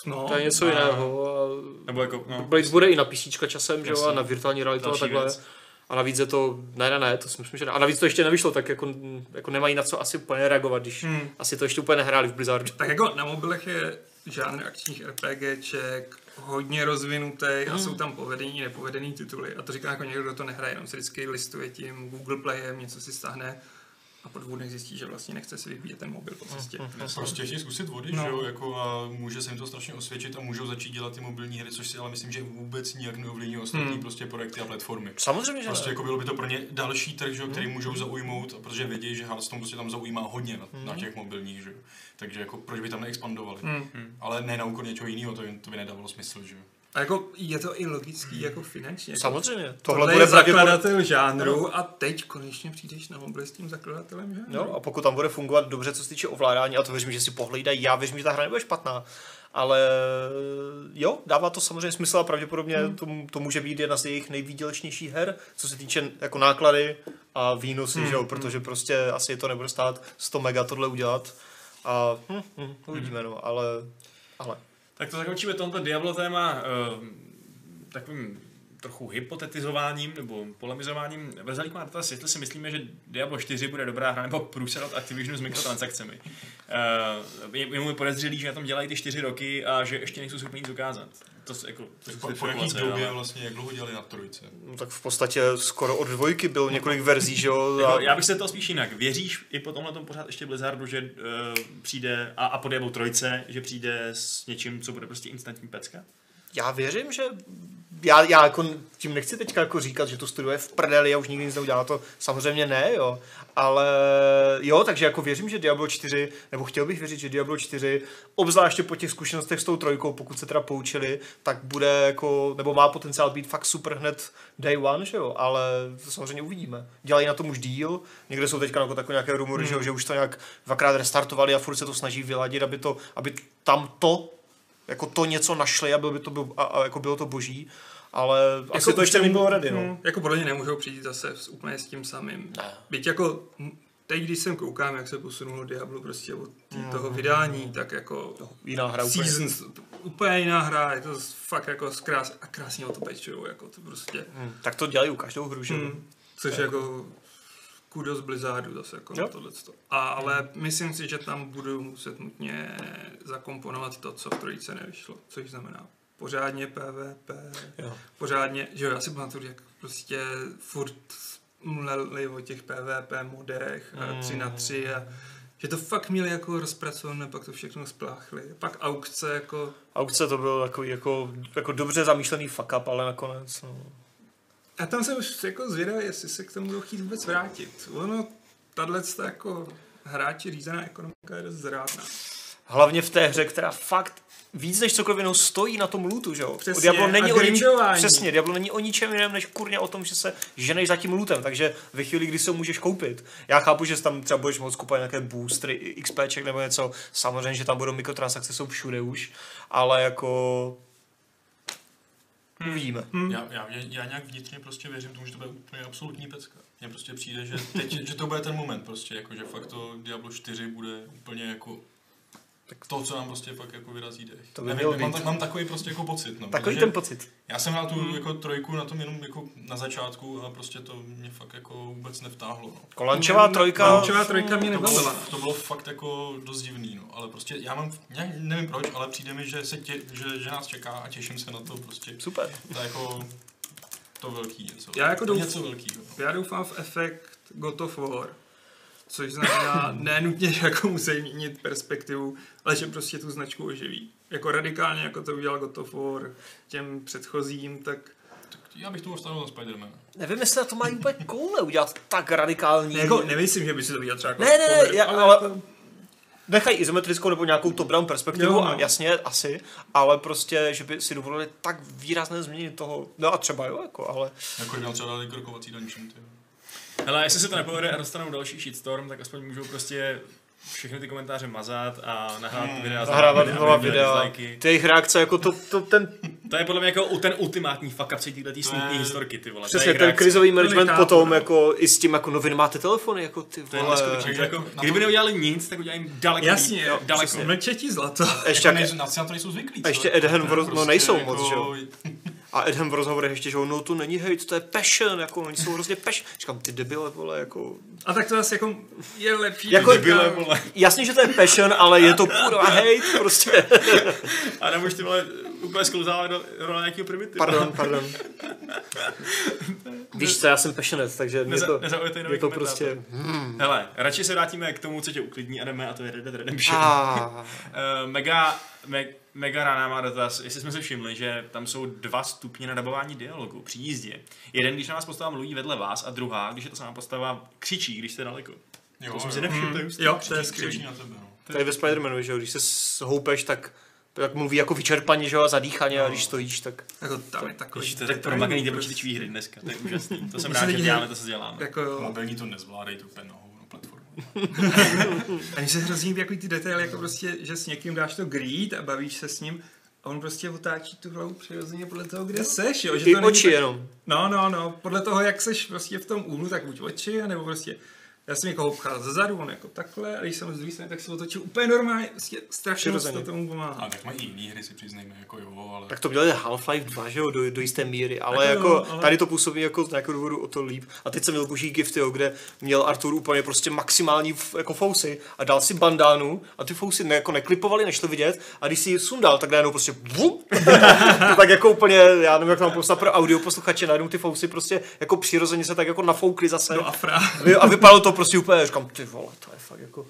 S2: No,
S4: To je něco
S1: a-
S4: jiného. A
S1: nebo jako, no,
S4: Blades bude i na PC časem, že jo, a
S1: Jasně.
S4: na virtuální realitu a
S1: Další
S4: takhle.
S1: věc.
S4: A navíc je to, ne, ne, ne, to si myslím, že ne. A navíc to ještě nevyšlo, tak jako, jako nemají na co asi úplně reagovat, když hmm. asi to ještě úplně nehráli v Blizzardu.
S2: Tak jako na mobilech je žánr akčních RPGček hodně rozvinutý a jsou tam povedený i nepovedený tituly. A to říká jako někdo, kdo to nehraje, jenom se vždycky listuje tím Google Playem, něco si stáhne a po dvou dnech zjistí, že vlastně nechce si vybíjet ten mobil po cestě.
S3: Prostě chtějí zkusit vody, no. že jo, jako a může se jim to strašně osvědčit a můžou začít dělat ty mobilní hry, což si ale myslím, že vůbec nijak neovlivní ostatní hmm. prostě projekty a platformy.
S4: Samozřejmě, že
S3: Prostě
S4: ne.
S3: jako bylo by to pro ně další trh, že jo,
S4: Hmm.
S3: který můžou zaujmout, a protože vědí, že Hearthstone prostě tam zaujímá hodně na, na
S4: Hmm.
S3: těch mobilních, že jo. Takže jako proč by tam neexpandovali?
S2: Hmm.
S3: Ale ne na úkor něčeho jiného, to, by- to by nedávalo smysl, že jo.
S2: A jako je to i logický jako finančně.
S4: Samozřejmě.
S2: Tohle,
S4: Tohle
S2: je
S4: bude zakladat.
S2: zakladatel žánru a teď konečně přijdeš na mobil s tím zakladatelem žánru.
S4: No, a pokud tam bude fungovat dobře, co se týče ovládání, a to věřím, že si pohlídají, já věřím, že ta hra nebude špatná. Ale jo, dává to samozřejmě smysl a pravděpodobně hmm. to, to, může být jedna z jejich nejvýdělečnějších her, co se týče jako náklady a výnosy, hmm. že jo, protože prostě asi to nebude stát 100 mega tohle udělat. A hm, hm, uvidíme, no, ale, ale.
S1: tak to zakončíme tomto Diablo téma eh, takovým trochu hypotetizováním nebo polemizováním. Vrzelík má dotaz, jestli si myslíme, že Diablo 4 bude dobrá hra nebo průser od Activisionu s mikrotransakcemi. Uh, je, je mu podezřelý, že na tom dělají ty 4 roky a že ještě nejsou schopni nic ukázat. To, s- jako, to jsou
S3: Po, po jaký
S1: spekulace,
S3: době
S1: ale-
S3: vlastně, jak dlouho dělali na trojce?
S4: No, tak v podstatě skoro od dvojky bylo několik verzí, že jo?
S1: Jako,
S4: A,
S1: já bych se to spíš jinak. Věříš i po tomhle tom pořád ještě Blizzardu, že uh, přijde, a, a po Diablo trojce, že přijde s něčím, co bude prostě instantní pecka?
S4: Já věřím, že já, já jako tím nechci teďka jako říkat, že to studio je v prdeli a už nikdy nic neudělá, to samozřejmě ne, jo. Ale jo, takže jako věřím, že Diablo 4, nebo chtěl bych věřit, že Diablo 4, obzvláště po těch zkušenostech s tou trojkou, pokud se teda poučili, tak bude jako, nebo má potenciál být fakt super hned day one, že jo, ale to samozřejmě uvidíme. Dělají na tom už díl, někde jsou teďka jako takové nějaké rumory, že, jo, že už to nějak dvakrát restartovali a furt se to snaží vyladit, aby to, aby tam to jako to něco našli a, byl by to, byl- a, a jako bylo to boží, ale jako asi to
S2: už
S4: ještě
S2: nemů-
S4: nebylo ready, no.
S2: Hmm, Jako podle mě nemůžou přijít zase s, úplně s tím samým. Ne. Byť jako hm, teď, když jsem koukám, jak se posunulo Diablo prostě od tý, toho vydání, tak jako
S4: Hmm. Jiná hra úplně.
S2: Seasons, úplně jiná hra, je to z- fakt jako z krás, a krásně o to pečujou, jako to prostě,
S4: Hmm, tak to dělají u každou hru, že jo.
S2: hm, což jako kudos Blizzardu zase jako na
S4: Jo.
S2: tohleto. A, ale myslím si, že tam budu muset nutně zakomponovat to, co v trojice nevyšlo, což znamená pořádně PvP,
S4: jo.
S2: pořádně, že jo, já si pamatuju, jak prostě furt mleli o těch PvP modech
S4: Hmm.
S2: a 3 na 3 a že to fakt měli jako rozpracované, pak to všechno spláchli. Pak aukce jako,
S4: Aukce to byl takový jako, jako dobře zamýšlený fuck up, ale nakonec, no.
S2: a tam jsem už jako zvědavý, jestli se k tomu budou chtít vůbec vrátit. Ono, tahle jako hráči řízená ekonomika je dost zrádná.
S4: Hlavně v té hře, která fakt víc než cokoliv jinou stojí na tom lootu, že jo?
S2: Přesně,
S4: Diablo není
S2: a
S4: o ničem,
S2: grindování.
S4: přesně, Diablo není o ničem jiném, než kurně o tom, že se ženeš za tím lootem, takže ve chvíli, kdy se ho můžeš koupit. Já chápu, že tam třeba budeš moct kupovat nějaké boostry, XPček nebo něco, samozřejmě, že tam budou mikrotransakce, jsou všude už, ale jako... Uvidíme.
S3: Hmm. Já, já, já, nějak vnitřně prostě věřím tomu, že to bude úplně absolutní pecka. Mně prostě přijde, že, teď, že to bude ten moment prostě, jako, že fakt to Diablo 4 bude úplně jako Tak to, co nám prostě fakt jako vyrazí dech.
S4: To
S3: To
S4: by
S3: by Nevím,
S4: mělo
S3: mám,
S4: být.
S3: tak, mám takový prostě jako pocit. No,
S4: Takový
S3: protože
S4: ten pocit.
S3: Já jsem na tu hmm. jako trojku na tom jenom jako na začátku a prostě to mě fakt jako vůbec nevtáhlo. No.
S4: Kolančová trojka. No.
S2: Lančová trojka mě
S3: To bylo,
S2: nebavila.
S3: to bylo fakt jako dost divný, no. ale prostě já mám, já nevím proč, ale přijde mi, že, se tě, že, že nás čeká a těším se na to prostě.
S4: Super.
S3: To je jako to velký něco.
S2: Já jako
S3: To je
S2: douf-
S3: něco velkého. No.
S2: Já doufám v efekt God of War, což znamená ne nutně, že jako musí měnit perspektivu, ale že prostě tu značku oživí. Jako radikálně, jako to udělal God of War těm předchozím, tak
S3: Tak já bych tomu vstavil na Spidermana.
S4: Nevím, jestli na to mají úplně koule udělat tak radikální.
S2: ne, jako nemyslím, že by si to udělal třeba jako
S4: Ne, ne,
S2: God of War,
S4: ne, já- ale-
S2: jako-
S4: Nechají izometrickou nebo nějakou top-down perspektivu,
S2: Jo,
S4: jo,
S2: no.
S4: no. jasně, asi, ale prostě, že by si dovolili tak výrazné změny toho, no a třeba jo, jako, ale
S3: Jako by měl třeba dali krokovací dančem, ty. jo.
S1: Hele, jestli se to nepovede a dostanou další shitstorm, tak aspoň můžou prostě všechny ty komentáře mazat a nahrát hmm, videa.
S4: nahrávat
S1: zároveň,
S4: nová
S1: aby byly
S4: videa,
S1: disliky.
S4: ty jejich reakce, jako to, to ten,
S1: To je podle mě jako u- ten ultimátní fuck up celý této smutné
S3: Ne.
S1: historky, ty vole. To je
S4: Hmm. přesně, ten
S1: reakce.
S4: krizový management
S2: nechápu,
S4: potom,
S2: no.
S4: jako i s tím, jako novin máte telefony, jako ty
S1: To je
S4: vole,
S1: neskutečný.
S3: Takže
S1: Jako,
S3: na to-
S1: kdyby neudělali nic, tak udělají daleko
S2: Jasně,
S1: líp.
S2: jo,
S1: daleko.
S2: přesně. Jako mlčetí zlato.
S4: ještě,
S3: Jako
S4: jak,
S3: nejsou, na, na to nejsou
S4: A
S3: zvyklí. co?
S4: ještě Ed Helm v roz- no,
S3: Prostě
S4: nejsou
S1: jako-
S4: moc, že jo? a Edhem v rozhovorech ještě, že no to není hate, to je passion, jako oni jsou hrozně passion, říkám, ty debile, vole, jako,
S2: A tak to zase jako je lepší.
S4: Jako-
S2: než
S1: Debile,
S2: říkám-
S1: vole.
S4: jasně, že to je passion, ale je to kurva hate, prostě,
S1: A nebo už ty vole eh, úplně sklouzávat do role nějakého primitivu.
S4: Pardon, pardon. Víš co, já jsem passionate, takže mě
S1: Neza,
S4: to,
S1: nezaujatý nový
S4: mě to
S1: komentátor.
S4: prostě...
S1: Hele, radši se vrátíme k tomu, co tě uklidní a jdeme, a to je Red Dead Redemption.
S4: Ah,
S1: Eh, mega, me, mega rána má dotaz, jestli jsme se všimli, že tam jsou dva stupně nadabování dialogu při jízdě. Jeden, když na vás postava mluví vedle vás, a druhá, když je ta samá postava křičí, když jste daleko.
S3: Jo,
S1: To jsem
S3: jo.
S1: si nevšiml, to je
S4: prostě
S1: hustý.
S2: Jo, to je
S3: Křičí
S2: skvělý.
S3: na tebe, no.
S4: to je ve Spidermanu, že jo, když se shoupeš, tak tak mluví jako vyčerpaně, že jo, a zadýchaně, a když stojíš, tak...
S2: Jako tam je takový.
S1: Ježiš, to je tak promakaný ty
S4: prostě
S1: počítačový hry dneska, to je úžasný. To jsem rád, že
S2: lidi-
S1: děláme, to se děláme.
S2: prostě Jako jo.
S3: Mobilní to nezvládají tu penou na platformu.
S2: A mně se hrozně líbí takový ty detaily, jako prostě, že s někým dáš to greet a bavíš se s ním a on prostě otáčí tu hlavu přirozeně podle toho, kde seš, jo? Že
S4: Ty
S2: to není
S4: No. oči
S2: tak-
S4: jenom.
S2: No, no, no, podle toho, jak seš prostě v tom úhlu, tak buď oči, nebo prostě já jsem někoho obcházel zezadu, on jako takhle, a když jsem z druhé strany, tak se otočil úplně normálně, prostě strašně moc
S4: Přirozeně.
S2: to tomu
S3: A
S2: pomáhá.
S3: tak mají i jiný hry, si přiznejme, jako jo, ale...
S4: Tak to měli Half-Life 2, že jo, do, do jisté míry, ale
S2: Tak jo,
S4: jako
S2: ale-
S4: tady to působí jako z nějakého důvodu o to líp. A teď jsem měl boží gift, jo, kde měl Artur úplně prostě maximální f- jako fousy a dal si bandánu a ty fousy ne, jako neklipovali, nešli vidět a když si ji sundal, tak najednou prostě vum, to tak jako úplně, já nevím, jak nám poslat pro audio posluchače, najednou ty fousy prostě jako přirozeně se tak jako nafoukly zase
S2: Do afra.
S4: Vy- a vypadalo to prostě úplně, říkám, ty vole, to je fakt jako...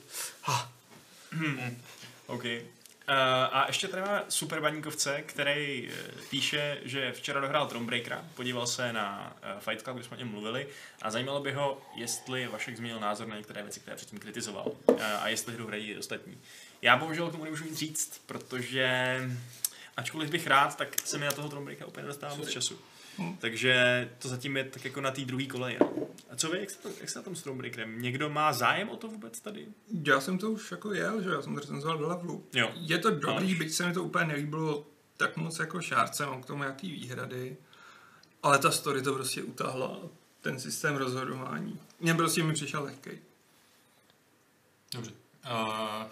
S1: OK. Uh, a ještě tady máme super baníkovce, který eh, píše, že včera dohrál Thronebreakera, podíval se na uh, Fight Club, kde jsme o něm mluvili a zajímalo by ho, jestli Vašek změnil názor na některé věci, které předtím kritizoval uh, a jestli hru hrají i ostatní. Já bohužel k tomu nemůžu nic říct, protože ačkoliv bych rád, tak se mi na toho Thronebreakera úplně nedostává moc času. Takže to zatím je tak jako na té druhé koleji. no. A co vy, jak se, to, jak se na tom s Thronebreakerem? Někdo má zájem o to vůbec tady?
S2: Já jsem to už jako jel, že jo, já jsem to recenzoval do levelu.
S1: Jo.
S2: Je to dobrý, byť se mi to úplně nelíbilo tak moc jako šárce, mám k tomu jaký výhrady. Ale ta story to prostě utáhla, ten systém rozhodování. Mně prostě mi přišel lehkej.
S3: Dobře. Uh,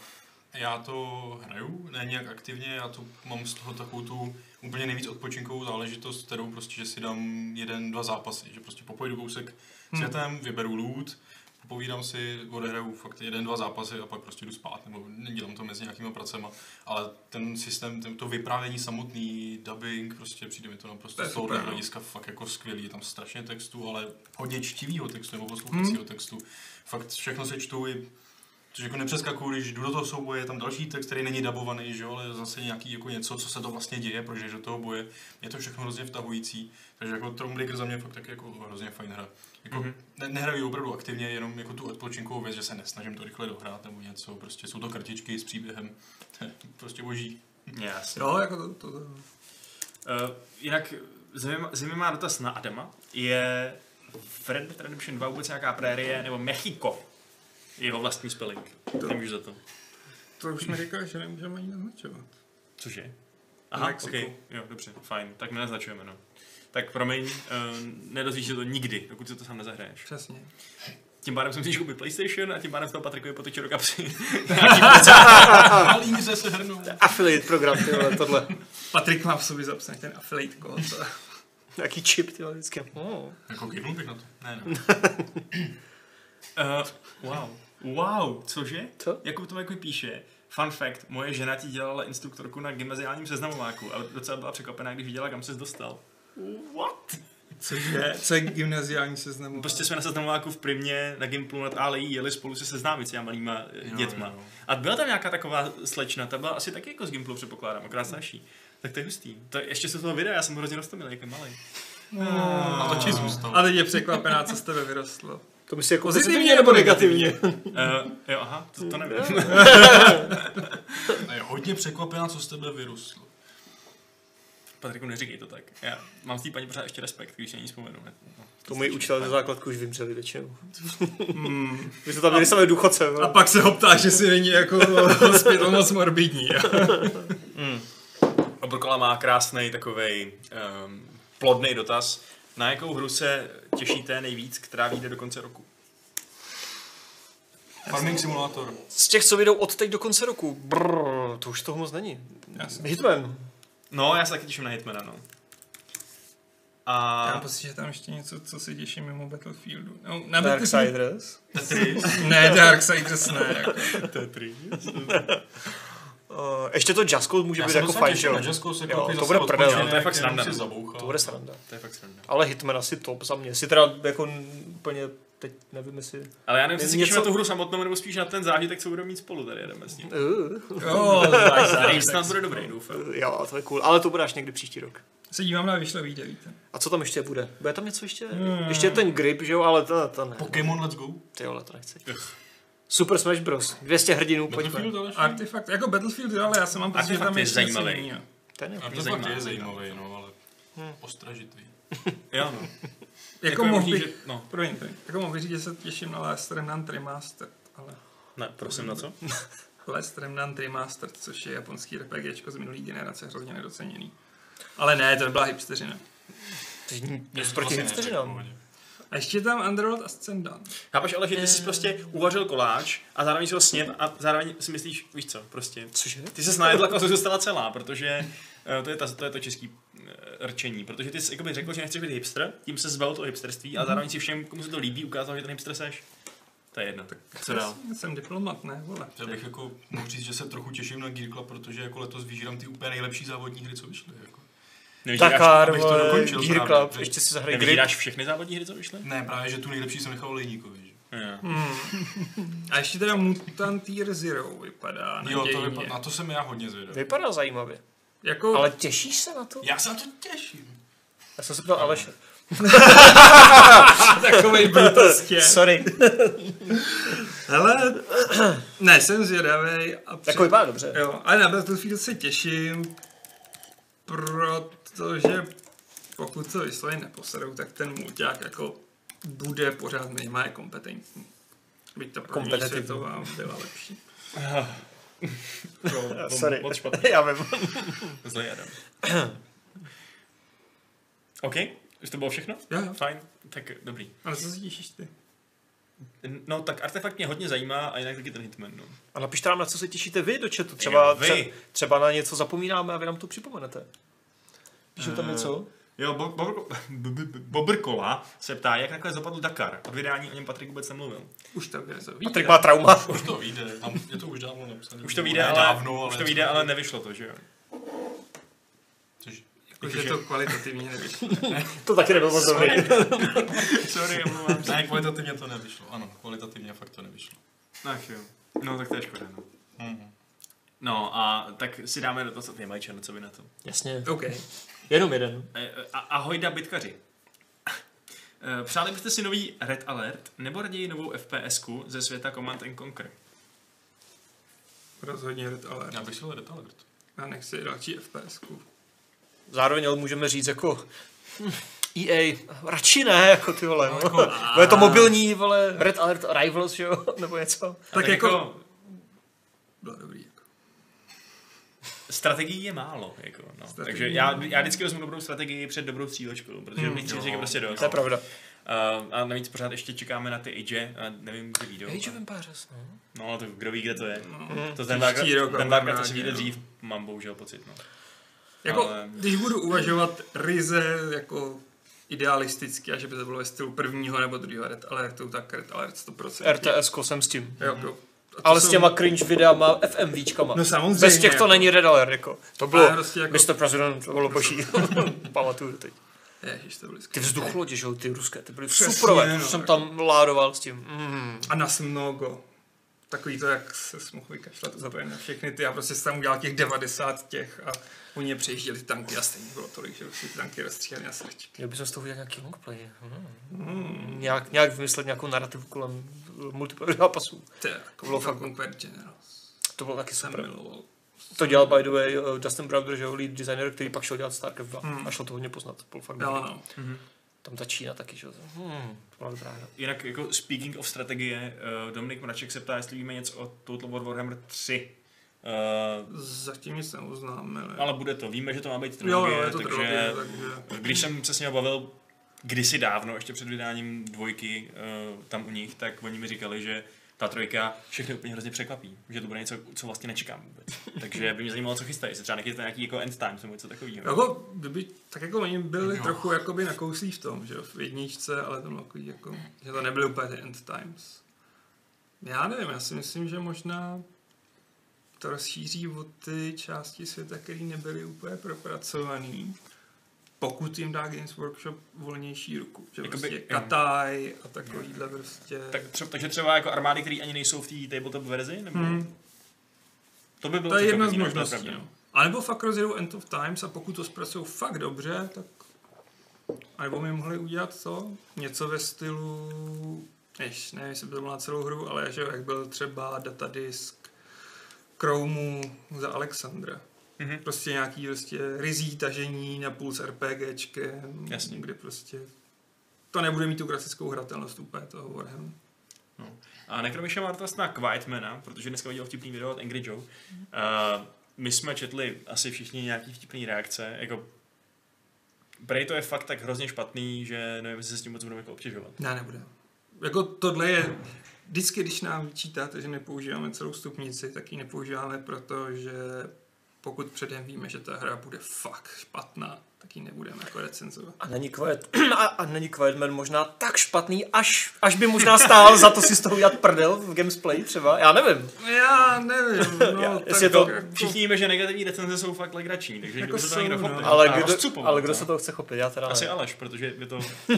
S3: já to hraju, ne nějak aktivně, já to mám z toho takovou tu úplně nejvíc odpočinkovou záležitost, kterou prostě, že si dám jeden, dva zápasy, že prostě popojedu kousek
S2: Hmm.
S3: světem, vyberu loot, popovídám si, odehraju fakt jeden, dva zápasy a pak prostě jdu spát, nebo nedělám to mezi nějakýma pracema, ale ten systém, ten, to vyprávění samotný, dubbing, prostě přijde mi to naprosto
S2: To je
S3: z toho
S2: super, no.
S3: hlediska fakt jako skvělý, je tam strašně textu, ale hodně čtivýho textu nebo poslouchacího
S2: Hmm.
S3: textu, fakt všechno se čtu i Což jako nepřeskakuju, když jdu do toho souboje, je tam další text, který není dabovaný, že jo, ale zase nějaký jako něco, co se to vlastně děje, proč jdeš do toho boje. Je to všechno hrozně vtahující, takže jako Tromblik za mě fakt taky jako hrozně fajn hra. Jako, mm-hmm. ne, nehraju ji opravdu aktivně, jenom jako tu odpočinkovou věc, že se nesnažím to rychle dohrát nebo něco, prostě jsou to kartičky s příběhem, To je prostě boží.
S1: Jasně.
S2: Jo, jako to, to, to.
S1: Uh, jinak zajímá- zajímavá dotaz na Adama je v Red Dead Redemption 2 vůbec nějaká prérie, nebo Mexico, jeho vlastní spelling. To nemůžu za to.
S2: to už mi říkali, že nemůžeme ani naznačovat.
S1: Cože? Aha,
S2: Mexiku.
S1: okay. jo, dobře, fajn, tak my naznačujeme, eh, no. Tak promiň, uh, nedozvíš se to nikdy, dokud se to sám nezahraješ.
S2: Přesně.
S1: Tím pádem jsem si koupil PlayStation a tím pádem z toho Patrikovi poteče do kapsy.
S3: Malý se sehrnul.
S4: Affiliate program, ty vole, tohle.
S2: Patrik má v sobě zapsaný ten affiliate kód.
S4: Jaký čip, ty vole, vždycky. Oh.
S3: Jako kývnul bych na to. Ne, ne.
S1: Uh, wow. Wow, cože?
S4: Co?
S1: Jakub to jako píše. Fun fact, moje žena ti dělala instruktorku na gymnaziálním seznamováku a docela byla překvapená, když viděla, kam ses dostal. What?
S2: Cože? Co je gymnaziální seznam?
S1: Prostě jsme na seznamováku v Primě, na Gimplu nad Alejí jeli spolu se seznámit s těma malýma eh, dětma. A byla tam nějaká taková slečna, ta byla asi taky jako z Gimplu, předpokládám, akorát starší. Tak to je hustý. To, ještě se z toho videa, já jsem ho hrozně roztomil, jak je malý.
S3: A to či zůstalo.
S2: A teď je překvapená, co z tebe vyrostlo.
S4: To myslíš jako
S2: Pozitivně
S4: pozitivně
S2: nebo
S4: nebo negativně?
S1: Uh, jo, aha, to, to nevím.
S3: A je hodně překvapená, co z tebe vyrostlo.
S1: Patriku, neříkej to tak. Já mám s té paní pořád ještě respekt, když se na ní vzpomenu. Ne- no,
S4: To
S1: stačí.
S4: moji učitelé ze základku už vymřeli většinou.
S2: Hmm.
S4: My jsme tam byli samé důchodce.
S2: A
S4: No.
S2: pak se ho ptá, že si není jako hospital moc morbidní.
S1: Obrkola má krásný takový um, plodný dotaz. Na jakou hru se těšíte nejvíc, která vyjde do konce roku?
S3: Farming simulátor.
S4: Z těch, co vyjdou od teď do konce roku. Brr, to už toho moc není.
S2: Já jsem-
S4: Hitman.
S1: No, já se taky těším na Hitmana, no.
S2: Já
S1: A
S2: mám pocit, že tam ještě něco, co se těším mimo Battlefieldu. No, na Battlefield-
S4: Darksiders.
S1: Tetris.
S2: Ne, Darksiders ne. Jako.
S1: Tetris.
S4: Uh, ještě to Just Cause může
S3: Já
S4: být
S3: jsem
S4: jako
S3: docela
S4: fajn, že
S3: těšil
S4: jo?
S3: na Just Cause,
S4: Jo,
S3: jako
S4: to bude prdel,
S1: to je fakt sranda.
S3: zabouchal.
S4: no. To bude sranda.
S1: To je fakt sranda.
S4: Ale Hitman asi top za mě. Si teda jako n- úplně teď nevím, jestli...
S1: Ale já nevím, jestli se těším
S4: Něco-
S1: na tu hru samotnou, nebo spíš na ten zážitek, co budeme mít spolu, tady jedeme s ním.
S4: Uh,
S2: Jo,
S1: Tady
S2: Darksiders.
S1: snad bude dobrý, doufám.
S4: jo, to je cool. Ale to bude až někdy příští rok.
S2: Se dívám na vyšlevý devíte.
S4: A co tam ještě bude? Bude tam něco ještě? Hmm. Ještě je ten grip, že jo, ale to, to ne.
S3: Pokémon Let's Go.
S4: Ty vole, to nechci. Super Smash Bros. 200 hrdinů, pojďme.
S3: Battlefield ale ještě.
S2: Artifact, jako Battlefield, ale já jsem mám pocit, že
S1: Artefakt
S2: tam
S1: je
S2: ještě něco
S1: zajímavý.
S2: jiného.
S4: Ten je
S1: mě
S3: Artefakt
S1: zajímá.
S3: je zajímavý, no, ale
S4: Hmm.
S3: ostražitý.
S1: Jo, no.
S2: Jako
S1: je
S2: mohl
S1: možný,
S2: bych,
S1: že- No,
S2: promiň, promiň, jako mohl bych říct, že se těším na Last Remnant Remastered, ale
S1: ne, prosím, na co?
S2: Last Remnant Remastered, což je japonský RPGčko z minulý generace, hrozně nedoceněný. Ale ne, to byla hipsteřina.
S4: Nic proti
S3: Vlastně
S4: hipsteřinám.
S3: neřeknu,
S2: A ještě je tam Underworld Ascendant.
S1: Chápeš, ale že ty jsi prostě uvařil koláč a zároveň si ho sněd a zároveň si myslíš, víš co, prostě.
S4: Cože?
S1: Ty se najedla kozu zůstala celá, protože eh, to je, ta, to je to český eh, rčení, protože ty jsi jakoby řekl, že nechceš být hipster, tím se zbavil to hipsterství a
S4: Mhm.
S1: zároveň si všem, komu se to líbí, ukázal, že ten hipster seš. To je jedno. Tak
S3: Co dál?
S2: Já jsem diplomat, ne, vole.
S3: Já bych jako mohl říct, že se trochu těším na Gear Club, protože jako letos vyžírám ty úplně nejlepší závodní hry, co vyšly. Jako.
S4: Takár,
S3: abych to
S4: vole,
S3: dokončil
S4: Gear
S3: právě.
S4: Club, ještě si zahraje grip.
S1: Nevydáš všechny závodní hry, co vyšly?
S3: Ne, právě, že tu nejlepší jsem nechal Lejníkovi. Že?
S4: Mm.
S2: A ještě teda Mutant Year Zero vypadá
S3: Jo, to
S2: nadějně.
S3: vypadá, na to jsem já hodně zvědavý.
S4: Vypadá zajímavě.
S2: Jako,
S4: Ale těšíš se na to?
S3: Já se na to těším.
S4: Já jsem se ptal Aleše.
S2: takovej brutostě.
S4: Sorry.
S2: Hele, ne, jsem zvědavý. A při...
S4: Jako vypadá dobře.
S2: Jo, ale na Battlefield se těším, protože pokud to vysloveně neposadou, tak ten mulťák jako bude pořád minimálně kompetentní. Byť ta první
S4: Kompetitivní.
S2: světová byla lepší.
S1: To,
S4: Sorry.
S1: Moc špatný.
S4: Já vím.
S1: Zlej Adam. OK, už to bylo všechno?
S2: Jo, jo.
S1: Fajn, tak dobrý.
S2: Ale co se těšíš ty?
S1: No tak artefakt mě hodně zajímá a jinak taky ten Hitman. No.
S4: A napište nám, na co se těšíte vy do chatu. Třeba,
S1: Jo, vy.
S4: tře- třeba na něco zapomínáme a vy nám to připomenete. Píšu tam něco?
S1: Jo, Bo- Bobr- B- B- B- Bobrkola se ptá, jak nakonec dopadl Dakar. Od vydání o něm Patrik vůbec nemluvil.
S2: Už to bude zavírat.
S4: Patrik má trauma.
S3: Už to vyjde, tam je to už dávno napsané.
S1: Už to vyjde,
S3: Ne
S1: ale,
S3: dávno,
S1: už to vyjde, ale nevyšlo to, že jo?
S3: Což,
S2: Jakože to kvalitativně nevyšlo.
S4: To taky nebylo moc dobrý.
S1: Sorry, omlouvám se.
S3: ne, kvalitativně to nevyšlo. Ano, kvalitativně fakt to nevyšlo.
S1: Ach jo. No tak to je škoda, no.
S3: Mhm.
S1: No a tak si dáme dotaz od Jemajčana, co vy na to.
S4: Jasně.
S2: OK.
S4: Jenom jeden.
S1: E, e, A, ahoj da bitkaři. E, Přáli byste si nový Red Alert, nebo raději novou FPSku ze světa Command and Conquer?
S2: Rozhodně Red Alert.
S3: Já bych si hledal alert.
S2: Já nechci další FPSku.
S4: Zároveň ale můžeme říct jako... hm, EA, radši ne, jako ty vole. No,
S3: jako-
S4: Bude to mobilní, vole, Red Alert Rivals, že jo? Nebo něco.
S1: A tak jako...
S2: Bylo dobrý. Jako.
S1: Strategií je málo, jako, no.
S2: Strategií
S4: jako,
S1: Takže já, já vždycky vezmu dobrou strategii před dobrou střílečkou, protože hmm, vždycky říkám prostě dost.
S4: To je pravda.
S1: Uh, a navíc pořád ještě čekáme na ty Age, a nevím, kdy vyjdou.
S4: Age of Empires, no.
S1: No, ale to kdo ví, kde to je.
S4: Mhm.
S2: No.
S4: Mm.
S1: To ten
S2: Příští rok
S1: Varkrát- ten Varkrát asi
S2: možná,
S1: vyjde
S2: no.
S1: dřív, mám bohužel pocit, no.
S2: Jako,
S1: Ale-
S2: když budu uvažovat ryze jako idealisticky, a že by to bylo ve stylu prvního nebo druhého Red Alertu, tak Red Alert 100%.
S4: RTS jsem s tím.
S2: Jo, jo. A to
S4: Ale s
S2: jsou-
S4: těma cringe videama, FMVčkama.
S2: No samozřejmě,
S4: Bez těch to
S2: jako.
S4: není Red Alert, jako. To
S2: Ale
S4: bylo,
S2: prostě jako-
S4: Mr. President, to bylo boží. Pamatuju teď.
S2: Ježiš, to je blízko.
S4: Ty vzduchlodě, že jo, ty ruské, ty byly
S2: Přesně,
S4: super,
S2: no,
S4: protože jsem
S2: jako.
S4: tam ládoval s tím. Mm.
S2: A nas mnogo. Takový to, jak se mohl vykašlat úplně na všechny ty. Já prostě jsem tam udělal těch 90 těch a oni je přejížděli tanky a stejně bylo tolik, že už ty tanky rozstříhaly na Hmm. srdč.
S4: Měl bych z toho udělat nějaký longplay. Mm. Nějak, nějak vymyslet nějakou narrativu kolem eh, multiplayer zápasů.
S2: To je jako
S4: Bylo
S2: bylo
S4: fakt-
S2: fakt Conquer Generals.
S4: To bylo taky
S2: Jsem
S4: super.
S2: miloval.
S4: To dělal by the way eh, Dustin Browder, že jo, lead designer, který pak šel dělat StarCraft 2 a šel to hodně poznat. To Bylo fakt
S2: Jo,
S4: dobrý.
S2: no.
S4: Tam ta Čína taky, že jo. Hmm, to byla dobrá hra.
S1: Jinak jako speaking of strategie, eh, Dominik Mraček se ptá, jestli víme něco o Total War Warhammer 3. Eh,
S2: Zatím nic neuznáme.
S1: ale bude to, víme, že to má být
S2: jo,
S1: trilogie,
S2: jo, je to
S1: takže...
S2: drogy, takže...
S1: Když jsem se s ním bavil kdysi dávno, ještě před vydáním dvojky eh, tam u nich, tak oni mi říkali, že ta trojka všechny úplně hrozně překvapí, že to bude něco, co vlastně nečekám vůbec. Takže by mě zajímalo, co chystají, jestli třeba nechystá nějaký jako end time nebo něco takového.
S2: Jako, kdyby, tak jako oni byli
S3: Jo.
S2: no. trochu jakoby na kousí v tom, že jo, v jedničce, ale to bylo takový jako, že to nebyly úplně ty end times. Já nevím, já si myslím, že možná to rozšíří o ty části světa, které nebyly úplně propracované. Pokud jim dá Games Workshop volnější ruku, že
S1: Jakoby-
S2: Jakoby, prostě Kataj a takovýhle prostě...
S1: Tak třeba, takže třeba jako armády, které ani nejsou v té tabletop verzi? Nebo...
S2: Hmm.
S1: To by bylo
S2: To je jedna z
S1: překvapení, no, to je
S2: možností.
S1: pravda.
S2: No. A nebo fakt rozjedou End of Times a pokud to zpracují fakt dobře, tak... A nebo mi mohli udělat to? Něco ve stylu... Jež, nevím, jestli by to bylo na celou hru, ale že jo, jak byl třeba datadisk Chromu za Alexandra.
S1: Mhm.
S2: Mm-hmm. Prostě nějaký prostě rizí tažení na půl s RPGčkem,
S1: Jasně.
S2: kde prostě to nebude mít tu klasickou hratelnost úplně toho Warhammeru.
S1: A nekromiše má dotaz na Quietmana, protože dneska viděl vtipný video od Angry Joe. Uh,
S2: Mhm.
S1: my jsme četli asi všichni nějaký vtipný reakce, jako Prej to je fakt tak hrozně špatný, že nevím, jestli se s tím moc budeme jako obtěžovat.
S2: Ne, nebude. Jako tohle je, vždycky, když nám vyčítáte, že nepoužíváme celou stupnici, tak ji nepoužíváme, protože pokud předem víme, že ta hra bude fakt špatná, tak ji nebudeme jako recenzovat.
S4: A není Quiet, a, a není Quietman možná tak špatný, až, až by možná stál za to si z toho udělat prdel v gamesplay třeba, já nevím.
S2: No Já nevím, no,
S4: Já-
S2: tak
S4: jestli je to-
S2: jako-
S1: Všichni víme, že negativní recenze jsou fakt legrační, takže
S2: Jako
S1: jako se to
S2: jsou,
S1: někdo
S2: no.
S1: chopil.
S4: Ale
S1: A
S4: kdo,
S1: rozcupoval
S4: ale kdo
S1: to.
S4: se toho chce chopit, já teda
S1: Asi
S4: nevím.
S1: Aleš, protože je to uh,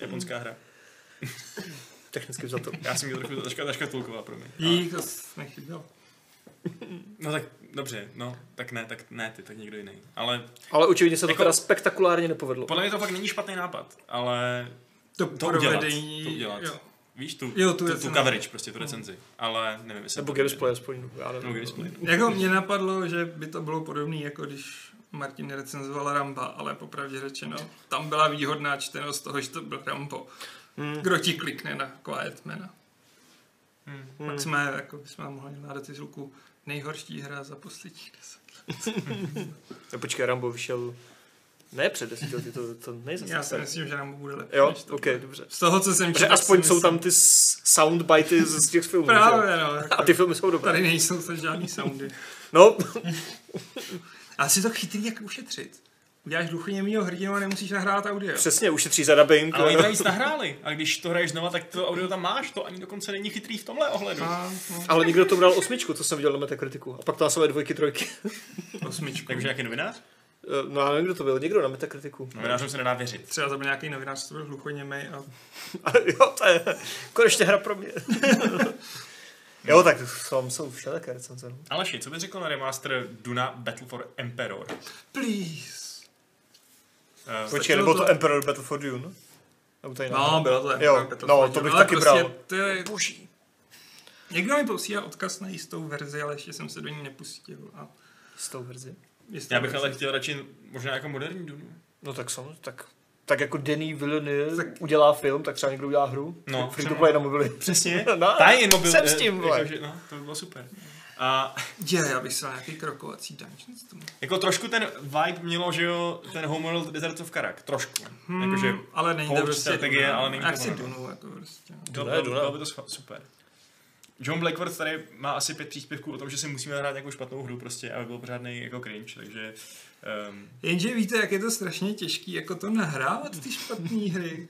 S1: japonská hra.
S4: Technicky za to.
S1: Já jsem ji trochu taška, taška tulková pro mě. A,
S2: Dík, to s- nechybělo.
S1: no tak dobře, no tak ne, tak ne ty, tak někdo jiný. Ale
S4: Ale očividně se to
S1: Jako-
S4: teda spektakulárně nepovedlo.
S1: podle mě to fakt není špatný nápad, ale
S2: To,
S1: To udělat,
S2: provedení-
S1: to udělat.
S2: Jo.
S1: Víš, tu,
S2: Jo,
S1: jo,
S2: tu
S1: tu, tu, tu
S2: recenzi.
S1: coverage, prostě tu recenzi. Ale nevím, jestli...
S4: Nebo
S1: to bude.
S4: gamesplay aspoň, no, já nevím.
S1: Nebo Gamesplay.
S2: Jako mě napadlo, že by to bylo podobné, jako když Martin recenzoval Ramba, ale popravdě řečeno, tam byla výhodná čtenost toho, že to byl Rambo.
S4: Hmm.
S2: Kdo ti klikne na Quietmana?
S1: Hmm.
S2: Hmm. Pak jsme, jako bychom mohli nadat z ruku nejhorší hra za posledních deset.
S4: No, počkej, Rambo vyšel... Ne před deseti lety, to, to nejzase.
S2: Já si myslím, že nám bude lepší.
S4: Jo,
S2: než to
S4: ok,
S2: bude.
S4: dobře.
S2: Z toho, co jsem
S4: Protože
S2: tak
S4: aspoň
S2: si
S4: jsou
S2: myslím-
S4: tam ty s- soundbity z z těch filmů. že jo?
S2: Právě, no. Jako,
S4: A ty filmy jsou dobré.
S2: Tady nejsou to žádný soundy.
S4: No,
S2: A si to chytrý, jak ušetřit. Uděláš hluchoněmýho hrdinu a nemusíš nahrát audio.
S4: přesně, ušetří za dubbing.
S1: Ale oni
S4: no.
S1: to nic nahráli. A když to hraješ znova, tak to audio tam máš. To ani dokonce není chytrý v tomhle ohledu.
S2: A, no,
S4: Ale někdo to bral osmičku, co jsem viděl na Metakritiku. A pak to asi dvojky, trojky.
S2: osmičku.
S1: Takže nějaký novinář?
S4: Eh, No já nevím, kdo to byl, někdo na Metakritiku.
S1: Novinářům se nedá věřit.
S2: Třeba to byl nějaký novinář, co byl hluchoněmej a
S4: A jo, to je konečně hra pro mě. jo, tak tam jsou všelijaké recenze. no.
S1: Aleši, co bys řekl na remaster Duna Battle for Emperor?
S2: please.
S1: Uh,
S4: Počkej,
S2: Stačilo
S4: nebo to
S2: to-
S4: Emperor Battle for Dune? Nebo to jiná
S2: No,
S4: hra?
S2: bylo to
S4: Jo,
S2: Battle
S4: no,
S2: Frontier,
S4: to bych
S2: ale
S4: taky
S2: prostě
S4: bral.
S2: To je,
S4: Boží.
S2: někdo mi posílá odkaz na jistou verzi, ale ještě jsem se do ní nepustil. A
S4: S tou verzi.
S2: jistou
S1: já bych
S2: verzi-
S1: ale chtěl radši možná jako moderní Dunu.
S4: No tak samozřejmě, tak, tak jako Denis Villeneuve
S2: Tak-
S4: udělá film, tak třeba někdo udělá hru.
S1: No,
S4: No, free to
S1: třeba.
S4: play na mobily.
S1: Přesně.
S4: No,
S1: Ta je mobil.
S4: jsem
S1: eh,
S4: s tím, vole.
S1: jakože, No, to by bylo super. A
S2: Dělej, já bych si dal nějaký krokovací dungeon. Tomu.
S1: jako trošku ten vibe mělo, že jo, ten Homeworld Desert of Karak, trošku. Hmm, Jakože
S2: Ale není to
S1: Pouč
S2: prostě
S1: strategie,
S2: Duna.
S1: ale není to
S2: Já chci
S1: ono.
S2: Dunu, jako prostě.
S1: to
S4: Duna,
S1: bylo,
S4: Duna.
S1: bylo by to scho- super. John Blackford tady má asi pět příspěvků o tom, že si musíme hrát nějakou špatnou hru prostě, aby byl pořádný jako cringe, takže um,
S2: Jenže víte, jak je to strašně těžký, jako to nahrávat ty špatné hry.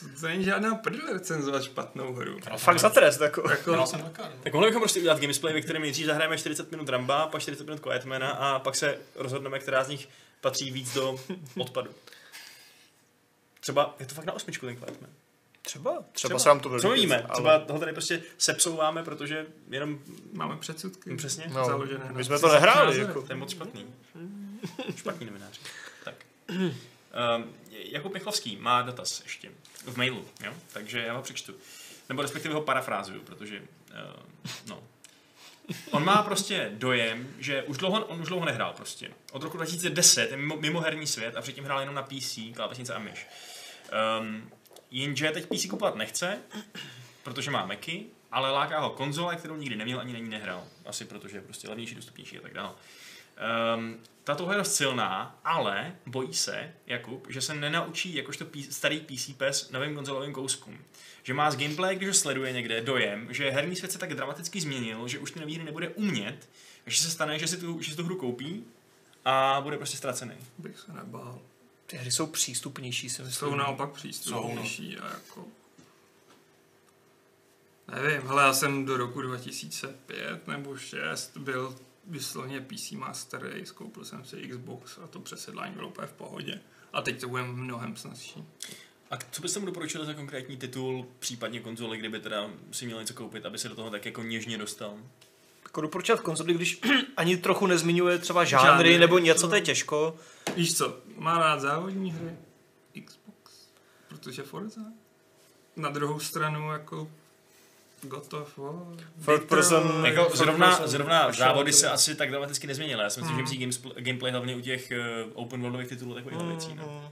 S2: To, to není žádná prdel recenzovat špatnou hru.
S4: Fakt za trest, jako.
S2: Jako,
S3: jsem Dakar.
S1: Tak mohli bychom prostě udělat gamesplay, ve kterém nejdřív zahrajeme 40 minut Ramba, pak 40 minut Quietmana a pak se rozhodneme, která z nich patří víc do odpadu. Třeba je to fakt na osmičku ten Quietman.
S4: Třeba, třeba se nám to
S1: Co
S4: líbit,
S1: víme?
S4: ale-
S1: Třeba ho tady prostě sepsouváme, protože jenom
S2: máme předsudky.
S1: přesně,
S4: No,
S2: založené na
S4: my jsme to
S2: cizích
S4: nehráli,
S2: názorech.
S4: jako.
S1: to je moc špatný. Špatný novinář. Tak. Um, Jakub Michlovský má dotaz ještě v mailu, jo? takže já ho přečtu. Nebo respektive ho parafrázuju, protože uh, no, On má prostě dojem, že už dlouho, on už dlouho nehrál prostě. Od roku 2010 je mimo, mimo herní svět a předtím hrál jenom na PC, klávesnice a myš. Um, jenže teď PC kupovat nechce, protože má Macy, ale láká ho konzole, kterou nikdy neměl ani na ní nehrál. Asi protože je prostě levnější, dostupnější a tak dále. Um, ta touha je dost silná, ale bojí se, Jakub, že se nenaučí jakožto pí- starý PC pes novým konzolovým kouskům. Že má z gameplay, když ho sleduje někde, dojem, že herní svět se tak dramaticky změnil, že už ty nový hry nebude umět, že se stane, že si tu, že si tu hru koupí a bude prostě ztracený.
S2: Bych se nebál.
S4: Ty hry jsou přístupnější, si myslím. no.
S2: Jsou naopak přístupnější a jako... Nevím, hele, já jsem do roku 2005 nebo 6 byl vysloveně PC Master Race, koupil jsem si Xbox a to přesedlání bylo úplně v pohodě. A teď to bude mnohem snazší.
S1: A co byste mu doporučil za konkrétní titul, případně konzoli, kdyby teda si měl něco koupit, aby se do toho tak jako něžně dostal?
S4: Jako doporučovat konzoli, když ani trochu nezmiňuje třeba žánry,
S2: Žánry,
S4: žánry nebo něco,
S2: to-
S4: to je těžko.
S2: Víš co, má rád závodní hry Xbox, protože Forza. Na druhou stranu jako God of War, Detroit,
S4: person-
S1: Jako
S4: Fakt
S1: zrovna,
S4: prostě-
S1: zrovna
S4: až
S1: závody
S4: to-
S1: se asi tak dramaticky nezměnily. Já si myslím, že myslí gamespl- gameplay hlavně u těch eh, open worldových titulů takových
S4: Hmm,
S1: věcí. No.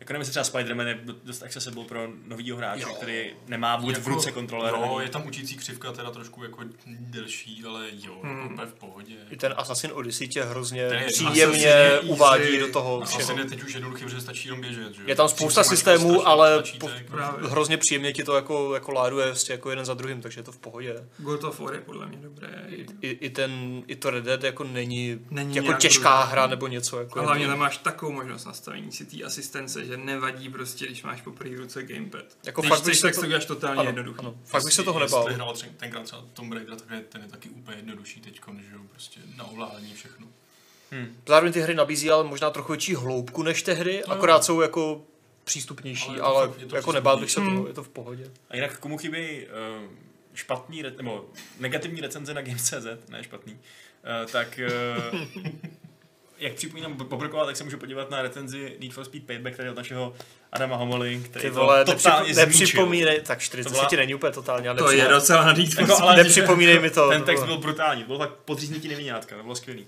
S1: Jako nevím, třeba Spider-Man je dost accessible pro novýho hráče,
S3: Jo.
S1: který nemá buď v ruce kontroler.
S3: Jako- Jo,
S1: nebo-
S3: je tam učící křivka teda trošku jako delší, ale jo,
S4: Mhm.
S3: hmm. úplně v pohodě.
S4: I ten Assassin Odyssey tě hrozně
S3: Ten je-
S4: příjemně
S3: Assassin je easy.
S4: uvádí do toho
S3: Asi
S4: všeho.
S3: je vlastně teď už jednoduchý, protože stačí jenom běžet, že? jo?
S4: Je tam
S3: Tím
S4: spousta
S3: si mačkáš
S4: systémů,
S3: strašně moc
S4: ale
S3: tlačítek.
S4: po-
S2: Právě.
S4: Hrozně příjemně ti to jako, jako láduje prostě jako jeden za druhým, takže je to v pohodě.
S2: God of War je podle mě dobré.
S4: I, i, i ten, i to Red Dead jako není,
S2: Není
S4: jako
S2: nějak
S4: těžká
S2: brutální.
S4: hra nebo něco. Jako
S2: A
S4: je
S2: hlavně
S4: to-
S2: tam máš takovou možnost nastavení si té asistence, že nevadí prostě, když máš poprvé v ruce gamepad.
S4: Jako
S2: Jako když
S4: fakt
S2: fakt
S4: bych
S2: chceš,
S4: se
S2: tak
S4: to-
S2: to... to
S4: Prostě
S2: uděláš totálně
S4: ano,
S2: jednoduchý.
S4: ano, fakt bych se toho
S3: Jestli
S4: nebál.
S3: hrál třeba, tenkrát třeba Tomb Raider, tak je- ten je taky úplně jednodušší teď, že jo, prostě na ovládání všechno.
S4: Zároveň ty hry nabízí ale možná trochu větší hloubku než ty hry, akorát jsou jako přístupnější,
S3: Ale
S4: ale,
S3: je to
S4: ale
S3: fakt- je to
S4: jako nebál bych se
S2: přístupnější.
S4: toho, je to v pohodě.
S1: A jinak komu chybí uh, špatný, re- nebo negativní recenze na Games.cz, ne špatný, uh, tak uh, jak připomínám Bobrkova, tak se můžu podívat na recenzi Need for Speed Payback tady od našeho Adama Homoly, který
S4: Ty
S1: to
S4: vole,
S1: totálně
S4: nepřipo-
S1: zničil.
S4: nepřipomínej, tak 40
S1: To byla-
S4: ti není úplně totálně, ale
S2: To je
S4: nepřipo-
S2: docela nadít.
S1: Jako,
S4: No,
S1: ale
S4: nepřipomínej mi to.
S1: Ten
S4: to
S1: text
S4: bylo-
S1: byl brutální, bylo tak podříznutí nevinátka, to bylo skvělý.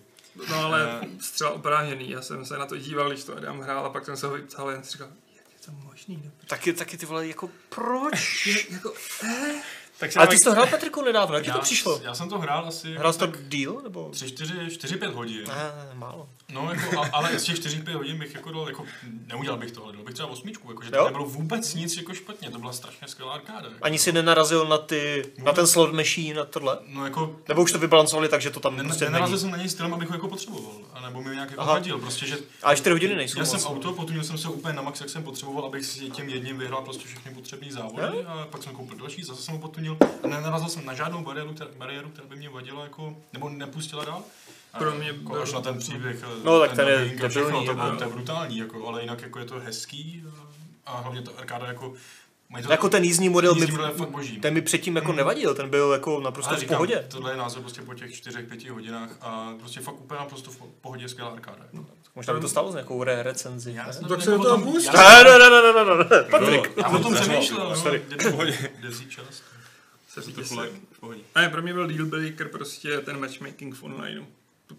S2: No ale střela oprážený. Já jsem se na to díval, když to Adam hrál a pak jsem se ho vyptal a jen si říkal, jak je to možný? no?
S4: Taky, taky ty vole, jako proč?
S2: Je, jako, eh,
S1: Tak
S4: Ale ty jsi to hrál Patriku nedávno, jak ti to
S3: Já-
S4: přišlo?
S3: Já jsem to hrál asi...
S4: Hrál jsi to díl, nebo?
S3: 3, 4, 4, 5 hodin.
S4: Ne, málo.
S3: No, jako, a, ale z těch 4, 5 hodin bych jako dal, jako, neudělal bych tohle, dal bych třeba osmičku, jakože
S4: Jo?
S3: to nebylo vůbec nic jako špatně, to byla strašně skvělá arkáda. Jako.
S4: Ani si nenarazil na ty, na ten slot machine, na tohle?
S3: No jako,
S4: Nebo už to vybalancovali, takže to tam
S3: ne,
S4: prostě
S3: nenarazil
S4: není.
S3: jsem na něj stylem, abych ho jako potřeboval, anebo mi nějak jako
S4: Aha.
S3: vadil, prostě, že
S4: Ale 4 hodiny nejsou
S3: já jsem
S4: moc.
S2: vlastně-
S3: auto, potom jsem se úplně na max, jak jsem potřeboval, abych si tím jedním vyhrál prostě všechny potřebné závody a pak jsem koupil další, zase jsem ho potunil a nenarazil jsem na žádnou bariéru, která, bariéru, která by mě vadila jako, nebo nepustila dál. A
S2: Pro mě
S3: jako
S2: byl-
S3: až na ten příběh.
S4: No, tak ten je
S3: nový a všechno,
S4: debilní,
S3: to, bylo,
S4: jako.
S3: to je brutální, jako, ale jinak jako je to hezký eh, a hlavně ta arkáda jako... mají to-
S4: Jako ten jízdní model, mi,
S3: jízdní model je fakt boží.
S4: ten mi předtím jako nevadil, ten byl jako naprosto
S3: Ale
S4: v
S3: říkám,
S4: pohodě.
S3: Tohle je název prostě po těch 4-5 hodinách a prostě fakt úplně naprosto v po- pohodě skvělá arkáda.
S2: No,
S3: Jako.
S4: Možná by to stalo s nějakou re- recenzí. ne?
S3: jsem
S2: Tak se
S3: jako
S2: do toho
S3: potom-
S2: pust.
S3: já jsem-
S4: Ne, ne, ne, ne, ne, ne, ne. Patrik.
S3: Já o tom přemýšlel,
S1: Sorry.
S3: no, desí čas.
S2: se
S1: To
S2: viděl
S1: kulek,
S2: jsem.
S1: v pohodě.
S2: Ne, pro mě byl deal breaker prostě ten matchmaking v onlineu.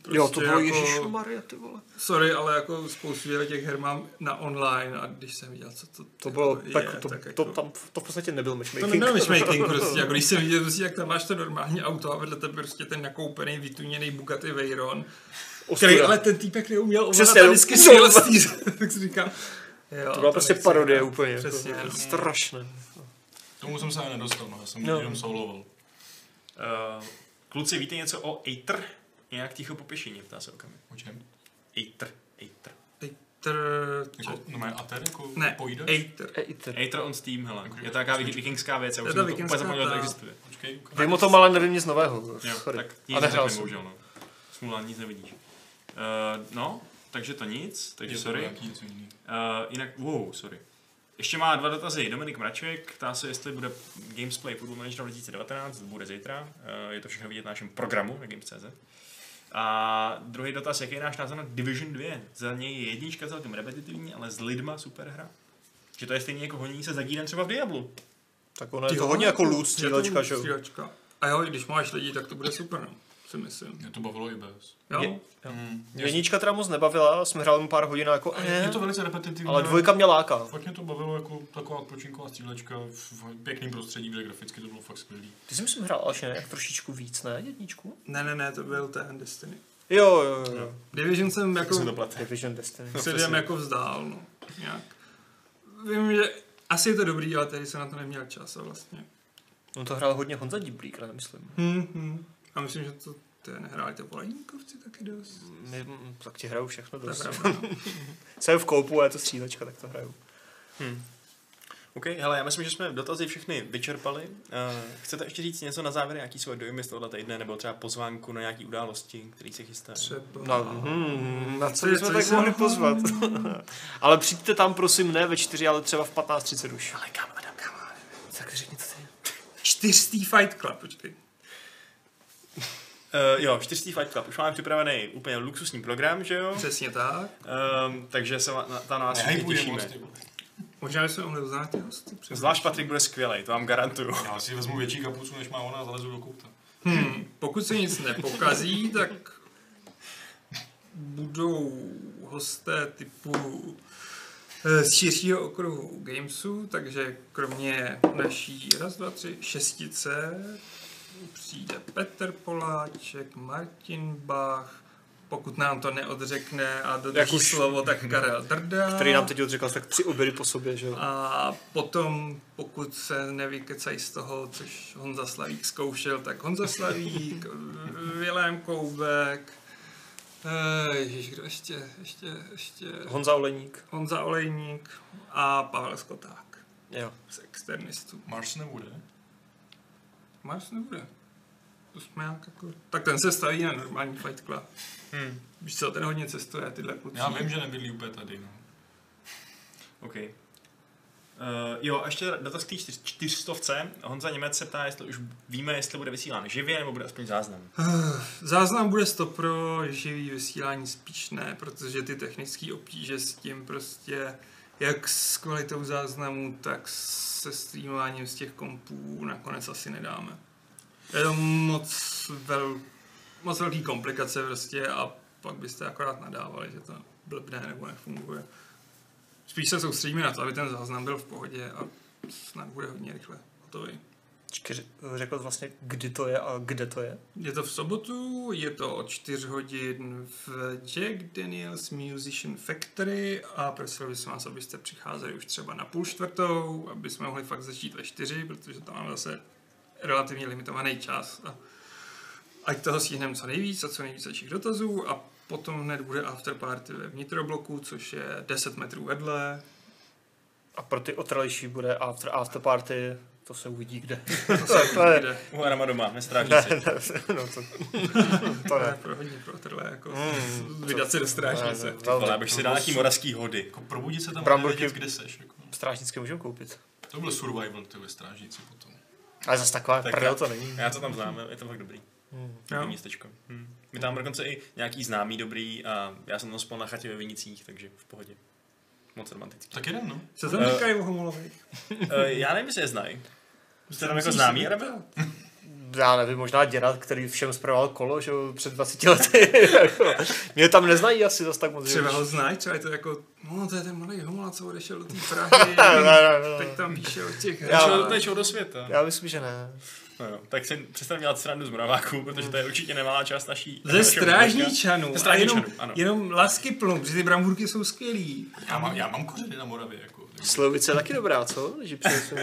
S2: Prostě
S4: Jo, to bylo Ježíš Maria, ty vole.
S2: Sorry, ale jako spoustu děl- těch her mám na online a když jsem viděl, co to,
S4: To bylo,
S2: jako
S4: tak, to,
S2: jako-
S4: to, tam, to v podstatě nebyl
S2: To
S4: matchmaking.
S2: nebyl matchmaking prostě, jako když jsem viděl prostě, jak tam máš to normální auto a vedle tebe prostě ten nakoupený, vytuněný Bugatti Veyron,
S4: Ostuda.
S2: který ale ten týpek neuměl ovládat
S4: Přesně,
S2: a
S4: no.
S2: vždycky střílel z té- tak si říkám, jo,
S4: To byla prostě
S2: nechci,
S4: parodie
S2: no.
S4: úplně.
S2: Přesně,
S4: jako,
S2: no.
S4: Strašné.
S3: Tomu jsem se ani nedostal, no, já jsem
S4: No.
S3: jenom souloval.
S1: Uh, kluci, víte něco o Eitr? Nějak ticho po pěšině, ptá se Okami.
S3: O čem?
S1: Eitr, Eitr.
S2: Eiter,
S3: Jako, no mé ater, jako
S2: ne,
S3: pojdeš?
S2: Eiter.
S4: E,
S1: Eitr on Steam, hele. Je to taková vik- vikingská věc, já
S2: Je
S1: už
S2: to
S1: jsem to
S2: vikingská,
S1: úplně zapomněl, že to
S2: ta-
S1: existuje.
S3: Počkej, ukáž.
S4: Vím o tom, ale nevím nic nového.
S1: Jo,
S4: Sorry.
S1: tak
S4: a
S1: nic
S4: nehrál
S1: neřekne,
S4: jsem.
S1: bohužel, no. Smůla, nic nevidíš. Uh, no, takže to nic, takže
S3: Je to
S1: sorry.
S3: nějaký něco jiný.
S1: Uh, jinak, wow, sorry. Ještě má dva dotazy. Dominik Mraček ptá se, jestli bude Gamesplay Football Manager 2019, bude zítra. Uh, je to všechno vidět na našem programu na Games.cz. A druhý dotaz, jaký je náš názor na Division 2? Za něj je jednička celkem repetitivní, ale s lidma super hra. Že to je stejně jako honění se za dírem třeba v Diablu.
S4: Tak ono je to hodně jako loot střílečka, že jo?
S2: Střílečka. A jo, i když máš lidi, tak to bude super, no, si myslím.
S3: Mě to bavilo i bez.
S2: Jo?
S4: Je-
S3: Mm,
S1: Hmm.
S4: Jednička teda moc nebavila, jsme hráli mu pár hodin a jako
S3: A
S4: eh,
S3: je to velice repetitivní.
S4: ale dvojka mě láká.
S3: Fakt mě to bavilo jako taková odpočinková střílečka v v pěkném prostředí, kde graficky to bylo fakt skvělý.
S4: Ty jsi myslím hrál až nějak trošičku víc, ne? Jedničku?
S2: Ne, ne, ne, to byl ten Destiny.
S4: Jo, jo, jo. jo.
S2: Division jsem jako...
S1: plete.
S4: Division Destiny.
S2: no, předem jako vzdál, no. Nějak. Vím, že asi je to dobrý, ale tady jsem na to neměl čas a vlastně.
S4: No to hrál hodně Honza Diblík, ne, myslím.
S2: Hmm, hmm. A myslím, že to ty nehráli to Polajníkovci taky dost.
S4: My, mm, tak ti hraju všechno
S2: To je
S4: dost.
S2: pravda. no.
S4: Jsem v koupu a je to střílečka, tak to hraju.
S1: OK, hele, já myslím, že jsme dotazy všechny vyčerpali. Uh, chcete ještě říct něco na závěr, jaký jsou dojmy z tohoto týdne, nebo třeba pozvánku na nějaký události, který se chystá?
S2: Třeba.
S4: Na, hmm, No, na co
S2: Co No. je-
S4: bychom
S2: co
S4: tak
S2: jsi-
S4: mohli pozvat? ale přijďte tam prosím ne ve čtyři, ale třeba v 15.30 už.
S1: Ale kam, Adam, kam?
S4: Tak řekni to ty.
S2: Čtyřstý Fight Club, počkej.
S1: Uh, jo, čtyřstý Fight Club. Už máme připravený úplně luxusní program, že jo?
S2: Přesně tak.
S1: Um, takže se va- na, ta na vás všichni
S3: Nehypuje
S1: těšíme.
S3: moc, ty vole.
S2: Možná bychom mohli uznat ty hosty. přesně.
S1: Zvlášť Patrik bude skvělý, to vám garantuju.
S3: Já si vezmu větší kapucu, než má ona a zalezu do kouta.
S2: Hmm, pokud se nic nepokazí, tak budou hosté typu eh, z širšího okruhu Gamesu, takže kromě naší raz, dva, tři, šestice přijde Petr Poláček, Martin Bach, pokud nám to neodřekne a
S4: Jak
S2: dodrží
S4: už-
S2: slovo, tak Karel Drda.
S4: Který nám teď odřekl tak tři obědy po sobě, že jo?
S2: A potom, pokud se nevykecají z toho, což Honza Slavík zkoušel, tak Honza Slavík, Vilém Koubek, eh, ježiš, kdo ještě, ještě, ještě,
S4: Honza Oleník.
S2: Honza Olejník a Pavel Skoták
S4: Jo.
S2: z externistů.
S3: Mars nebude.
S2: Máš nebude. To jsme nějak jako... Tak ten se staví na normální Fight Club.
S1: Hmm.
S2: Víš co, ten hodně cestuje, tyhle kluci.
S3: Já vím, že nebydlí úplně tady, no.
S1: OK. Uh, jo, a ještě dotaz k té čtyř- čtyřstovce. Honza Němec se ptá, jestli už víme, jestli bude vysílán živě, nebo bude aspoň záznam.
S2: Záznam bude to pro živý vysílání spíš ne, protože ty technické obtíže s tím prostě, jak s kvalitou záznamu, tak se streamováním z těch kompů nakonec asi nedáme. Je to moc, vel, moc velký komplikace prostě a pak byste akorát nadávali, že to blbne nebo nefunguje. Spíš se soustředíme na to, aby ten záznam byl v pohodě a snad bude hodně rychle hotový.
S4: Čtyři, řekl vlastně, kdy to je a kde to je.
S2: Je to v sobotu, je to od 4 hodin v Jack Daniels Musician Factory a prosil bych vás, abyste přicházeli už třeba na půl čtvrtou, aby jsme mohli fakt začít ve čtyři, protože tam máme zase relativně limitovaný čas. A ať toho stihneme co nejvíc a co nejvíc našich dotazů a potom hned bude afterparty ve vnitrobloku, což je 10 metrů vedle.
S4: A pro ty otralejší bude after, after party, to se uvidí kde.
S2: To se
S4: To je-
S2: bude.
S1: U Arama doma, nestráží
S4: Ne,
S1: se.
S4: ne, no to,
S2: To
S4: to
S2: je
S4: ne.
S2: pro hodně pro trle, jako
S4: Mm,
S2: vydat se do
S4: Ne,
S2: strážnice.
S4: ne,
S1: Ale
S4: velmi.
S1: abych si dal nějaký moravský hody.
S3: Jako probudit se tam
S4: Bramborky-
S3: a vědět, kde seš. Jako.
S4: Strážnické můžeme koupit.
S3: To byl survival, ty ve strážnici potom.
S4: Ale zase taková
S1: Tak
S4: prdel
S1: já-
S4: to není.
S1: Já to tam znám, je to fakt dobrý.
S4: Hmm.
S1: Dobrý městečko. Hmm. My tam dokonce i nějaký známý dobrý a já jsem tam spal na chatě ve Vinicích, takže v pohodě. Moc romantický.
S3: Tak jeden, no.
S2: Co tam
S1: Eh,
S2: říkají o homolových?
S1: Eh, já nevím, jestli je znají. Jste tam jako známí, Arabe?
S4: já nevím, možná děda, který všem zpravoval kolo, že jo, před 20 lety. Jako, Mě tam neznají asi zase tak moc. že
S2: Třeba
S4: už-
S2: ho znáš, třeba je to jako, no to je ten malý homola, co odešel do té Prahy,
S4: Ne, ne, ne, ne.
S2: teď tam píše o těch
S4: No, Já-
S2: já,
S1: Nečel do světa.
S4: Já myslím, že ne.
S1: No jo, tak si přestaň dělat srandu z mraváků, protože to je určitě nemalá část naší...
S2: Ze
S1: našeho podcastu.
S2: strážničanů.
S1: Ze
S2: a jenom,
S1: strážničanů, ano.
S2: jenom lásky plnou, protože ty bramburky jsou skvělý.
S3: Já, má, já mám kořeny na Moravě, jako.
S4: Slovice je taky dobrá, co? Když ji přinesu.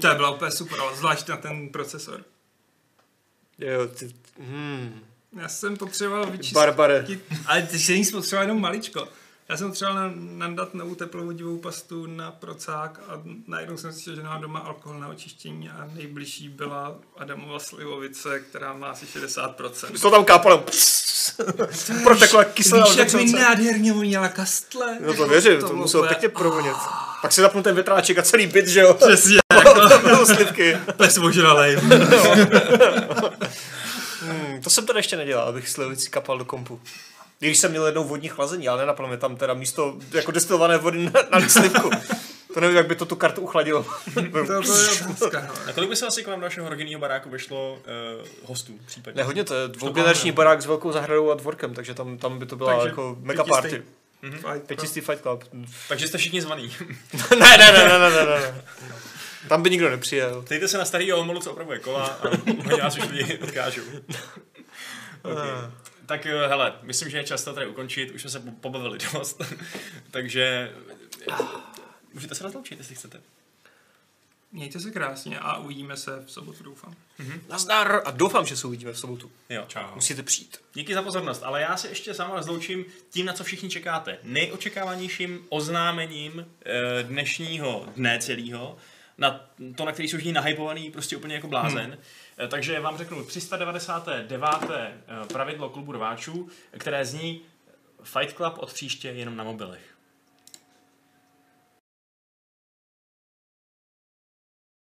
S2: To je byla úplně super, ale zvlášť na ten procesor.
S4: jo, ty, hmm.
S2: Já jsem potřeboval vyčistit.
S4: Barbare.
S2: Ale ty jsi jsi potřeboval jenom maličko. Já jsem potřeboval na- nandat novou teplovodivou pastu na procák a najednou jsem si že mám doma alkohol na očištění a nejbližší byla Adamova slivovice, která má asi 60%.
S4: Jsou tam kápalem. Protekla kyselá.
S2: Víš, jak
S4: vzorce.
S2: mi nádherně voněla kastle?
S4: No to věřím, to,
S2: bylo
S4: muselo
S2: úplně-
S4: pěkně provonět. Pak si zapnu ten větráček a celý byt, že jo?
S2: Přesně, jako-
S4: Nebo slivky.
S2: pes ožralej.
S4: Hmm, to jsem teda ještě nedělal, abych slivici kapal do kompu. I Když jsem měl jednou vodní chlazení, ale nenapadlo mi tam teda místo jako destilované vody na, na slivku. To nevím, jak by to tu kartu uchladilo.
S2: To je otázka. hele.
S1: A kolik by se asi kolem našeho rodinného baráku vešlo uh, hostů případně?
S4: Ne, hodně to je dvougenerační barák s velkou zahradou a dvorkem, takže tam, tam by to byla
S2: Takže
S4: jako mega
S2: pětistý.
S4: party.
S2: Fajt,
S4: Pětistý Fight Club.
S1: Takže jste všichni zvaní.
S4: ne, ne, ne, ne, ne, ne, ne. Tam by nikdo nepřijel.
S1: Ptejte se na starý omolu, co opravuje kola a oni vás už lidi odkážou. okay. Tak eh, hele, myslím, že je čas to tady ukončit, už jsme se po- pobavili dost, takže eh, můžete se rozloučit, jestli chcete.
S2: Mějte se krásně a uvidíme se v sobotu, doufám.
S4: Nazdar a doufám, že se uvidíme v sobotu.
S1: Jo.
S3: Čau.
S4: Musíte přijít.
S1: Díky za pozornost, ale já se ještě sama rozloučím tím, na co všichni čekáte. Nejočekávanějším oznámením eh, dnešního dne celého, na to, na který jsou všichni nahypovaný, prostě úplně jako blázen. Eh, Takže vám řeknu 399. eh, pravidlo klubu rváčů, které zní Fight Club od příště jenom na mobilech.